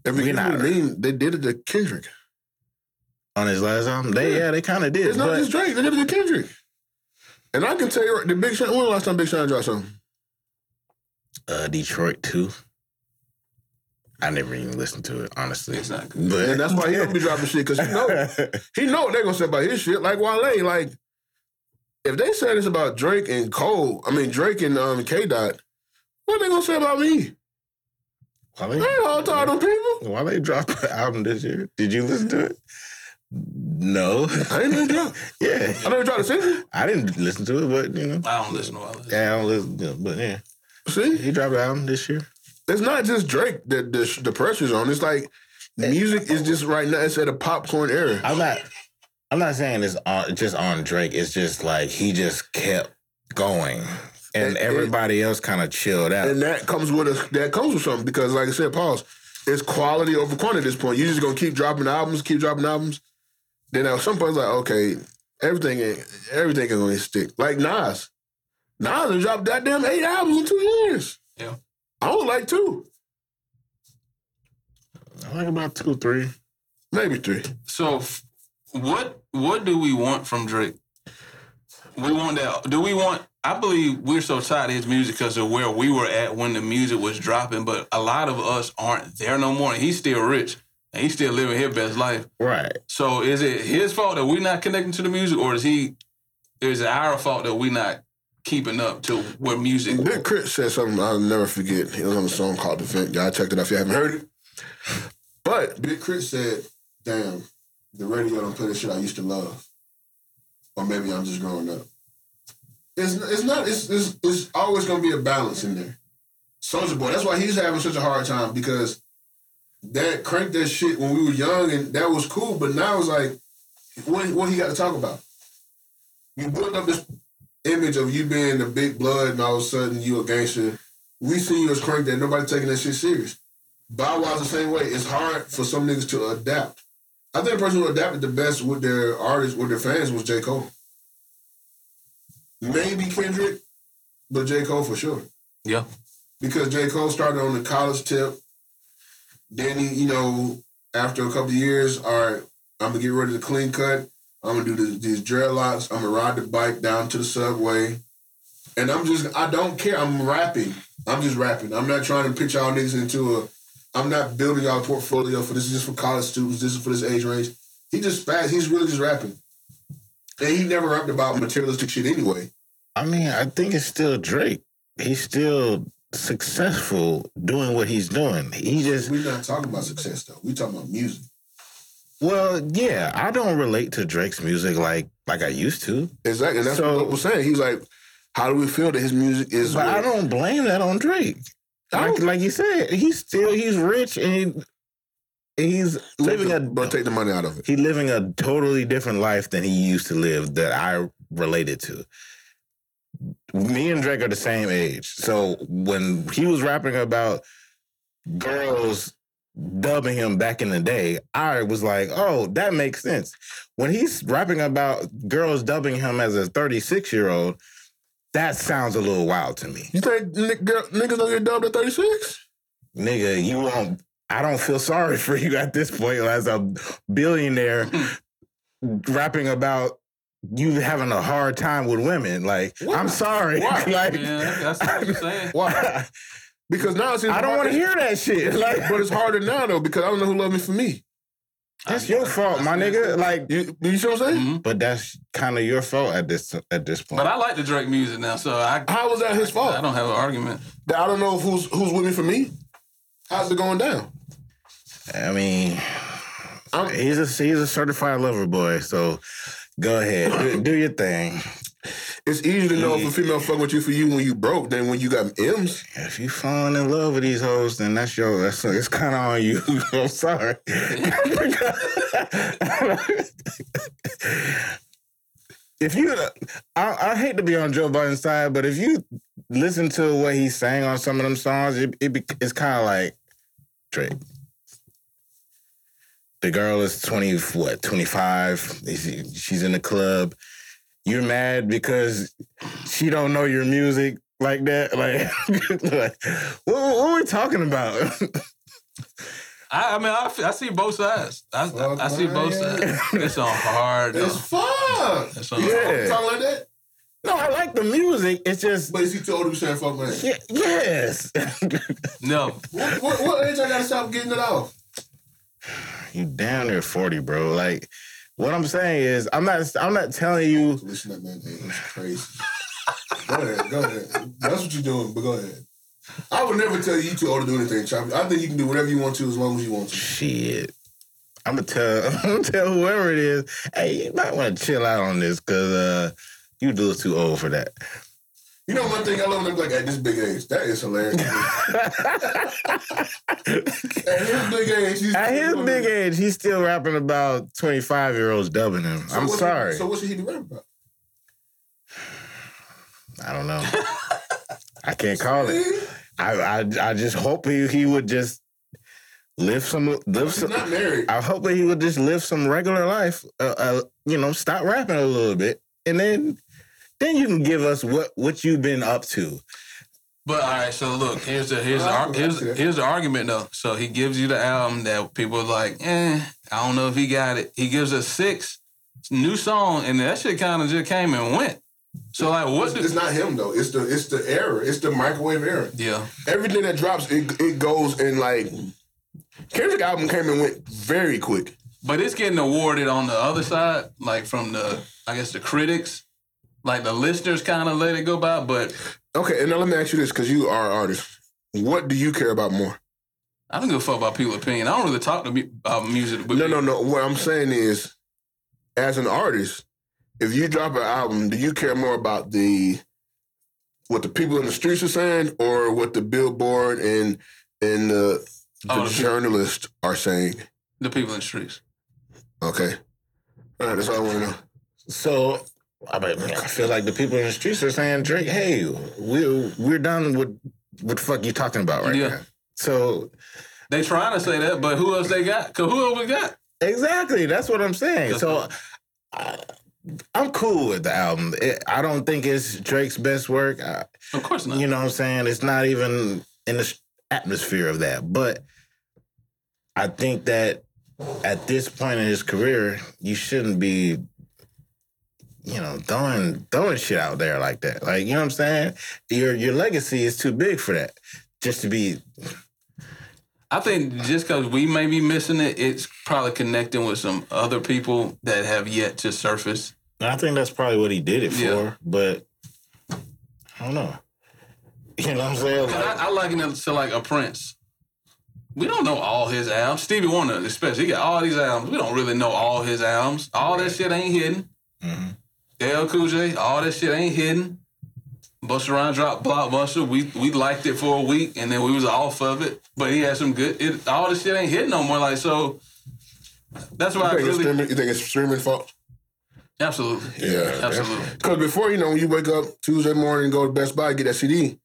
If you
We're
not
not-
mean, they did it to Kendrick.
on his last album, they yeah, they kind of did,
It's not
but
just Drake. They did it to Kendrick. And I can tell you, right, the Big Sean. When was the last time Big Sean dropped something?
uh, Detroit too. I never even listened to it, honestly.
It's not good.
But
And that's why he don't be dropping shit because he know he know what they gonna say about his shit. Like Wale, like if they said this about Drake and Cole, I mean Drake and um, K Dot, what they gonna say about me?
Why
I ain't all tired of them people.
Why they dropped an album this year? Did you listen to it? No.
I ain't even drop.
yeah.
I never tried to sing.
I didn't listen to it, but you know.
I don't listen to all this.
Yeah, I don't listen to it. But yeah.
See,
He dropped an album this year.
it's not just Drake that the, the pressure's on. It's like music is just right now. It's at a popcorn era.
I'm not I'm not saying it's on just on Drake. It's just like he just kept going. And
It- it-
everybody else kind of chilled out.
and that comes with a that comes with something because, like I said, pause. It's quality over quantity at this point. You're just gonna keep dropping albums, keep dropping albums. Then at some point, it's like okay, everything ain't everything is gonna stick. Like Nas, Nas has dropped goddamn eight albums in two years.
Yeah.
I don't like two.
I like about two, three.
Maybe three.
So, f- what what do we want from Drake? We want that. Do we want? I believe we're so tired of his music because of where we were at when the music was dropping. But a lot of us aren't there no more, and he's still rich and he's still living his best life.
Right.
So, is it his fault that we're not connecting to the music, or is he? Is it our fault that we're not keeping up to what music?
Big Crit said something I'll never forget. It was on a song called The Vent. Y'all check it out if you haven't heard it. But Big Crit said, damn, the radio don't play the shit I used to love. Or maybe I'm just growing up. It's, it's not, it's, it's, it's always going to be a balance in there. Soldier Boy, that's why he's having such a hard time because that crank that shit when we were young and that was cool, but now it's like, what, what he got to talk about? You built up this image of you being the big blood and all of a sudden you a gangster. We see you as crank that nobody taking that shit serious. Bow Wow's the same way. It's hard for some niggas to adapt. I think the person who adapted the best with their artists, with their fans, was J. Cole. Maybe Kendrick, but J. Cole for sure.
Yeah.
Because J. Cole started on the college tip. Then he, you know, after a couple of years, all right, I'm gonna get rid of the clean cut. I'm gonna do this, these dreadlocks. I'm gonna ride the bike down to the subway, and I'm just I don't care. I'm rapping. I'm just rapping. I'm not trying to pitch y'all niggas into a. I'm not building y'all portfolio for this. Is just for college students. This is for this age range. He just fast. He's really just rapping, and he never rapped about materialistic shit anyway.
I mean, I think it's still Drake. He's still successful doing what he's doing. He just
We're not talking about success though. We're talking about music.
well, yeah. I don't relate to Drake's music like like I used to,
Exactly. And that's
So-
what I was saying. He was like, "How do we feel that his music is?"
but I
what-
don't blame that on Drake.
I
Like,
don't-
like you said, he's still he's rich and he, he's
Take
living
the-
a
but take the money out of it.
he living a totally different life than he used to live that I related to. Me and Drake are the same age. So when he was rapping about girls dubbing him back in the day, I was like, oh, that makes sense. When he's rapping about girls dubbing him as a 36 year old, that sounds a little wild to me.
You think ni- girl- niggas don't get dubbed at 36?
Nigga, you won't. I don't feel sorry for you at this point as a billionaire rapping about you having a hard time with women. Like, I'm sorry.
Why?
Like,
Yeah, that's what I'm saying.
Why? Because now it's
I don't want to hear that shit. Like,
But it's harder now though because I don't know who loved me for me.
that's your fault, my nigga. Like,
You, you see what I'm saying?
Mhm.
but that's kind of your fault at this at this point.
But I like the Drake music now, so I
How was that his fault?
I don't have an argument.
That I don't know who's who's with me for me. How's it going down?
I, mean,
I'm-
he's a he's a certified lover boy. So go ahead, do, do your thing.
It's easier to know if a female fuck with you for you when you broke than when you got M's.
If you falling in love with these hoes, then that's your. That's it's kind of on you. I'm sorry. if you, I, I hate to be on Joe Biden's side, but if you listen to what he's saying on some of them songs, it, it be, it's kind of like Drake. The girl is twenty, what twenty five? She's in the club. You're mad because she don't know your music like that. Like, like, what, what are we talking about?
I, I mean, I, f- I see both sides. I, I, I see both sides. It's on hard. though.
It's fuck.
That's
You
what I'm
know,
saying.
Talk like that.
no, I like the music. It's just
But is he too old to be saying fuck man?
yeah, yes.
No,
What, what, what age I gotta stop getting it off?
you down there forty, bro. Like, what I'm saying is, I'm not. I'm not telling you.
Listen to that man, age is crazy. go ahead, go ahead. That's what you're doing, but go ahead. I would never tell you you too old to do anything, Choppy. I think you can do whatever you want to as long as you want to.
Shit. I'm gonna tell. I'm gonna tell whoever it is. Hey, you might want to chill out on this because uh, you do it too old for that.
You know one thing I love them like at this big age. That is hilarious. at his big age, he's
At his big age, he's still rapping about 25 year olds dubbing him.
So
I'm
what should-
sorry.
so what should he be rapping about?
I don't know. I can't call it. I, I I just hope he, he would just live some live
He's
some.
not married.
I hope that he would just live some regular life. Uh, uh, you know, stop rapping a little bit, and then then you can give us what what you've been up to.
But all right, so look, here's the here's the, ar- here's, here's the argument though. So he gives you the album that people are like, eh, I don't know if he got it. He gives us six new song, and that shit kind of just came and went. So like, what?
It's,
Do,
it's not him though. It's the it's the era. It's the microwave era.
yeah,
Everything that drops, it it goes in like. Kendrick album came and went very quick.
but it's getting awarded on the other side, like from the I guess the critics, like the listeners kind of let it go by. But
Okay, and now let me ask you this, because you are an artist. What do you care about more?
I don't give a fuck about people's opinion. I don't really talk to mu- about music. With
No,
people.
no, no. What I'm saying is, as an artist, if you drop an album, do you care more about the what the people in the streets are saying, or what the Billboard and and the, the
Oh, the-
journalists are saying?
the people in the streets.
Okay, all right, that's all I want to know.
So I, mean, I feel like the people in the streets are saying, Drake, hey, we're we're done with what the fuck you talking about right
Yeah.
now. So
They trying to say that, but who else they got? Cause who else we got?
exactly, that's what I'm saying. So I, I'm cool with the album. It, I don't think it's Drake's best work. I,
Of course not.
you know what I'm saying? It's not even in the s- atmosphere of that. But I think that at this point in his career, you shouldn't be, you know, throwing throwing shit out there like that. Like, you know what I'm saying? Your your legacy is too big for that. Just to be
I think just because we may be missing it, it's probably connecting with some other people that have yet to surface.
And I think that's probably what he did it for,
Yeah.
but I don't know. You know what I'm saying?
'Cause
Like,
I, I liken it to like a Prince. We don't know all his albums. Stevie Wonder, especially, he got all these albums. We don't really know all his albums. All that shit ain't hidden.
Mhm.
L. Cool J, all that shit ain't hidden. Busta Rhymes dropped Blockbuster. We we liked it for a week, and then we was off of it. But he had some good. It, all this shit ain't hidden no more. Like so, that's why I
You think, it's
really
streaming, you think it's streaming fault?
absolutely,
Yeah,
absolutely,
Because before you know, when you wake up Tuesday morning, go to Best Buy, get that CD.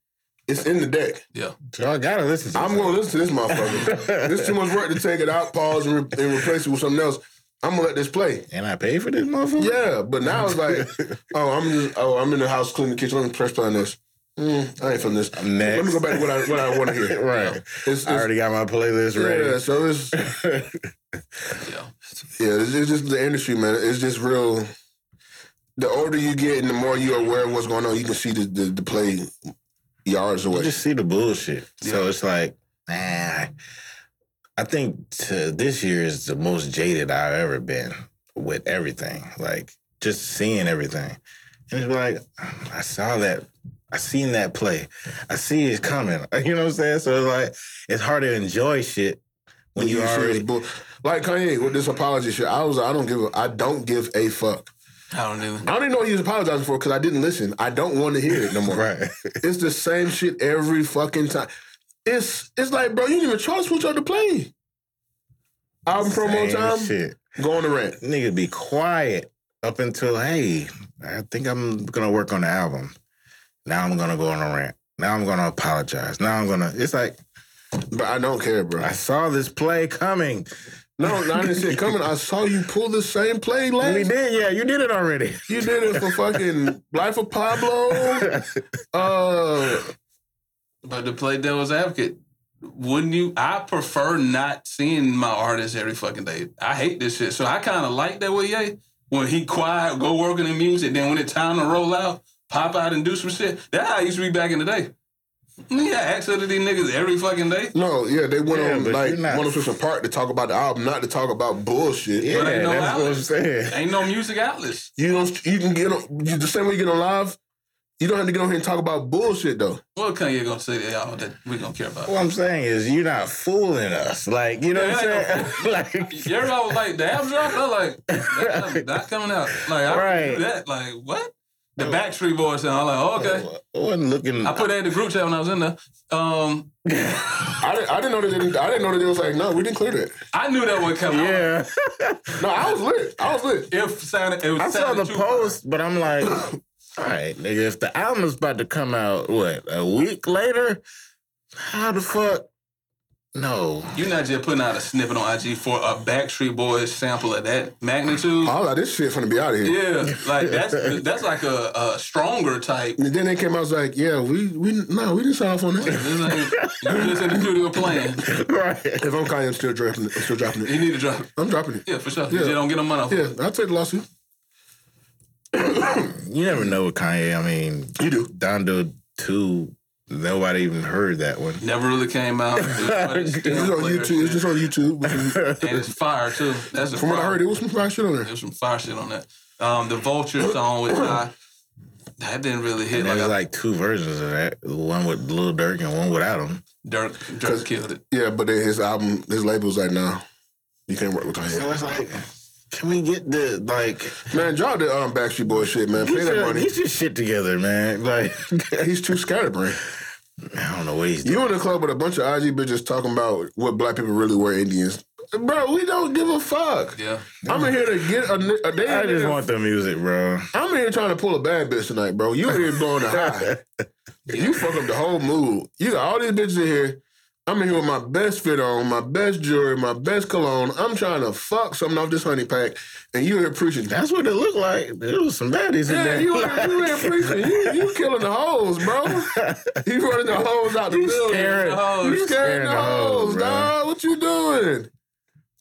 It's in the deck.
yeah.
y'all gotta listen to
I'm
this.
gonna listen to this motherfucker. There's too much work to take it out, pause, and, re- and replace it with something else. I'm gonna let this play.
And I paid for this motherfucker?
Yeah, but now it's like, oh, I'm just, oh, I'm in the house cleaning the kitchen. Let me press play on this. Mm, I ain't from this.
Next.
Let me go back to what I what I want to hear.
right.
It's, it's,
I already got my playlist ready.
yeah, so it's yeah,
yeah.
it's, it's just the industry, man. It's just real. The older you get, and the more you're aware of what's going on, you can see the the, the play yards
You
away.
just see the bullshit. So it's like, nah. I think to this year is the most jaded I've ever been with everything. Like just seeing everything. And it's like, I saw that. I seen that play. I see it coming. You know what I'm saying? So it's like it's hard to enjoy shit when you
see
already
this bull- like Kanye with this apology shit. I was like, I don't give a I don't give a fuck.
I don't even.
I don't even know what he was apologizing for because I didn't listen. I don't want to hear it no more.
right.
It's the same shit every fucking time. It's it's like, bro, you didn't even charge what you had to play. Album promo
Same
time,
Shit.
go on the rant.
Nigga be quiet up until hey, I think I'm gonna work on the album. Now I'm gonna go on a rant. Now I'm gonna apologize. Now I'm gonna. It's like
But I don't care, bro.
I saw this play coming.
No, no, I didn't see it coming. I saw you pull the same play last.
We did, yeah. You did it already.
You did it for fucking Life of Pablo. Uh,
But to play devil's advocate, wouldn't you? I prefer not seeing my artist every fucking day. I hate this shit. So I kind of like that with Ye. When he quiet, go work on the music, then when it's time to roll out, pop out and do some shit. That's how I used to be back in the day. Mm, Yeah, access to these niggas every fucking day.
no, yeah, they went
Yeah,
on
but
like
you're not-
One Switch Park to talk about the album, not to talk about bullshit.
Yeah,
But ain't no
that's what I'm
outlets.
saying.
Ain't no music outlets.
You don't. You can get on you, the same way you get on live. You don't have to get on here and talk about bullshit though.
What Kanye gonna say to y'all that we don't care about?
What I'm saying is, you're not fooling us. Like, you know what I'm saying? like,
Everybody was like, the album dropped. I was like, that album not coming out. Like, I
Right.
do that. Like, what? The
Oh.
Backstreet Boys sound. I'm like, oh, okay.
I wasn't looking.
I put that in the group chat when I was in there. Um,
I didn't, I didn't know that. They didn't, I didn't know that it was like no, we didn't clear that.
I knew that would come out.
yeah,
No, I was lit. I was lit.
If sounded, it was
I saw the post, but I'm like, all right, nigga. If the album is about to come out, what a week later? How the fuck?
No.
You're not just putting out a snippet on IG for a Backstreet Boys sample of that
Oh,
magnitude.
All of this shit finna be out of here.
Yeah, like that's that's like a, a stronger type.
And then they came out was like, yeah, we we no, we didn't sign off on that.
It's like, you just in the studio playing.
right.
if I'm Kanye, I'm still dropping it. I'm still dropping
You
it.
need to drop. it.
I'm dropping it.
Yeah, for sure. You just don't get no money off.
Yeah,
it.
I'll take the lawsuit.
You never know with Kanye. I mean,
You do.
down to two, nobody even heard that one.
Never really came out. It's
It's just on YouTube. It's just on YouTube. which is-
And it's fire too. That's a
From what I
fire.
heard, it was some fly shit on there.
There's some fire shit on that. Um, the Vulture song with I, that didn't really hit
There was
like, I-
like two versions of that. One with Lil Durk and one without him.
Dirk. Dirk killed it.
Yeah, but then his album, his label's like, nah, you can't work with Kanye.
it's like, can we get the like
Man, y'all did um, Backstreet Boy shit, man. Pay
get
that
your,
money.
get your shit together, man? Like,
He's too scatterbrained.
I don't know what he's doing.
You in the club with a bunch of IG bitches talking about what black people really were Indians. Bro, we don't give a fuck.
Yeah.
I'm in here to get a, ni- a day.
I just want the music, bro.
I'm in here trying to pull a bad bitch tonight, bro. You in here blowing the high. You fuck up the whole mood. You got all these bitches in here. I'm in here with my best fit on, my best jewelry, my best cologne. I'm trying to fuck something off this honey pack, and you here preaching.
That's what it looked like. There was some baddies in
Yeah,
there.
you in- you in preaching. You, you killing the hoes, bro. You running the hoes out the building.
scaring-
you
you
scaring, the hoes,
bro.
dog. What you doing?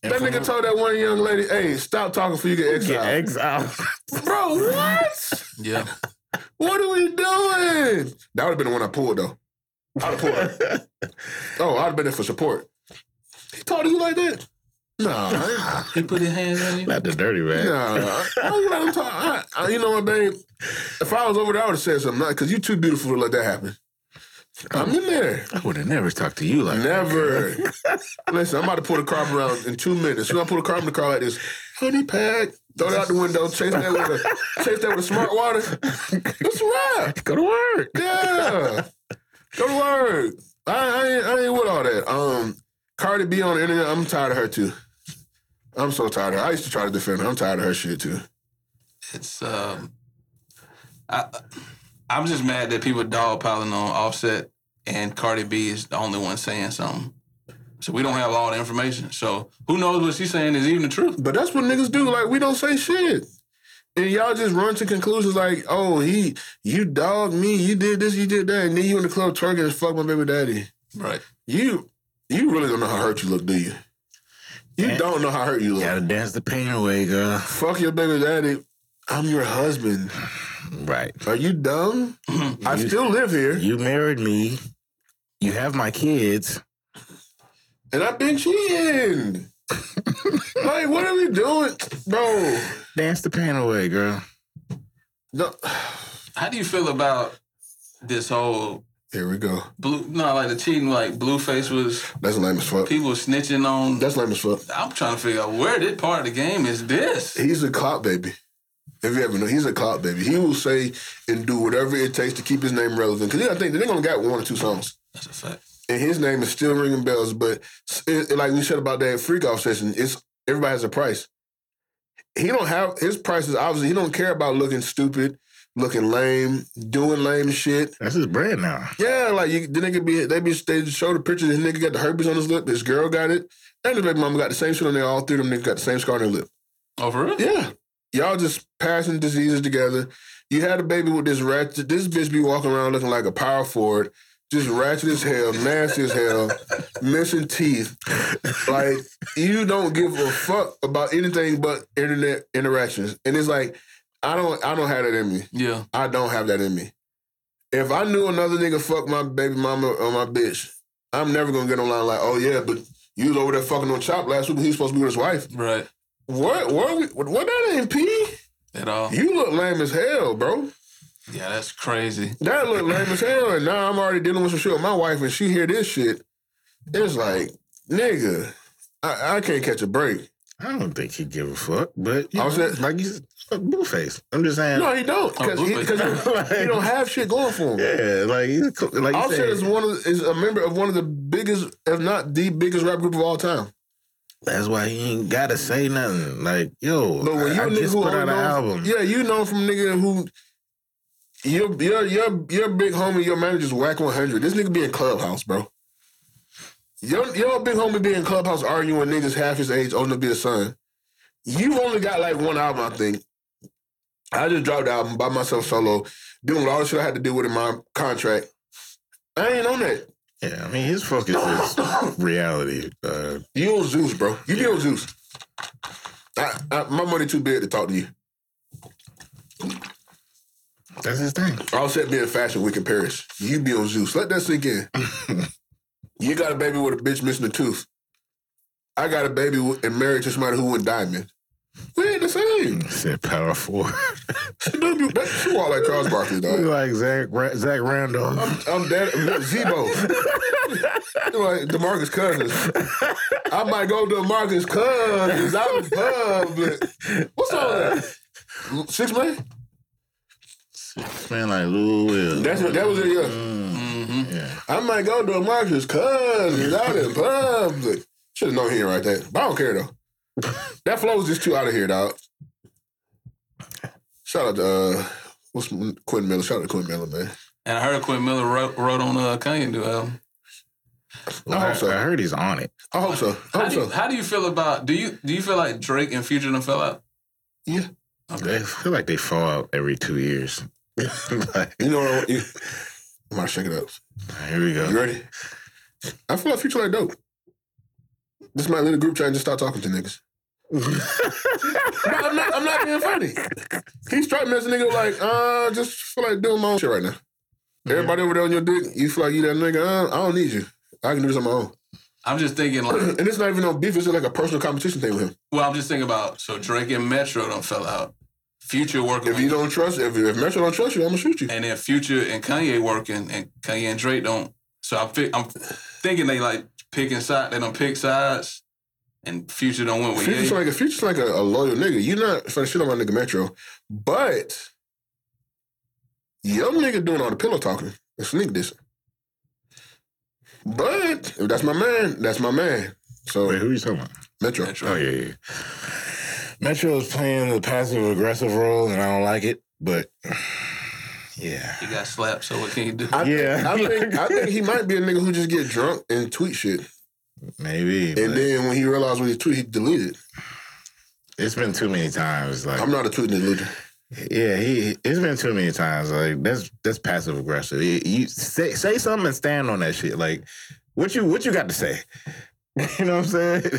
And
that
from
nigga
what-
told that one young lady, "Hey, stop talking for you get
Get
exiled."
exiled.
bro, what?
Yeah.
What are we doing? That would have been the one I pulled though. I'd have pulled. it. oh, I'd have been there for support. He talked to you like that? Nah, I-
He put his hands on you.
Not the dirty man.
nah. Why you let him talk? I, I, you know what, babe? If I was over there, I would have said something. Because you too beautiful to let that happen. I'm in there.
I would have never talked to you like that.
Never. Listen, I'm about to pull the car around in two minutes. When I pull the car in the car like this, honey pack, throw it out the window, chase that with a chase that with smart water. That's right.
Go to work.
Yeah. Go to work. I, I, ain't, I ain't with all that. Um, Cardi B on the internet, I'm tired of her too. I'm so tired of her. I used to try to defend her. I'm tired of her shit too.
It's um, I, I'm just mad that people dog piling on Offset and Cardi B is the only one saying something. So we don't have all the information. So who knows what she's saying is even the truth?
But that's what niggas do. Like, we don't say shit. And y'all just run to conclusions like, oh, he, you dogged me, you did this, you did that, and then you in the club twerking and fuck my baby daddy.
Right.
You, you really don't know how hurt you look, do you? You
Yeah.
don't know how hurt you look.
Gotta dance the pain away, girl.
Fuck your baby daddy. I'm your husband.
Right.
Are you dumb? I
You-
still live here.
You married me. You have my kids.
And I've been cheating. like, what are we doing? Bro.
Dance the pain away, girl.
No.
How do you feel about this whole
Here we go.
blue? No, like the cheating, like Blueface was
That's lame as fuck.
people snitching on.
That's lame as fuck.
I'm trying to figure out where this part of the game is this.
He's a cop baby. If you ever know, he's a cop baby. He will say and do whatever it takes to keep his name relevant. Because you gotta think, they only got one or two songs.
That's a fact.
And his name is still ringing bells. But it, like we said about that freak off session, it's everybody has a price. He don't have his price is obviously he don't care about looking stupid, looking lame, doing lame shit.
That's his brand now.
Yeah, like you, the nigga be they be they just show the picture. This nigga got the herpes on his lip. This girl got it, and his baby mama got the same shit on there. All three of them niggas got the same scar on their lip.
Oh, for real?
Yeah, y'all just passing diseases together. You had a baby with this ratchet. This bitch be walking around looking like a power forward, just ratchet as hell, nasty as hell, missing teeth. Like you don't give a fuck about anything but internet interactions, and it's like I don't I don't have that in me.
Yeah.
I don't have that in me. If I knew another nigga fuck my baby mama or my bitch, I'm never gonna get online like, oh yeah, but you was over there fucking on Chop last week. when He was supposed to be with his wife.
Right.
What? What? We, what? what That ain't P.
At all.
You look lame as hell, bro.
Yeah, that's crazy.
That look lame as hell. And now I'm already dealing with some shit with my wife, and she hear this shit. It's like, nigga, I, I can't catch a break.
I don't think he give a fuck, but you
I
know,
was at-
like he's a blueface. I'm just saying.
No, he don't, because he, 'cause he don't have shit going for him.
yeah, like he's co- like you
Offset
said,
is one of, is a member of one of the biggest, if not the biggest rap group of all time.
that's why he ain't gotta say nothing. Like yo,
But when you
I, I
a nigga
just
who
put out an
only knows-
album.
yeah, you know from nigga who your your your your big homie, your manager's whack one hundred. This nigga be in clubhouse, bro. Your your big homie be in clubhouse arguing niggas half his age only to be a son. You only got like one album, I think. I just dropped the album by myself solo, doing all the shit I had to do with in my contract. I ain't on that.
Yeah, I mean his focus is reality. Uh,
You on Zeus, bro. You be on Zeus. I, I, my money too big to talk to you.
that's his thing.
Offset being fashion week in Paris. You be on Zeus. Let that sink in. you got a baby with a bitch missing a tooth. I got a baby with- and married to somebody who went diamond. We ain't the same.
He said power forward.
She do be- that- she walk like Charles Barkley,
Look
dog.
like Zach Ra- Zach Randolph.
I'm, I'm dead. I'm Zebo. like Demarcus Cousins. I might go to Demarcus Cousins. I'm public. What's all that? Six man?
Man, like Lou Will.
That's what. That was it. Yeah.
Mm-hmm.
yeah.
I might go to a Marcus Cousins out in public. Should have known here right there. But I don't care though. that flow is just too out of here, dog. Shout out to uh, what's Quentin Miller. Shout out to Quentin Miller, man.
And I heard Quinn Miller wrote, wrote on uh, Kanye new album.
Well,
hope
I,
so.
I heard he's on it.
I hope so. I
How
hope
do, you,
so.
how do you feel about do you do you feel like Drake and Future done fell out?
Yeah.
They
Okay.
feel like they fall out every two years. like,
You know what I want? You, I'm gonna shake it up.
here we
You
go.
ready? I feel like future like dope. This might little group chat and just start talking to niggas. No, I'm not. I'm not being funny. He straight me as a nigga like, uh, just feel like doing my own shit right now. Everybody over there on your dick, you feel like you that nigga. Uh, I don't need you. I can do this on my own.
I'm just thinking like
and it's not even no beef. It's just like a personal competition thing with him.
well, I'm just thinking about so Drake and Metro done fell out. Future working
If you
with,
don't trust, if, if Metro don't trust you, I'm gonna shoot you.
and then Future and Kanye working and Kanye and Drake don't. So I'm fi- I'm thinking they like picking side they don't pick sides and Future don't win with
Future's
Ye.
like a future's like a, a loyal nigga. You're not finna shit on my nigga Metro, but young nigga doing all the pillow talking and sneak this. But if that's my man, that's my man. So
Wait, who are you talking about?
Metro,
Metro.
Oh yeah, yeah. Metro is playing the passive aggressive role, and I don't like it. But yeah,
He got slapped, so what can you do?
I,
Yeah.
I think I think he might be a nigga who just get drunk and tweet shit,
maybe.
and
but
then when he realized what he tweet, he deleted. it.
it's been too many times. Like,
I'm not a tweeting delusion.
yeah, he. It's been too many times. Like, that's that's passive aggressive. You, you say say something and stand on that shit. Like, what you what you got to say? You know what I'm saying?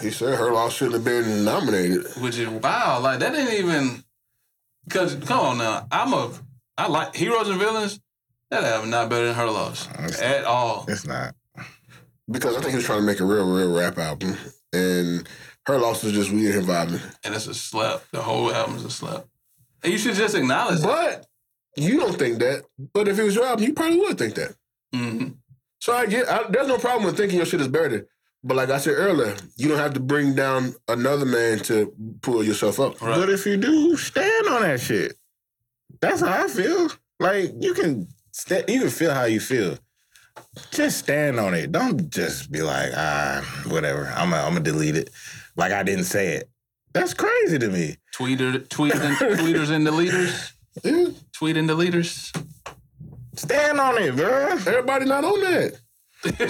He said her loss shouldn't have been nominated.
which is wow. Like that didn't even because come on now. I'm a I like heroes and villains. That album not better than her loss at all.
It's not.
Because I think he was trying to make a real, real rap album, and her loss was just we and him vibing.
And it's a slap. The whole album's a slap. And you should just acknowledge it.
But you don't think that. But if it was your album, you probably would think that.
hmm
So I get I, there's no problem with thinking your shit is better. But like I said earlier, you don't have to bring down another man to pull yourself up.
Right.
But if you do, stand on that shit. That's how I feel. Like you can st- you can feel how you feel. Just stand on it. Don't just be like, ah, whatever. I'm gonna I'm gonna delete it. Like I didn't say it. That's crazy to me.
Tweeter, tweet, and, tweeters and the leaders.
Yeah,
Tweet and the leaders.
Stand on it, bro.
everybody not on that.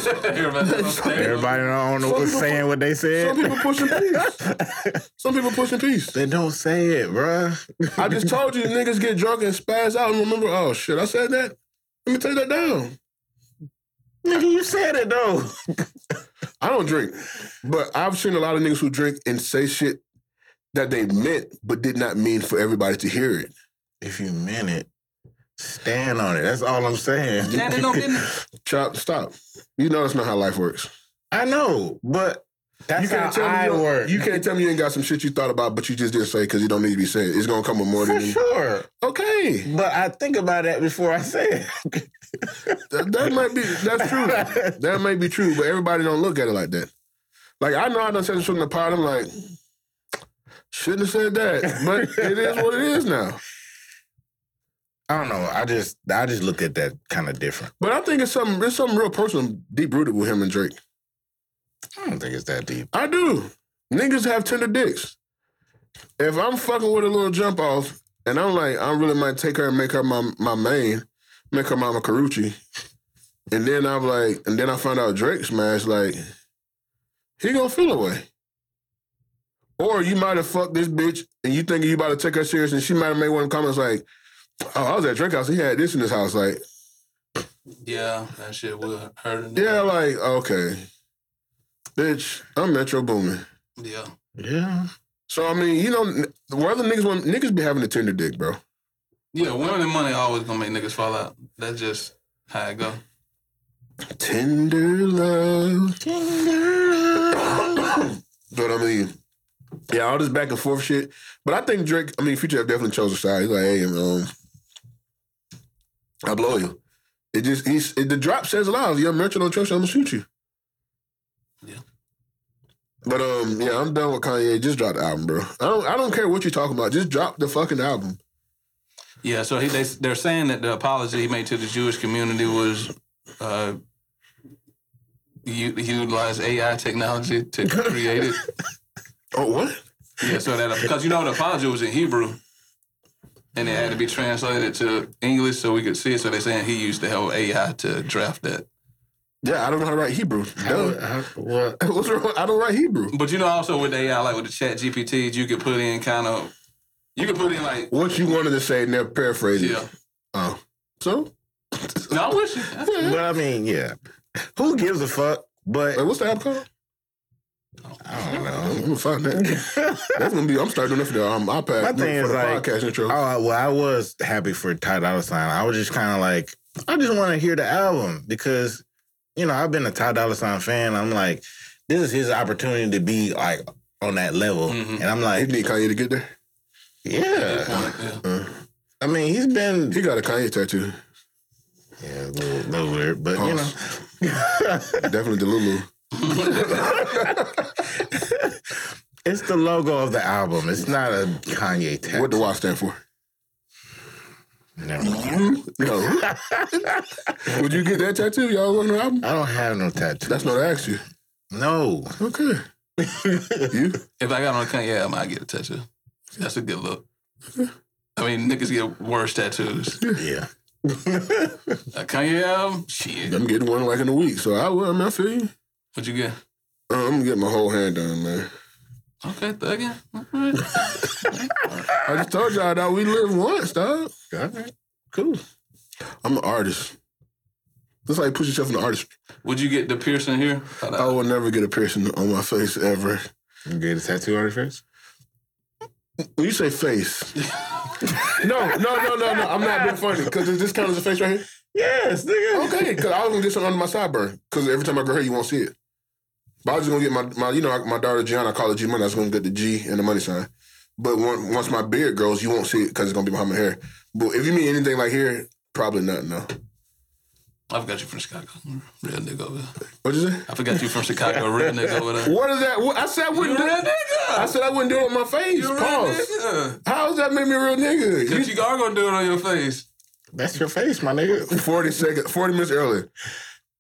Everybody don't know
Some
what's
people-
saying what they
Some
said.
people pushing peace. Some people pushing peace.
They don't say it, bro.
I just told you niggas get drunk and spaz out and remember, oh shit, I said that. Let me take that down.
Nigga, you said it though.
I don't drink, but I've seen a lot of niggas who drink and say shit that they meant but did not mean for everybody to hear it.
If you meant it, stand on it. That's all I'm saying.
Standing on business.
Chop, stop. You know that's not how life works.
I know, but that's
you can't
how
tell me
I
you don't-
work.
You can't tell me you ain't got some shit you thought about, but you just didn't say because you don't need to be saying. It's gonna come with more
For
than
sure.
okay.
But I think about that before I say it.
That, that might be that's true. that may be true, but everybody don't look at it like that. Like I know I done said this from the pot. I'm like, shouldn't have said that, but it is what it is now.
I don't know. I just I just look at that kind of different.
But I think it's something. It's something real personal, deep rooted with him and Drake.
I don't think it's that deep.
I do. Niggas have tender dicks. If I'm fucking with a little jump off and I'm like, I really might take her and make her my, my main, make her mama Karuchi, And then I'm like, and then I found out Drake smashed. Like, he gonna feel away. Or you might have fucked this bitch, and you think you about to take her serious, and she might have made one of the comments like, "Oh, I was at Drake house. He had this in his house." Like,
Yeah, that shit will hurt. a nigga.
yeah, like okay, bitch, I'm Metro booming.
yeah.
Yeah.
So I mean, you know, n- where other niggas want niggas be having a Tinder dick, bro.
Yeah, women and money always gonna make niggas fall out. That's just how it go.
Tender love. but I mean, yeah, all this back and forth shit. But I think Drake, I mean, Future have definitely chose a side. He's like, hey, um, I blow you. It just he's it, the drop says a lot. If you're a merchant on trust, you, I'm gonna shoot you.
Yeah.
But um, yeah, I'm done with Kanye. Just drop the album, bro. I don't I don't care what you're talking about. Just drop the fucking album.
Yeah, so he, they, they're saying that the apology he made to the Jewish community was uh, u- he utilized AI technology to create it.
Oh what?
Yeah, so that because you know the apology was in Hebrew, and it had to be translated to English so we could see it. So they're saying he used the whole AI to draft that.
Yeah, I don't know how to write Hebrew.
How,
Duh.
how, what?
What's wrong? I don't write Hebrew.
But you know, also with AI, like with the Chat GPTs, you could put in kind of you could put in like
What you wanted to say, and they're paraphrasing.
yeah.
Oh. So?
No, I wish.
But I mean, yeah. Who gives a fuck? But
Like, what's the app called?
I
I'm
don't know.
gonna find that. That's gonna be. I'm starting doing that for the um, iPad.
My
for
thing
the
is, like,
podcast intro.
Oh well, I was happy for Ty Dolla Sign. I was just kind of like, I just want to hear the album because, you know, I've been a Ty Dolla Sign fan. I'm like, this is his opportunity to be like on that level,
Mhm.
and I'm
you
like,
need Kanye to get there.
yeah.
Yeah.
I mean, he's been
He got a Kanye tattoo.
yeah, a little, little weird, but you know,
Definitely the Lulu.
it's the logo of the album. It's not a Kanye tag.
What the Y stand for?
Never mind.
No. Would you get that tattoo? Y'all want an album?
I don't have no tattoo.
That's what I asked you.
no.
Okay. you?
If I got on a cunt, yeah, I might get a tattoo. That's a good look. I mean, niggas get worse tattoos.
Yeah.
A Kanye album? Shit.
I'm getting one like in a week, so I will. I mean, I feel you.
What you get?
Uh, I'm gonna get my whole hand done, man.
Okay, thuggin'. Alright.
I just told y'all that we live once, dog.
All right. Cool.
I'm an artist. That's like put yourself in the artist.
Would you get the piercing here?
I will never get a piercing on my face ever.
You get a tattoo artist first?
When you say face, no, no, no, no, no. I'm not being funny because this count as a face right here.
Yes, nigga.
Okay, because I was gonna get something under my sideburn because every time I grow hair, you won't see it. But I was just gonna get my, my you know my daughter Gianna, I call her G Money. I was gonna get the G and the money sign. But one, once my beard grows, you won't see it because it's gonna be behind my hair. But if you mean anything like here, probably not. No.
I've got you from Chicago. Real nigga over there.
What'd you say?
I forgot you from Chicago. Real nigga over there.
What is that? What, I said I
You
wouldn't.
real
Do, it. I
nigga.
said I wouldn't do it on my face.
You real
Pause.
nigga.
How does that make me a real nigga? You-
Cause you are gonna do it on your face.
That's your face, my nigga.
40 seconds, 40 minutes earlier.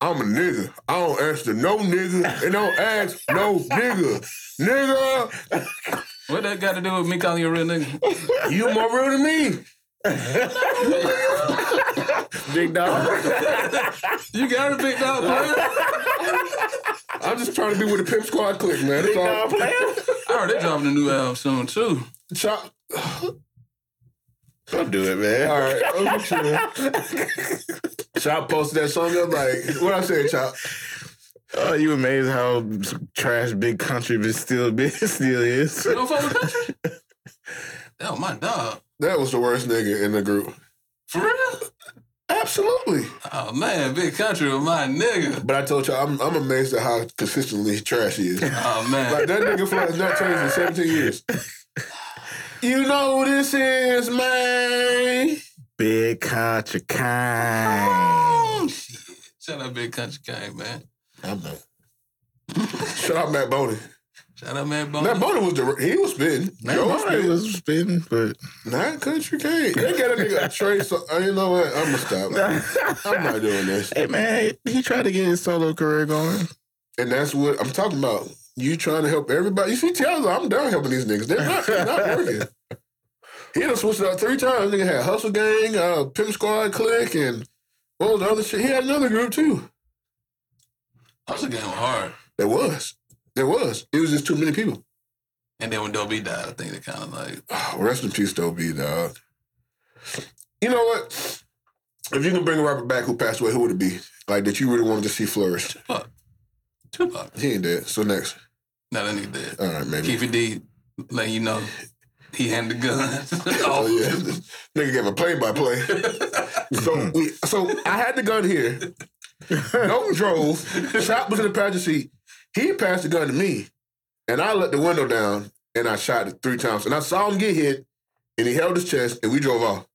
I'm a nigga. I don't answer no nigga and don't ask no nigga. Nigga,
What that got to do with me calling you a real nigga?
you more real than me. Big dog.
You got a big dog player.
I'm just trying to be with the Pimp Squad clique, man. That's all.
I heard they dropping a new album soon too.
Chop.
Don't do it, man.
All right. I'm sure. Chop posted that song up like, what I said, Chop?
Oh, you amazed how trash big country but still big still is.
You don't fuck with country. That was my dog.
That was the worst nigga in the group.
For real?
Absolutely.
Oh man, big country with my nigga.
But I told y'all, I'm, I'm amazed at how consistently trash he is.
Oh man.
Like that nigga flow has not changed in 17 years. You know who this is, man.
Big country kind.
Oh, shit. Shout out Big Country King, man.
I'm not. Shout out Matt Boney.
Shout out Mad
Matt
Bone.
Boney was the he was spitting.
Man,
Joe was
Maury
spitting.
was spitting, but
Not country Kane. They got a nigga a trace. So, uh, you know what? I'm gonna stop. I'm not doing this.
hey man, he tried to get his solo career going.
And that's what I'm talking about. You trying to help everybody. You see, Taylor, I'm down helping these niggas. They're not, they're not working. He done switched it out three times. Nigga had Hustle Gang, uh, Pimp Squad Click, and Well, the other shit, he had another group too.
Hustle Gang was hard.
There was. There was. It was just too many people.
And then when Dobie died, I think they kind of like
Oh, rest in peace, Dope B, dog. You know what? If you can bring a rapper back who passed away, who would it be? Like that you really wanted to see flourished.
fuck. Tupac.
He ain't dead. So next.
No, that nigga dead.
All right, maybe.
Keefy D, letting you know he had the guns.
Oh
oh
yeah, nigga gave a play by play. So we, so I had the gun here. Don't drove. Shot was in the passenger seat. He passed the gun to me, and I let the window down and I shot it three times. And I saw him get hit, and he held his chest, and we drove off.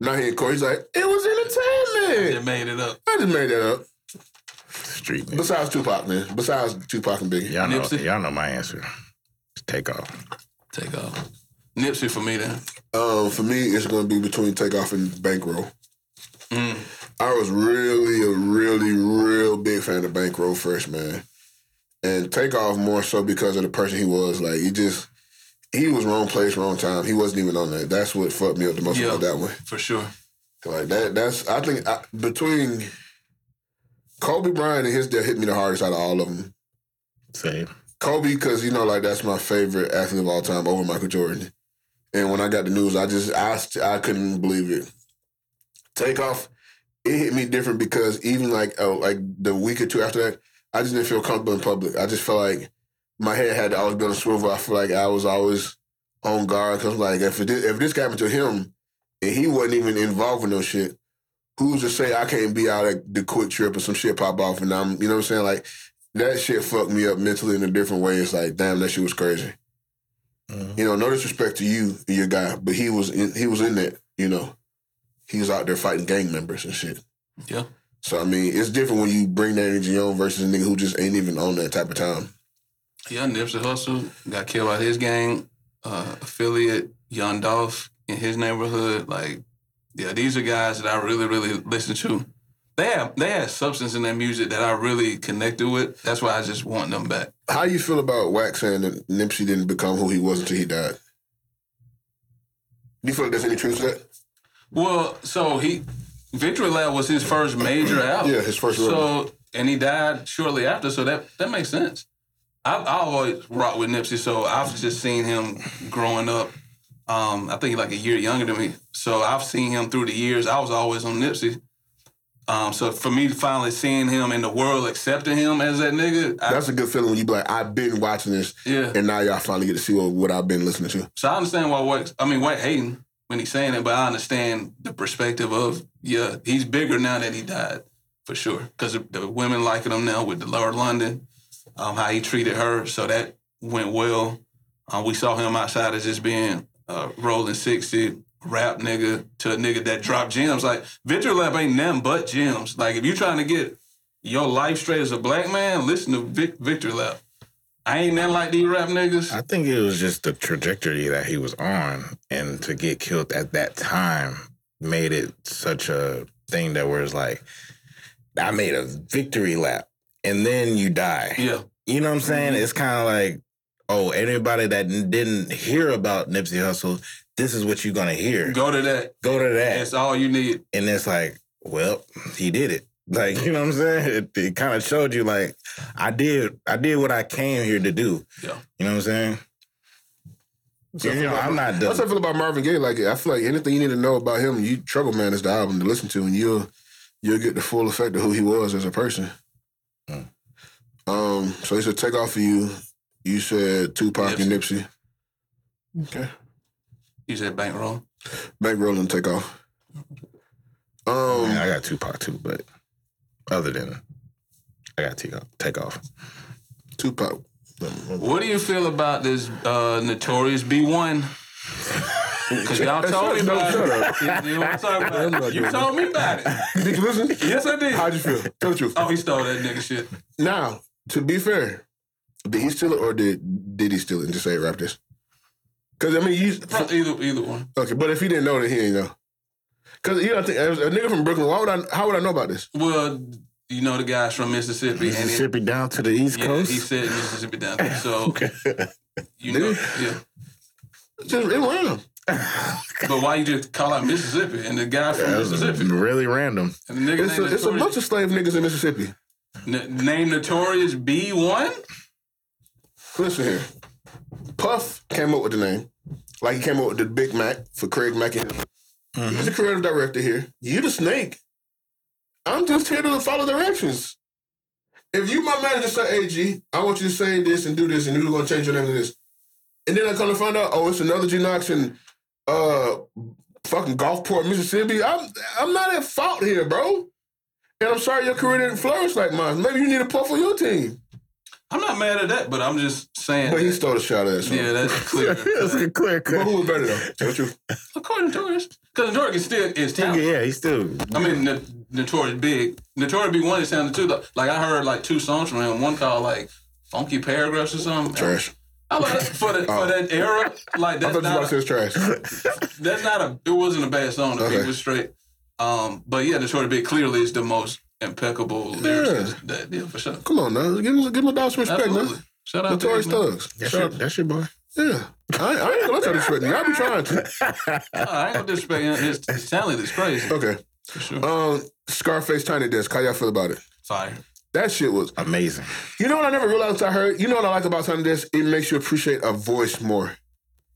Now he in court. He's like, it was
They
entertainment.
made it up.
I just made that up.
Street nigga.
Besides Tupac, man. Besides Tupac and Biggie.
Y'all know,
Nipsey.
y'all know my answer. It's take off.
Take off. Nipsey for me then.
Um, for me, it's going to be between Takeoff and Bankroll.
Mm.
I was really a really real big fan of Bankroll first, man, and Takeoff more so because of the person he was. Like he just he was wrong place, wrong time. He wasn't even on that. That's what fucked me up the most
Yeah.
about that one.
For sure.
Like that. That's I think I, between Kobe Bryant and his death hit me the hardest out of all of them.
Same.
Kobe, because you know, like that's my favorite athlete of all time over Michael Jordan. And when I got the news, I just I st- I couldn't believe it. Takeoff, it hit me different because even like oh, like the week or two after that, I just didn't feel comfortable in public. I just felt like my head had to always be on a swivel. I feel like I was always on guard because like if it did, if this happened to him and he wasn't even involved in no shit, who's to say I can't be out at the quick trip or some shit pop off and I'm you know what I'm saying like that shit fucked me up mentally in a different way. It's like, damn, that shit was crazy.
Mm-hmm.
You know, no disrespect to you, and your guy, but he was in, he was in that. You know, he was out there fighting gang members and shit.
Yeah.
So I mean, it's different when you bring that energy on versus a nigga who just ain't even on that type of time.
Yeah, Nipsey Hussle got killed by his gang uh, affiliate, Young Dolph, in his neighborhood. Like, yeah, these are guys that I really, really listen to. They have they had substance in their music that I really connected with. That's why I just want them back.
How you feel about Wax saying that Nipsey didn't become who he was until he died? Do you feel like there's any truth to that?
Well, so he Victory Lab was his first major album.
Yeah, his first album.
So and he died shortly after, so that that makes sense. I I always rock with Nipsey, so I've just seen him growing up. Um, I think like a year younger than me, so I've seen him through the years. I was always on Nipsey. Um, so for me, finally seeing him and the world accepting him as that nigga, I,
That's a good feeling when you be like, I've been watching this,
yeah.
and now y'all finally get to see what, what I've been listening to.
So I understand why White. I mean, White hating when he's saying it, but I understand the perspective of yeah, he's bigger now that he died for sure because the women liking him now with the Lord London, um, how he treated her. So that went well. Um, we saw him outside as just being uh, rolling sixty rap nigga to a nigga that dropped gems. Like Victor Lab ain't nothing but gems. Like if you trying to get your life straight as a black man, listen to Vic- Victor Lab. I ain't nothing like these rap niggas.
I think it was just the trajectory that he was on, and to get killed at that time made it such a thing that where it's like, I made a victory lap, and then you die.
yeah.
You know what I'm saying? It's kind of like, oh, anybody that n- didn't hear about Nipsey Hussle, this is what you're gonna hear. Go,
Go to that.
to that,
That's all you need.
and it's like, well, he did it. Like, you know what I'm saying? It, it kind of showed you, like, I did, I did what I came here to do.
Yeah.
You know what I'm saying? You know, I'm not
That's how I
done.
feel about Marvin Gaye. Like I feel like anything you need to know about him, you Trouble Man is the album to listen to, and you'll you'll get the full effect of who he was as a person.
Mm.
Um, so he said, "Take off for you." You said Tupac and Nipsey. Okay,
You said bankroll.
bankroll and take off. Um,
I got Tupac too, but other than I got to take off. Take off.
Tupac.
What do you feel about this uh, notorious B1? Because y'all told me about it. You know what I'm talking about? You told me about it.
Did you listen?
Yes, I did.
How'd you feel? Tell the truth.
Oh, he stole that nigga shit.
Now, to be fair, did he steal it or did did he steal it? And just say it, wrap this. Because I mean, you
Pro- Either either one.
Okay, but if he didn't know, then he ain't know. Cause you know, I think as a nigga from Brooklyn, why would I? How would I know about this?
Well, you know the guys from Mississippi, and
Mississippi down to the East
it, yeah, he said Mississippi down there. So you know, yeah.
It's Just it was random.
but why you just call out Mississippi and the guy from
That was
Mississippi
really random.
and the nigga
It's a,
named
it's a bunch
Notorious,
of slave niggas in Mississippi.
n- named Notorious B one?
Listen here. Puff came up with the name. Like he came up with the Big Mac for Craig Mack. He's the creative director here. You the snake. I'm just here to follow directions. If you my manager say, hey G, I want you to say this and do this and you're gonna change your name to this. And then I come to find out, oh, it's another G Knox in uh fucking Gulfport, Mississippi. I'm I'm not at fault here, bro. And I'm sorry your career didn't flourish like mine. Maybe you need a puff for your team.
I'm not mad at that, but I'm just saying.
But he stole the shot at us.
yeah, that's clear.
That's a clear
But
cut.
who was better though? Tell the truth.
According to Notorious, because Notorious still is talented.
Yeah, he's still.
I mean, no, Notorious Big. Notorious Big one is sounded too. Like, like I heard like two songs from him. One called like Funky Paragraphs or something.
Trash. Oh.
I like for the, for that era. Like
I
that's
thought you
not
was about to say it's trash.
that's not a it wasn't a bad song to
Okay.
people straight. Um, but yeah, Detroit Big clearly is the most impeccable lyricist that yeah, for sure.
Come on now. Give him give him a dog some respect,
Absolutely.
man.
Shout out
Notorious
to him.
thugs.
That's
Shout
your,
out-
that's your boy.
Yeah. I, I ain't gonna let y'all disrespect me. I'll be trying to.
I ain't gonna disrespect him. His, his talent is crazy.
Okay.
For sure.
Um, Scarface Tiny Desk. How y'all feel about it?
Fire.
That shit was.
Amazing.
You know what I never realized I heard? You know what I like about Tiny Desk? It makes you appreciate a voice more.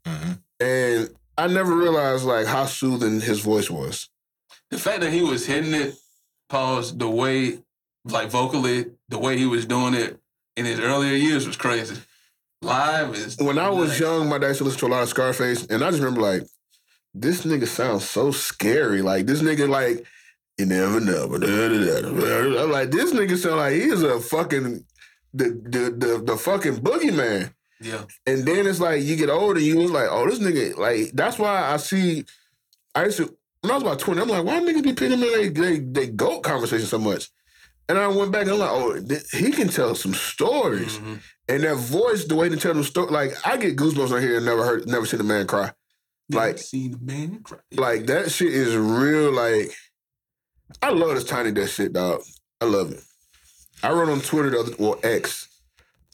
Mhm.
And I never realized like how soothing his voice was.
The fact that he was hitting it, pause, the way, like vocally, the way he was doing it in his earlier years was crazy. Live is
When I was
like,
young, my dad used to listen to a lot of Scarface, and I just remember like, this nigga sounds so scary. Like this nigga like. You never know. but da- da- da- da- da- I'm like, this nigga sound like he is a fucking the the the, the fucking boogeyman.
Yeah.
And then it's like you get older, you was like, oh, this nigga, like that's why I see. I used to when I was about twenty, I'm like, why niggas be picking up they they they goat conversation so much? And I went back and I'm like, oh, th- he can tell some stories,
Mhm.
and that voice, the way to tell them story, like I get goosebumps on here and never heard, never seen a man cry. Like-
seen the man cry.
Like that shit is real. Like I love this tiny desk shit, dog. I love it. I wrote on Twitter the other or X.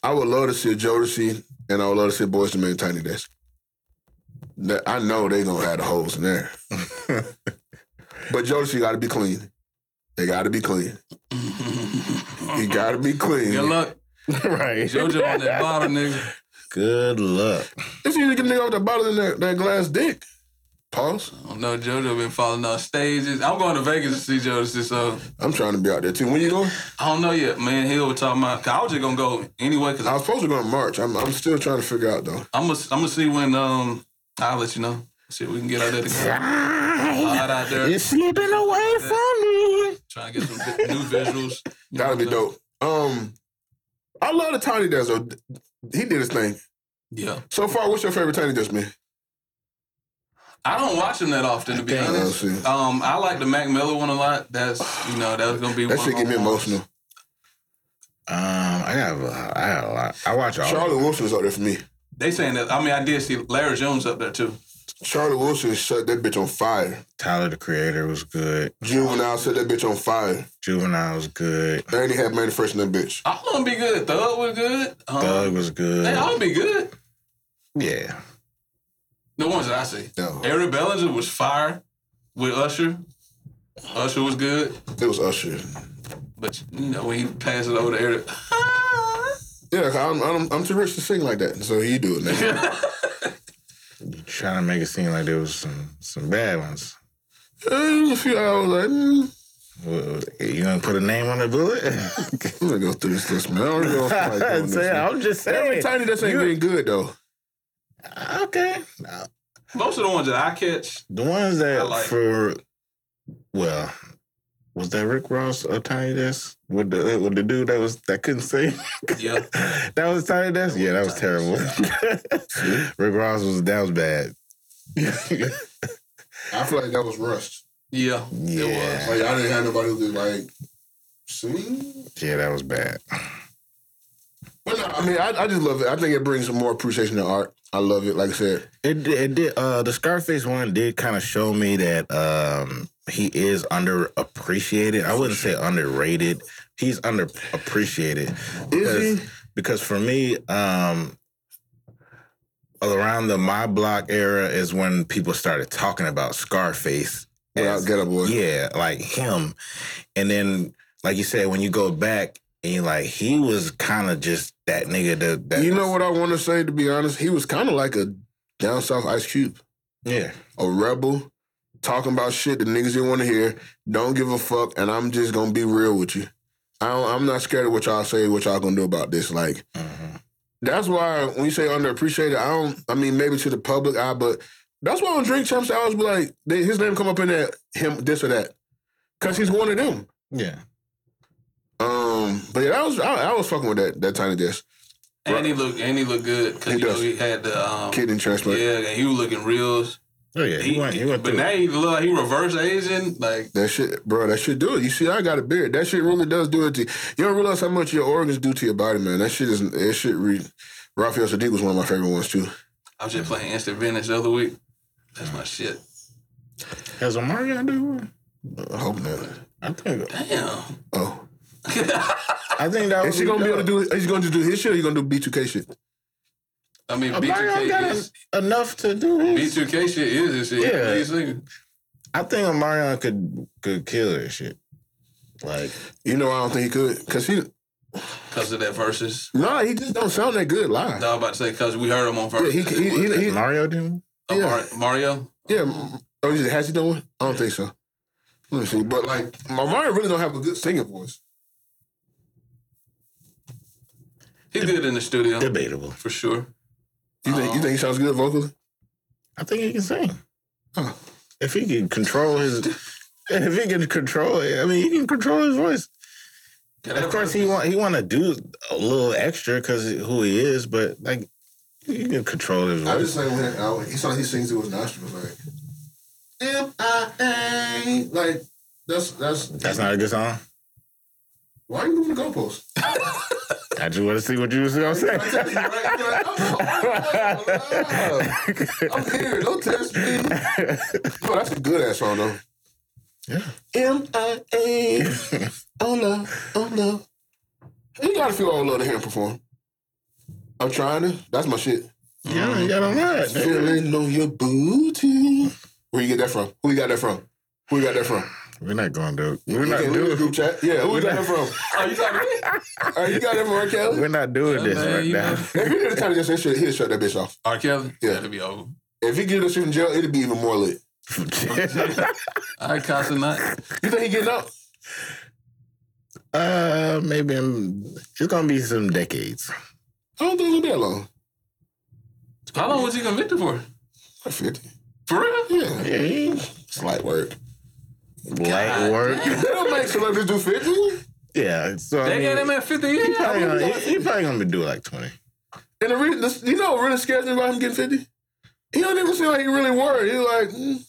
I would love to see a Jodeci and I would love to see Boys to Men Tiny Desk. That- I know they gonna have the holes in there. but Jodeci gotta be clean. They gotta be clean. You gotta be clean.
Good luck.
right.
JoJo on that bottom, nigga.
Good luck.
If you get a nigga off the bottom of that, that glass dick. Pause.
I don't know. JoJo been falling off stages. I'm going to Vegas to see JoJo, so
I'm trying to be out there too. When you going?
I don't know yet. Man, Hill was talking about. Cause I was just gonna go anyway. Cause
I
I,
was supposed to go in March. I'm, I'm still trying to figure out though.
I'm gonna I'm gonna see when um I'll let you know. See if we can get out there together.
Uh,
Hot out there.
It's slipping away from me.
Try and get some vi- new visuals. You know
That'd be
what I'm
dope. Um, I love the Tiny Desk. though. He did his thing.
saying? Yeah.
So far, what's your favorite Tiny Desk man?
I don't watch him that often to be
Damn,
honest.
I see.
Um, I like the Mac Miller one a lot. That's you know that was gonna be
That
one
shit get me
of my ones.
emotional.
Um, I got, a- I got a lot. I watch all.
Charlie Wilson is out there for me.
They saying that. I mean, I did see Larry Jones up there too.
Charlie Wilson shut that bitch on fire.
Tyler the Creator was good.
Juvenile set that bitch on fire.
Juvenile was good.
And he had Manny Fresh in that bitch.
All of them be good. Thug was good. Um,
Thug was good.
They all be good.
Yeah.
The ones that I see.
No,
Eric Bellinger was fire with Usher. Usher was good,
it was Usher.
but you know when he passed it over to Eric,
Yeah, 'cause I'm, I'm, I'm too rich to sing like that, so he do it now.
You trying to make it seem like there was some some bad ones.
It was a few hours like, mm,
Well, You gonna put a name on the bullet?
I'm gonna go through this list, man. I don't really feel like doing this,
Say,
man.
I'm just
Every
saying.
Tiny Desk ain't been good though.
Okay.
most of the ones that I catch,
The ones
I
that
like-
for well, was that Rick Ross or Tiny Desk with the with the dude that was that couldn't sing?
yeah,
that was Tiny Desk. Yeah, that was terrible. Rick Ross was that was bad.
I feel like that was rushed.
yeah, it
yeah,
Like I didn't have nobody who could like sing.
yeah, that was bad.
But no, I mean, I, I just love it. I think it brings more appreciation to art. I love it. Like I said,
It di- it did. Uh, the Scarface one did kind of show me that um he is underappreciated. I wouldn't say underrated. He's underappreciated.
is
because for me, um, around the my block era is when people started talking about Scarface.
Without
as-
Ghetto Boy.
yeah, like him. And then, like you said, when you go back and you're like, he was kind of just that nigga that, that
you know what I want to say? To be honest, he was kind of like a down south Ice Cube,
Yeah.
a rebel, talking about shit that niggas didn't want to hear. Don't give a fuck, and I'm just gonna be real with you. I don't, I'm not scared of what y'all say, what y'all gonna do about this. Like
Mhm.
that's why when you say underappreciated, I don't. I mean, maybe to the public eye, but that's why on drink champs, I always be like, they, his name come up in that him this or that, cause he's one of them.
Yeah.
Um, but yeah, I was I, I was fucking with that that tiny desk
And he looked and he looked good because
He
you know,
does.
he had the um,
kid in transplant.
yeah, and he was looking real.
Oh yeah. He,
He,
went. He went
but
through.
now
it.
he look like he reverse Asian. Like
That shit, bro, that shit do it. You see, I got a beard. That shit really does do it to you. You don't realize how much your organs do to your body, man. That shit is, that shit, re- Raphael Sadiq was one of my favorite ones, too.
I was just
Mm-hmm.
playing Instant Venice the other week. That's my shit.
Has Omari got to do one?
I hope not.
I think.
Damn.
Oh.
I think that
Is
was.
he gonna be able to do, is he gonna just do his shit or you gonna do B2K shit?
I mean,
Omari
B2K
got
is,
en- enough to do. his-
B2K shit is his shit.
Yeah.
He's singing.
I think Omarion could could kill this shit. Like
You know, I don't think he could. Cause he,
Because of that versus.
nah, he just don't sound that good
I
live.
was about to say, because we heard him on
Yeah,
first.
he, he, he, he,
Mario didn't.
Uh,
yeah.
Mar- Mario?
yeah. Oh, he- has he done one? I don't think so. Let me see. But like, my Mario really don't have a good singing voice.
He's good in the studio,
Debatable.
for sure.
You think, you think he sounds good vocally?
I think he can sing.
Huh.
If he can control his, if he can control it, I mean, he can control his voice. Of course, he want he want to do a little extra because who he is, but like he can control his
I
voice.
just sang when I, he song he sings through his nostrils like M I A like that's that's
That's not a good song.
why are you moving the goalpost?
I just want to see what you was gonna say.
I tell you, right? You're like, I'm, not- I'm here, don't test me. No, that's a good ass song though.
Yeah.
M I A Oh no, oh no. You gotta feel all love to hear him perform. I'm trying to. That's my shit.
Yeah, you gotta learn.
Feeling on your booty. Where you get that from? Who you got that from? Who you got that from?
We're not going to. We're
You
not
can't leave the
doing.
group chat. Yeah, who you got that from?
Oh, you talking to me?
All right, you got that from R. Kelly?
We're not doing this
Man,
right
you
now.
know.
If he did the time to just say shit, he'd shut that bitch off.
R. Kelly?
Yeah.
That'd be over.
If he get us in jail, it'd be even more lit.
I cost a nut.
You think he getting out?
uh, maybe I'm, it's gonna be some decades.
I don't think it'll be that long.
How long was he convicted for?
Like 50.
For real?
Yeah,
Yeah.
it's light work.
Light work.
They don't make celebrities do 50.
Yeah. So I
They got
mean,
him at 50
he
years.
probably, gonna, he, he probably gonna do like twenty.
And the reason, this- you know what really scares me about him getting 50? He don't even seem like he really worried. He's like, mm,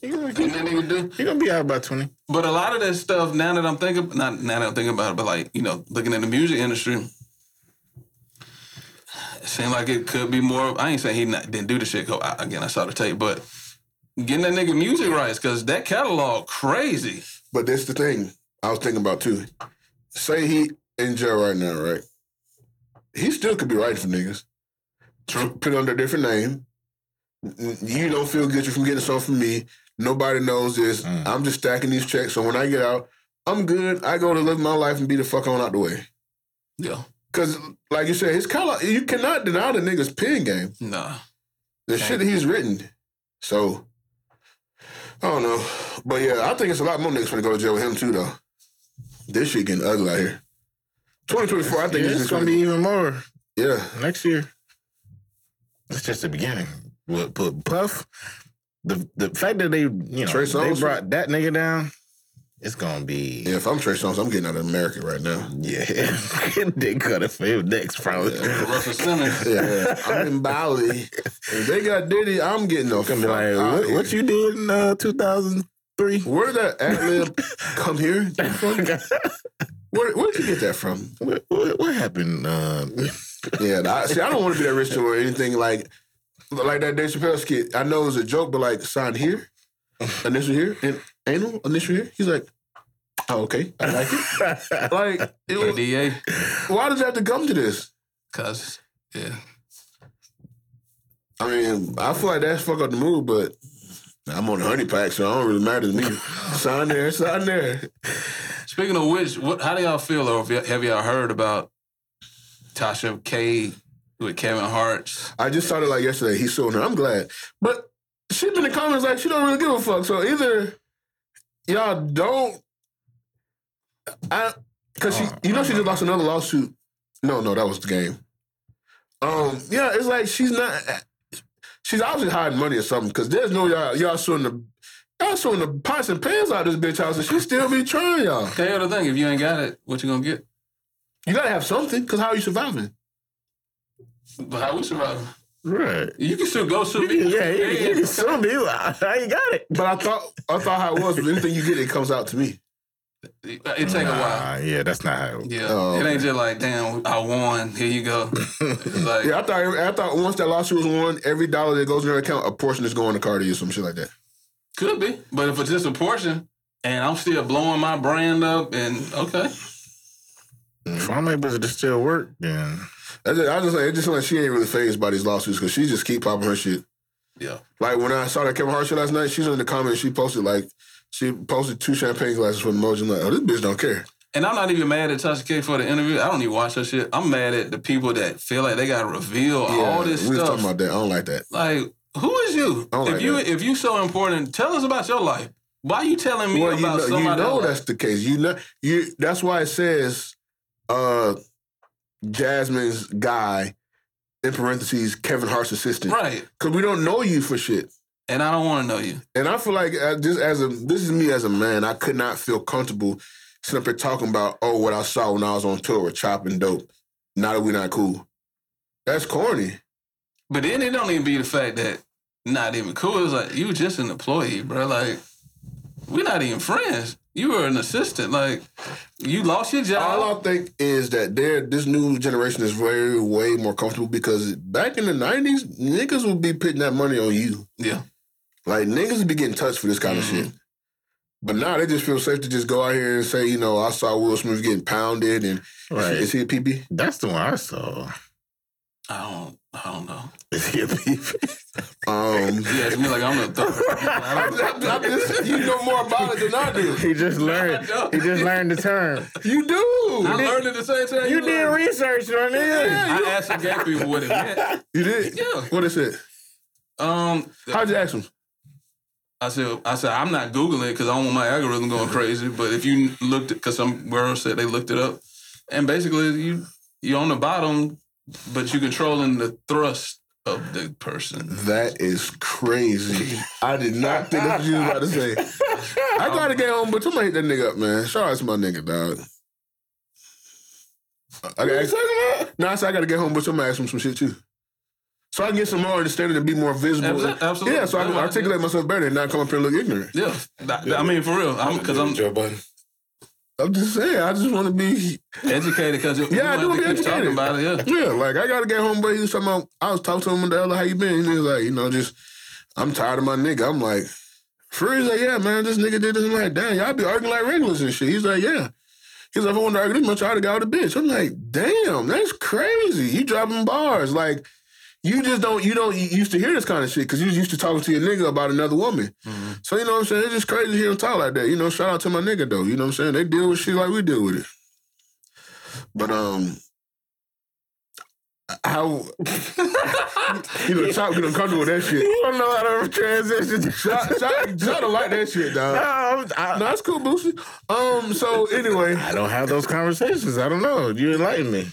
He gonna,
And then they would do-
he gonna be out by twenty.
But a lot of that stuff, now that I'm thinking, not now that I'm thinking about it, but like, you know, looking at the music industry, it seemed like it could be more. I ain't saying he not, didn't do the shit. 'cause I, again, I saw the tape, but getting that nigga music rights, because that catalog crazy.
But that's the thing I was thinking about too. Say he in jail right now, right? He still could be writing for niggas. True. Put under a different name. You don't feel guilty from getting something from me. Nobody knows this.
Mm.
I'm just stacking these checks. So when I get out, I'm good. I go to live my life and be the fuck on out the way.
Yeah.
Cause like you said, it's kind of you cannot deny the niggas pen game.
Nah.
The shit that he's written. So I don't know, but yeah, I think it's a lot more niggas gonna go to jail with him too, though. This shit getting ugly out here. 2024, I think
Yeah,
it's
it's
just
gonna be even more
yeah.
next year. It's just the beginning. What put Puff? The the fact that they you know
Trey
they
Songz?
brought that nigga down, it's gonna be
Yeah, if I'm Trey Songz, I'm getting out of America right now.
Yeah, they cut it for him next, probably.
Russell Simmons.
Yeah, I'm in Bali. If they got Diddy, I'm getting the fuck
Gonna be like,
out
what,
here.
what you did in uh, 2003?
Where did that ad lib come here? Where where'd you get that from?
what, what, what happened? Uh,
Yeah, I, see, I don't want to be that rich or anything like like that Dave Chappelle skit. I know it was a joke, but like sign here, initial here, and anal initial here. He's like, oh, okay, I like it. Like, it was,
ADA.
why does it have to come to this?
Because, yeah.
I mean, I feel like that's fuck up the mood, but I'm on the honey pack, so I don't really matter to me. sign there, sign there.
Speaking of which, what, how do y'all feel, or if y- have y'all heard about Tasha K with Kevin Hart?
I just started like yesterday. He's suing her. I'm glad, but she been in the comments like she don't really give a fuck. So either y'all don't, I because she, you know, she just lost another lawsuit. No, no, that was the game. Um, yeah, it's like she's not. She's obviously hiding money or something because there's no y'all y'all suing the y'all suing the pots and pans out of this bitch house and she still be trying y'all.
Tell you the thing, if you ain't got it, what you gonna get?
You gotta have something because how are you surviving?
But how we surviving?
Right.
You can still go sue me.
Yeah, you, you can sue me. I, I ain't got it.
But I thought I thought how it was. was anything you get, it comes out to me.
It take a while.
Nah, yeah, that's not how. It,
Yeah,
Oh,
it ain't just like damn, I won. Here you go. It's like
Yeah, I thought every- I thought once that lawsuit was won, every dollar that goes in her account, a portion is going to Cardi or some shit like that.
could be, but if it's just a portion, and I'm still blowing my brand up, and okay,
if I'm able to still work, then
I just, I just like it just like she ain't really phased by these lawsuits because she just keep popping her shit.
yeah,
Like when I saw that Kevin Hart shit last night, she's in the comments. She posted like she posted two champagne glasses for emoji. I'm like, oh, this bitch don't care.
And I'm not even mad at Tasha K for the interview. I don't even watch her shit. I'm mad at the people that feel like they gotta reveal all this
we was
stuff.
talking about that. I don't like that.
like, who is you?
I don't
if
like
you
that.
if you so important, tell us about your life. Why you telling me
well, you
about
know, you
somebody?
know
else?
that's the case. You know, you that's why it says, uh, Jasmine's guy, in parentheses, Kevin Hart's assistant,
right.
Because we don't know you for shit.
And I don't want to know you.
And I feel like uh, just as a this is me as a man, I could not feel comfortable sitting up here talking about oh what I saw when I was on tour with chopping dope. Now that we're not cool, that's corny.
But then it don't even be the fact that not even cool. It's like you just an employee, bro. Like we're not even friends. You were an assistant. Like you lost your
All
job.
I think is that there this new generation is very way more comfortable because back in the nineties, niggas would be putting that money on you.
yeah.
Like niggas would be getting touched for this kind of shit. But now they just feel safe to just go out here and say, you know, I saw Will Smith getting pounded and
Right.
is he a PP?
that's the one I saw.
I don't. I don't know.
Is he a beef?
Um,
Yeah, it's me like I'm the third. I
I'm,
don't-
I'm- I'm just- you know more about it than I do.
he just learned.
don't.
he just learned the term.
You
I
do.
learned it the same time.
You
learned
did
it.
research on it.
I asked some gay people what it meant.
You did.
Yeah.
What is it?
Um,
How'd you ask him?
I said, I said, I'm not googling it because I don't want my algorithm going crazy. But if you looked, because some girl said they looked it up, and basically you you're on the bottom, but you're controlling the thrust of the person.
That is crazy. I did not think that's what you was about to say. I got a game on, but somebody hit that nigga up, man. Shout out to my nigga, dog. I got nah, I said I gotta get home, but somebody ask him some shit too. So I can get some more understanding and be more visible.
Abso- absolutely.
Yeah, so I can
Yeah,
articulate myself better and not come up here and look ignorant.
Yeah, I, I mean for real, I'm because I'm
Joe Budden.
I'm just saying, I just wanna be
educated. Because
Yeah, I do be educated.
talking about it. Yeah,
Yeah, like I gotta get home, but he was talking about I was talking to him the other how you been? And he was like, you know, just I'm tired of my nigga. I'm like, Fury's like, yeah, man, this nigga did this. I'm like, damn, y'all be arguing like regulars and shit. He's like, yeah. He's like, if I want to argue this much, I'd have got with a bitch. I'm like, damn, that's crazy. You dropping bars. Like, you just don't, you don't you used to hear this kind of shit because you was used to talking to your nigga about another woman. So, you know what I'm saying? It's just crazy to hear him talk like that. You know, shout out to my nigga, though. You know what I'm saying? They deal with shit like we deal with it. But, um, how you know, Chop get uncomfortable with that shit.
You don't know how to transition.
Chop, Chop, Chop don't like that shit, dog.
No, Uh, I,
No, that's cool, Boosie. Um, so anyway,
I don't have those conversations. I don't know. You enlighten me.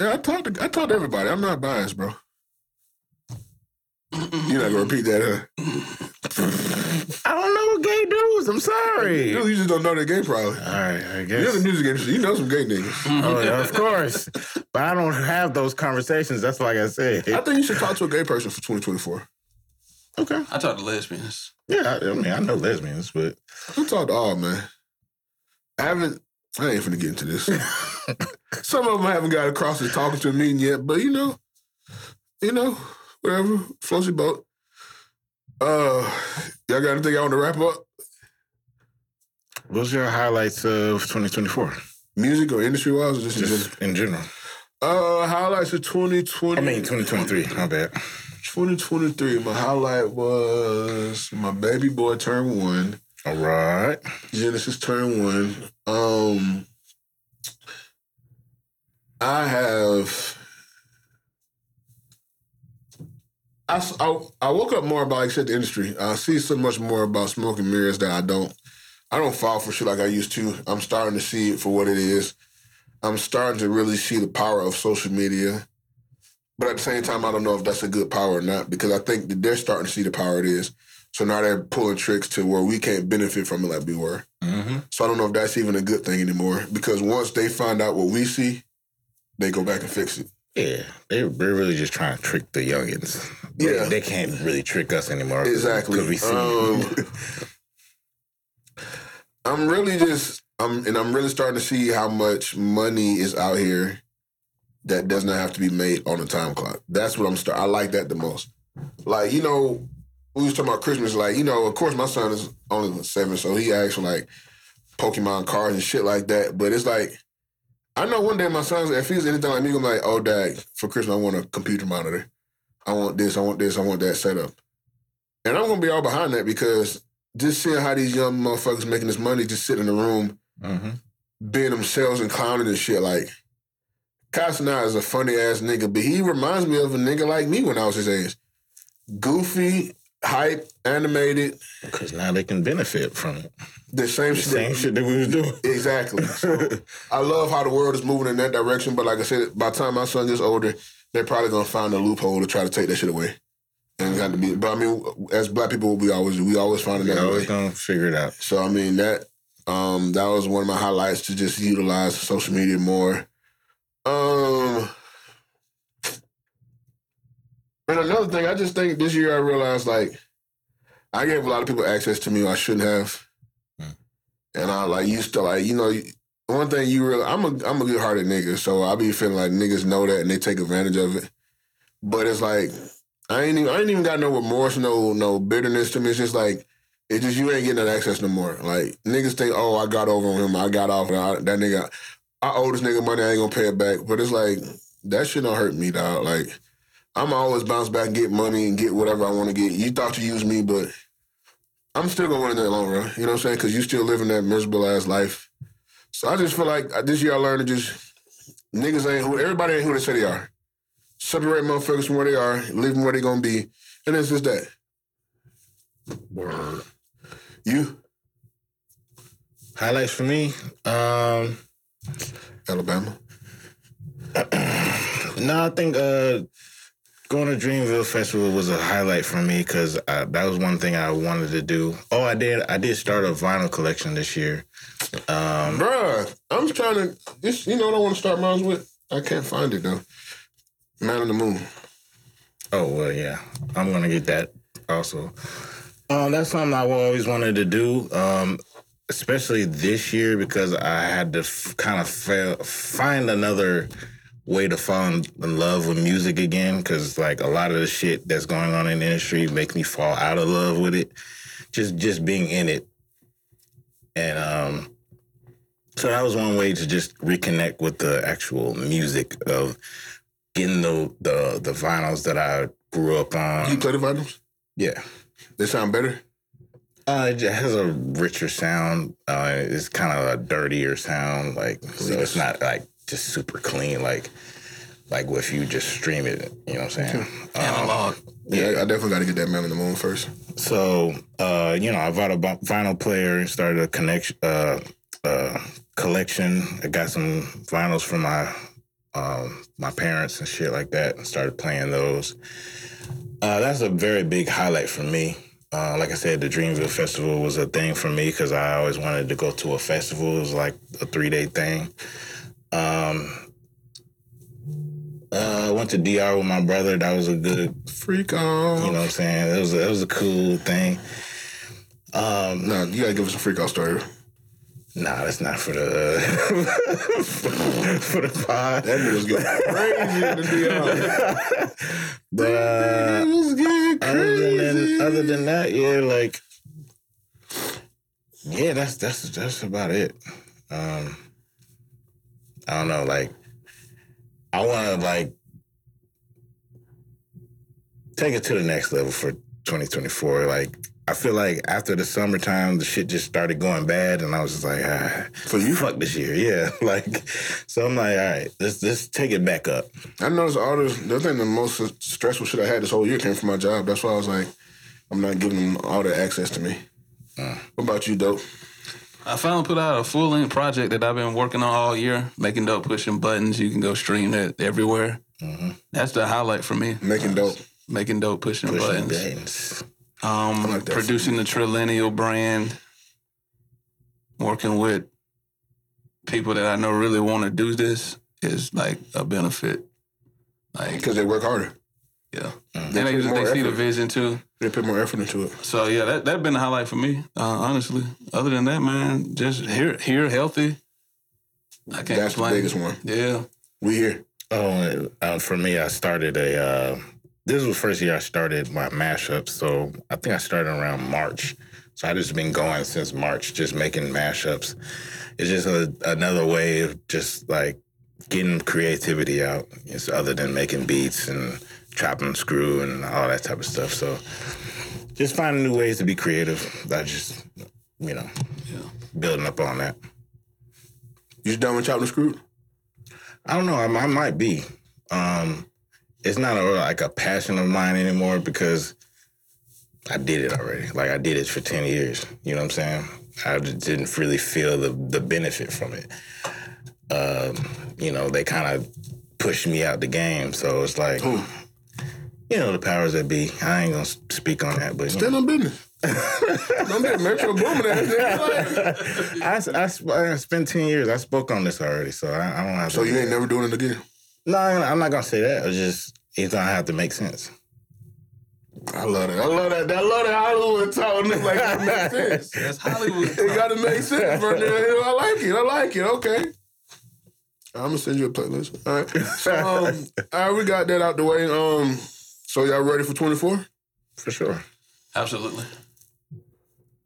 yeah, I talked to I talked to everybody. I'm not biased, bro. You're not gonna repeat that, huh?
I don't know gay dudes. I'm sorry.
Dude, you just don't know that game probably.
All right, I
You're in the
guess.
music industry. You know some gay niggas.
Oh, yeah, of course. But I don't have those conversations. That's like I said.
I think you should talk to a gay person for 2024.
Okay.
I talk to lesbians.
Yeah, I, I mean, I know lesbians, but
Don't talk to all, man. I haven't. I ain't finna get into this. some of them haven't got across to talking to a meeting yet, but you know, you know, whatever. Floats your boat. Uh, y'all got anything I want to wrap up?
what's your highlights of 2024?
Music or industry wise, or just, in general?
Just in general.
uh highlights of 2020.
I mean, 2023. My bad.
2023, my highlight was my baby boy turned one.
All right.
Genesis turned one. Um, I have. I, s- I, I woke up more about like shit the industry. I see so much more about smoking mirrors that I don't. I don't fall for shit like I used to. I'm starting to see it for what it is. I'm starting to really see the power of social media. But at the same time, I don't know if that's a good power or not because I think that they're starting to see the power it is. So now they're pulling tricks to where we can't benefit from it like we were.
Mm-hmm.
So I don't know if that's even a good thing anymore because once they find out what we see, they go back and fix it.
Yeah, they, they're really just trying to trick the youngins. They,
Yeah.
they can't really trick us anymore. 'cause-
Exactly.
'cause we see
Um, I'm really just I'm and I'm really starting to see how much money is out here that does not have to be made on a time clock. That's what I'm start. I like that the most. Like you know, we was talking about Christmas. Like you know, of course my son is only seven, so he asks for like Pokemon cards and shit like that. But it's like. I know one day my son's if he's anything like me, I'm like, oh dad, for Christmas I want a computer monitor. I want this, I want this, I want that setup. And I'm gonna be all behind that because just seeing how these young motherfuckers making this money just sitting in the room
Mhm.
being themselves and clowning and shit like Casanai is a funny ass nigga, but he reminds me of a nigga like me when I was his age. Goofy, hype, animated,
'Cause now they can benefit from it.
the same
The
shit.
same shit that we was doing.
Exactly. So, I love how the world is moving in that direction, but like I said, by the time my son gets older, they're probably gonna find a loophole to try to take that shit away. And it's got to be, but I mean, as black people, we always we always find
we
another way.
always gonna figure it out.
So I mean that um that was one of my highlights to just utilize social media more. Um and another thing, I just think this year I realized like I gave a lot of people access to me I shouldn't have.
Mm.
And I like used to like, you know, one thing you realize I'm a I'm a good hearted nigga, so I be feeling like niggas know that and they take advantage of it. But it's like I ain't even I ain't even got no remorse, no no bitterness to me. It's just like it just you ain't getting that access no more. Like niggas think, oh, I got over on him, I got off, and I, that nigga, I owe this nigga money, I ain't gonna pay it back. But it's like that shit don't hurt me, dog. Like I'm always bounce back and get money and get whatever I want to get. You thought you used me, but I'm still gonna win in that long run. You know what I'm saying? Because you still living that miserable ass life. So I just feel like uh, this year I learned to just niggas ain't who everybody ain't who they say they are. Separate motherfuckers from where they are, leave them where they gonna be, and it's just that.
Word.
You
Highlights for me. Um,
Alabama.
no, I think uh, going to Dreamville Festival was a highlight for me because that was one thing I wanted to do. Oh, I did. I did start a vinyl collection this year. Um,
Mm-hmm. Bruh, I'm trying to. This, you know what I want to start mine with? I can't find it though. Man on the Moon.
Oh well, yeah, I'm gonna get that also. Um, that's something I always wanted to do, um, especially this year because I had to f- kind of fail, find another way to fall in, in love with music again. Because like a lot of the shit that's going on in the industry makes me fall out of love with it. Just just being in it, and um, so that was one way to just reconnect with the actual music of getting the the the vinyls that I grew up
You
on.
play the vinyls?
Yeah,
They sound better.
uh, it has a richer sound. Uh, it's kind of a dirtier sound, like so it's not like just super clean, like like if you just stream it. You know what I'm saying? Um,
Analog.
Yeah, I, I definitely got to get that Man on the Moon first.
so uh, you know, I bought a bu- vinyl player and started a connection uh, uh, collection. I got some vinyls from my um, my parents and shit like that, and started playing those. Uh, that's a very big highlight for me. Uh, like I said, the Dreamville Festival was a thing for me because I always wanted to go to a festival. It was like a three day thing. Um, uh, I went to DR with my brother. That was a good
Freak on.
you know what I'm saying? It was a, it was a cool thing. Um,
Nah, you gotta give us a freak out story.
nah, that's not for the for the pod.
That nigga's getting crazy in the
But
DR.
uh,
It was getting
other
crazy.
than other than that, yeah, like yeah, that's that's that's about it. Um, I don't know, like I want to like take it to the next level for 2024. Like I feel like after the summertime, the shit just started going bad, and I was just like, ah,
For you?
fuck this year, yeah. Like so, I'm like, all right, let's let's take it back up.
I noticed all this. The thing, the most stressful shit I had this whole year came from my job. That's why I was like, I'm not giving them all that access to me.
Uh.
What about you, dope?
I finally put out a full length project that I've been working on all year, making dope, pushing buttons. You can go stream that everywhere.
Mm-hmm.
That's the highlight for me.
Uh,
Making dope.
Making dope, pushing,
Pushing
buttons.
buttons.
Um,
like that.
producing the Trillennial brand, working with people that I know really want to do this is like a benefit. Like,
Because they work harder.
yeah, and they,
Put Mm, more
they see the
effort.
vision too.
They put more effort into it.
So yeah, that that been the highlight for me, uh, honestly. Other than that, man, just here here healthy. I can't
That's
complain.
the biggest one.
Yeah,
We here.
Oh, uh, for me, I started a. Uh, this was the first year I started my mashups, so I think I started around March. So I just been going since March, just making mashups. It's just a, another way of just like getting creativity out. It's other than making beats and chopping screw and all that type of stuff. So just finding new ways to be creative. I just, you know, building up on that.
You done with chopping the screw?
I don't know. I, I might be. Um, it's not a, like a passion of mine anymore because I did it already. Like I did it for ten years. You know what I'm saying? I just didn't really feel the the benefit from it. Um, you know, they kind of pushed me out the game, so it's like.
Hmm.
You know the powers that be. I ain't gonna s- speak on that, but you
Stand on business. Don't be a Metro Boomin' ass nigga. Like,
know, I, s- I s- I spent ten years. I spoke on this already, so I, I don't have.
So
to
you ain't never doing it again.
No, I'm not gonna say that. It's just it's gonna have to make sense.
I love that. I love that. I love that Hollywood talking like that makes sense.
that's Hollywood.
It gotta make sense, bro. I like it. I like it. Okay. I'm gonna send you a playlist. All right. So um, all right, we got that out the way. Um, so y'all ready for 24?
For sure.
Absolutely,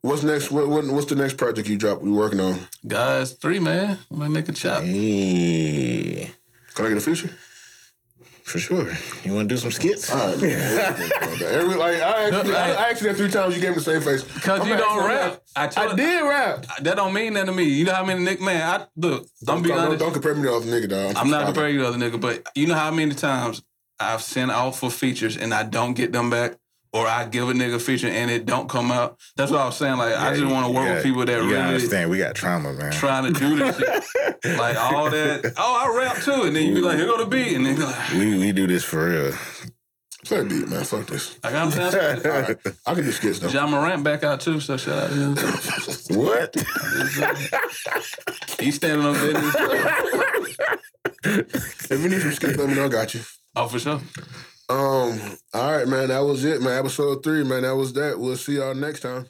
What's next? What, what what's the next project you drop? We working on?
guys. Three man, I'm gonna make a chop.
Hey,
Can I get a feature?
for sure. You wanna do some skits?
All right. Every, like, I actually, I, I actually had three times you gave me the same face.
Cause
I'm
you
asking-
don't rap. I,
I
told,
did rap.
That don't mean nothing to me. You know how many Nick man? I look. Don't, be
Don't-
honest.
Don't compare me to other nigga, dog.
I'm not comparing you to other nigga, but you know how many times I've sent out for features and I don't get them back, or I give a nigga feature and it don't come out. That's what I was saying. Like I just want to work with people that
you gotta
really
understand. We got trauma, man.
trying to do this shit. like all that. Oh, I rap too, and then you be like, here go the beat, and then you like,
we we do this for real.
Play a beat, man. Fuck this.
like I'm saying.
All right. I can do skits though.
John Morant back out too, so shout out to him. too.
What?
He's standing up there.
If you need some skits, let me know. I got you.
Oh, for sure.
Um. All right, man. That was it, man. Episode three, man. That was that. We'll see y'all next time.